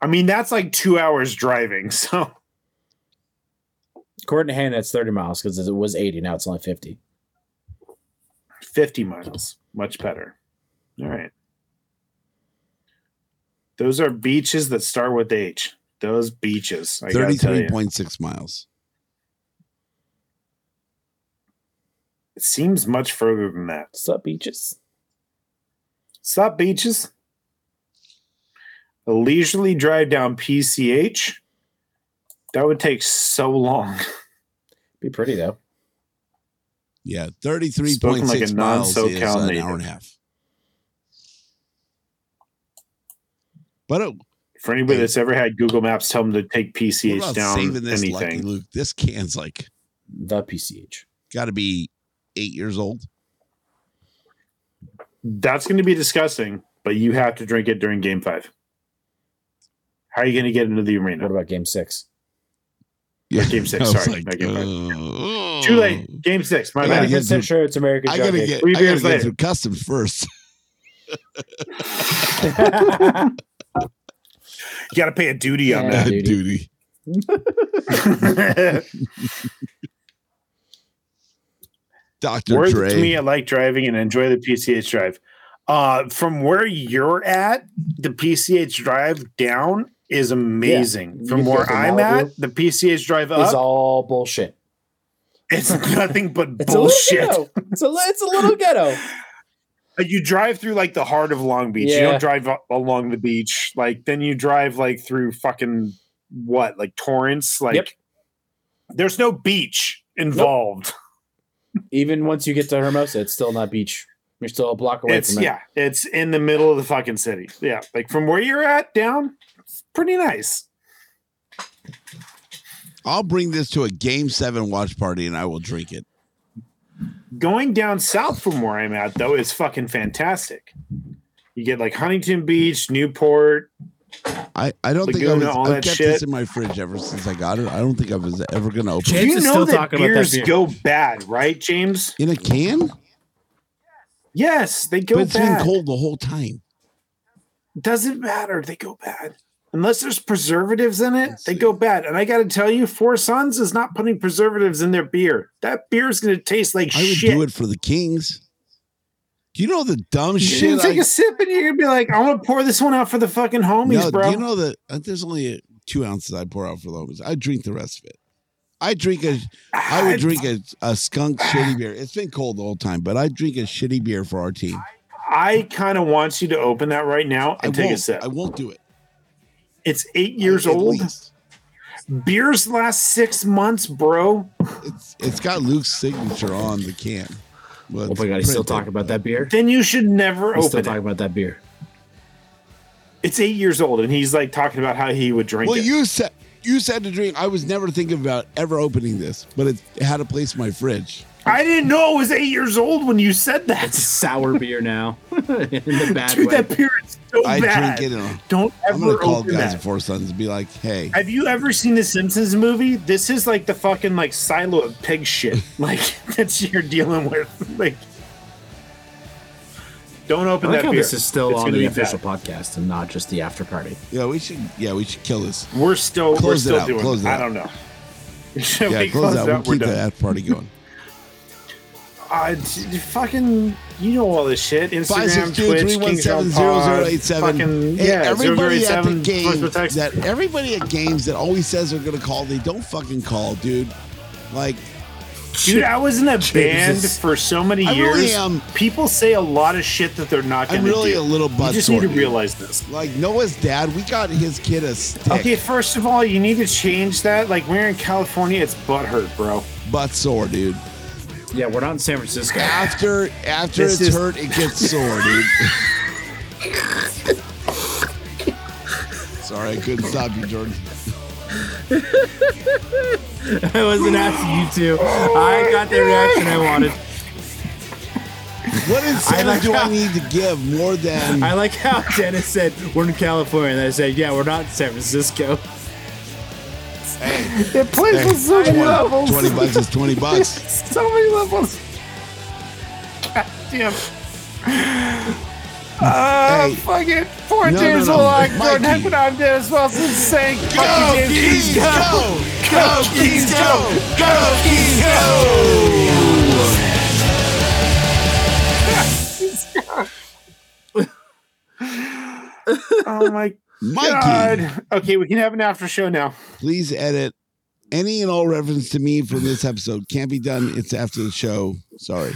[SPEAKER 2] I mean, that's like two hours driving. So
[SPEAKER 3] According to Hannah, it's 30 miles because it was 80. Now it's only 50.
[SPEAKER 2] 50 miles, much better. All right. Those are beaches that start with H. Those beaches. I gotta tell you.
[SPEAKER 4] 33.6 miles.
[SPEAKER 2] It seems much further than that.
[SPEAKER 3] Sup, beaches?
[SPEAKER 2] Sup, beaches? A leisurely drive down PCH? That would take so long.
[SPEAKER 3] Be pretty, though.
[SPEAKER 4] Yeah,
[SPEAKER 2] Spoken
[SPEAKER 4] 33.6
[SPEAKER 2] like a
[SPEAKER 4] miles is uh,
[SPEAKER 2] non-SoCal
[SPEAKER 4] an
[SPEAKER 2] native.
[SPEAKER 4] hour and a half. But uh, it,
[SPEAKER 2] For anybody
[SPEAKER 4] Hey.
[SPEAKER 2] that's ever had Google Maps tell them to take
[SPEAKER 4] what
[SPEAKER 2] PCH
[SPEAKER 4] about
[SPEAKER 2] down
[SPEAKER 4] saving this Lucky
[SPEAKER 2] anything.
[SPEAKER 4] Luke? This can's like
[SPEAKER 3] The PCH.
[SPEAKER 4] got to be eight years old.
[SPEAKER 2] That's going to be disgusting, but you have to drink it during game five. How are you going to get into the
[SPEAKER 3] What
[SPEAKER 2] arena?
[SPEAKER 3] about game six?
[SPEAKER 4] Yeah,
[SPEAKER 2] Game six,
[SPEAKER 4] I was
[SPEAKER 2] sorry, not game five. Too late. Game six. My
[SPEAKER 4] I gotta
[SPEAKER 2] bad.
[SPEAKER 3] I'm
[SPEAKER 4] get
[SPEAKER 3] percent
[SPEAKER 4] to-
[SPEAKER 3] sure it's American
[SPEAKER 4] I gotta
[SPEAKER 3] Junkie.
[SPEAKER 4] get.
[SPEAKER 2] Three
[SPEAKER 4] I gotta
[SPEAKER 2] beers
[SPEAKER 4] get
[SPEAKER 2] later.
[SPEAKER 4] through custom first.
[SPEAKER 2] You got to pay a duty on
[SPEAKER 3] Yeah.
[SPEAKER 2] that.
[SPEAKER 3] duty.
[SPEAKER 4] duty. Dr.
[SPEAKER 2] Worth
[SPEAKER 4] Dre.
[SPEAKER 2] to me, I like driving and enjoy the PCH drive. Uh, from where you're at, the PCH drive down is amazing.
[SPEAKER 3] You
[SPEAKER 2] from
[SPEAKER 3] can go
[SPEAKER 2] where
[SPEAKER 3] to
[SPEAKER 2] I'm
[SPEAKER 3] Malibu.
[SPEAKER 2] at, the PCH drive
[SPEAKER 3] It's
[SPEAKER 2] up,
[SPEAKER 3] all bullshit.
[SPEAKER 2] it's nothing but
[SPEAKER 3] It's a
[SPEAKER 2] bullshit.
[SPEAKER 3] little ghetto. It's a, li- it's a little ghetto.
[SPEAKER 2] you drive through like the heart of Long Beach. You
[SPEAKER 3] Yeah.
[SPEAKER 2] don't drive a- along the beach. Like then you drive like through fucking what? Like Torrance. Like
[SPEAKER 3] Yep.
[SPEAKER 2] there's no beach involved.
[SPEAKER 3] Even once you get to Hermosa, it's still not beach. You're still a block away
[SPEAKER 2] It's
[SPEAKER 3] from it.
[SPEAKER 2] yeah, it's in the middle of the fucking city. Yeah, like from where you're at down, it's pretty nice.
[SPEAKER 4] I'll bring this to a game seven watch party and I will drink it.
[SPEAKER 2] Going down south from where I'm at though is fucking fantastic. You get like Huntington Beach, Newport.
[SPEAKER 4] I, I don't think I
[SPEAKER 2] Laguna,
[SPEAKER 4] was,
[SPEAKER 2] all
[SPEAKER 4] I've
[SPEAKER 2] that
[SPEAKER 4] kept
[SPEAKER 2] shit.
[SPEAKER 4] this in my fridge ever since I got it. I don't think I was ever going to open
[SPEAKER 2] Do
[SPEAKER 4] it.
[SPEAKER 3] James
[SPEAKER 2] you
[SPEAKER 3] is
[SPEAKER 2] know
[SPEAKER 3] still
[SPEAKER 2] that
[SPEAKER 3] talking about that
[SPEAKER 2] beers
[SPEAKER 3] beer.
[SPEAKER 2] go bad, right, James?
[SPEAKER 4] In a can?
[SPEAKER 2] Yes, they go
[SPEAKER 4] but it's
[SPEAKER 2] bad.
[SPEAKER 4] been cold the whole time.
[SPEAKER 2] Doesn't matter, they go bad. Unless there's preservatives in it, they go bad. And I got to tell you, Four Sons is not putting preservatives in their beer. That beer is going to taste like
[SPEAKER 4] I would
[SPEAKER 2] shit.
[SPEAKER 4] do it for the Kings. Do you know the dumb
[SPEAKER 2] You're gonna
[SPEAKER 4] shit?
[SPEAKER 2] take
[SPEAKER 4] I-
[SPEAKER 2] a sip and you're gonna be like, I'm gonna pour this one out for the fucking homies,
[SPEAKER 4] no,
[SPEAKER 2] bro.
[SPEAKER 4] do you know that uh, there's only uh, two ounces I pour out for the homies? I drink the rest of it. I drink a, I would drink a, a skunk shitty beer. It's been cold the whole time, but I drink a shitty beer for our team.
[SPEAKER 2] I kind of want you to open that right now
[SPEAKER 4] I
[SPEAKER 2] and take a
[SPEAKER 4] won't.
[SPEAKER 2] sip.
[SPEAKER 4] I won't do it.
[SPEAKER 2] It's eight years
[SPEAKER 4] At
[SPEAKER 2] old.
[SPEAKER 4] least.
[SPEAKER 2] Beers last six months, bro.
[SPEAKER 4] It's it's got Luke's signature on the can. Well,
[SPEAKER 3] Oh my god, he's still talking about that beer.
[SPEAKER 2] Then you should never
[SPEAKER 3] He's still
[SPEAKER 2] open it.
[SPEAKER 3] talking about that beer.
[SPEAKER 2] It's eight years old, and he's like talking about how he would drink
[SPEAKER 4] Well,
[SPEAKER 2] it.
[SPEAKER 4] you said you said to drink. I was never thinking about ever opening this, but it, it had a place in my fridge.
[SPEAKER 2] I didn't know it was eight years old when you said
[SPEAKER 3] It's a
[SPEAKER 2] that.
[SPEAKER 3] sour beer now. in the bad
[SPEAKER 2] Dude,
[SPEAKER 3] way.
[SPEAKER 2] that beer is so
[SPEAKER 4] I
[SPEAKER 2] bad.
[SPEAKER 4] drink it. And
[SPEAKER 2] Don't
[SPEAKER 4] I'm gonna
[SPEAKER 2] ever
[SPEAKER 4] call
[SPEAKER 2] open
[SPEAKER 4] guys
[SPEAKER 2] that.
[SPEAKER 4] at Four Sons and be like, "Hey,
[SPEAKER 2] Have you ever seen the Simpsons movie? This is like the fucking like silo of pig shit. Like that's you're dealing with. Like don't
[SPEAKER 3] I
[SPEAKER 2] open
[SPEAKER 3] like
[SPEAKER 2] that
[SPEAKER 3] how
[SPEAKER 2] beer.
[SPEAKER 3] this is still
[SPEAKER 2] It's
[SPEAKER 3] on
[SPEAKER 2] gonna
[SPEAKER 3] the
[SPEAKER 2] be
[SPEAKER 3] official
[SPEAKER 2] bad.
[SPEAKER 3] podcast and not just the after party.
[SPEAKER 4] yeah, we should, yeah, we should kill this.
[SPEAKER 2] We're still we're
[SPEAKER 4] Close it
[SPEAKER 2] still
[SPEAKER 4] out,
[SPEAKER 2] doing.
[SPEAKER 4] close it
[SPEAKER 2] I
[SPEAKER 4] out.
[SPEAKER 2] don't know. Should
[SPEAKER 4] Yeah,
[SPEAKER 2] we
[SPEAKER 4] close out. We'll
[SPEAKER 2] We're
[SPEAKER 4] keep the
[SPEAKER 2] done.
[SPEAKER 4] after party going.
[SPEAKER 2] Uh, d- d- fucking, you know all this shit.
[SPEAKER 4] Five
[SPEAKER 2] Instagram,
[SPEAKER 4] six two
[SPEAKER 2] Twitch,
[SPEAKER 4] three one
[SPEAKER 2] Kings
[SPEAKER 4] seven
[SPEAKER 2] Realm
[SPEAKER 4] zero
[SPEAKER 2] Pod,
[SPEAKER 4] zero eight seven.
[SPEAKER 2] Fucking yeah,
[SPEAKER 4] everybody at the
[SPEAKER 2] 007
[SPEAKER 4] game
[SPEAKER 2] First Protect-
[SPEAKER 4] that everybody at games that always says they're gonna call, they don't fucking call, dude. Like
[SPEAKER 2] Dude, I was in a band
[SPEAKER 3] Jesus.
[SPEAKER 2] for so many
[SPEAKER 4] I
[SPEAKER 2] years.
[SPEAKER 4] really am-
[SPEAKER 2] People say a lot of shit that they're not going
[SPEAKER 4] I'm
[SPEAKER 2] to
[SPEAKER 4] really
[SPEAKER 2] do.
[SPEAKER 4] a little
[SPEAKER 2] you
[SPEAKER 4] butt
[SPEAKER 2] just need
[SPEAKER 4] sore,
[SPEAKER 2] to
[SPEAKER 4] dude.
[SPEAKER 2] realize this.
[SPEAKER 4] Like Noah's dad, we got his kid a stick
[SPEAKER 2] Okay, first of all, you need to change that. Like we're in California, it's butthurt, bro.
[SPEAKER 4] butt sore, dude.
[SPEAKER 3] Yeah, we're not in San Francisco.
[SPEAKER 4] After after
[SPEAKER 2] This is-
[SPEAKER 4] it's hurt, it gets sore, dude. Sorry, I couldn't stop you, Jordan.
[SPEAKER 3] I wasn't asking you to. I got the reaction I wanted.
[SPEAKER 4] What incentive
[SPEAKER 3] like
[SPEAKER 4] do I
[SPEAKER 3] how-
[SPEAKER 4] need to give more than
[SPEAKER 3] I like how Dennis said we're in California, and I said, "Yeah, we're not in San Francisco."
[SPEAKER 2] It plays
[SPEAKER 4] Hey,
[SPEAKER 2] with so many
[SPEAKER 4] 20,
[SPEAKER 2] levels.
[SPEAKER 4] 20 bucks is 20 bucks?
[SPEAKER 2] so many levels. God damn. Uh,
[SPEAKER 4] Hey.
[SPEAKER 2] fucking poor
[SPEAKER 4] No, no,
[SPEAKER 2] James
[SPEAKER 4] no.
[SPEAKER 2] will like Jordan
[SPEAKER 4] Mikey.
[SPEAKER 2] Heckman. I'm Dennis Wilson saying, fuck you, James.
[SPEAKER 4] Keys, go! Go, Keys, go! Go, Keys, go!
[SPEAKER 2] Oh my
[SPEAKER 4] Mikey,
[SPEAKER 2] god. Okay, we can have an after show now.
[SPEAKER 4] please edit any and all reference to me from this episode. Can't be done. It's after the show. Sorry.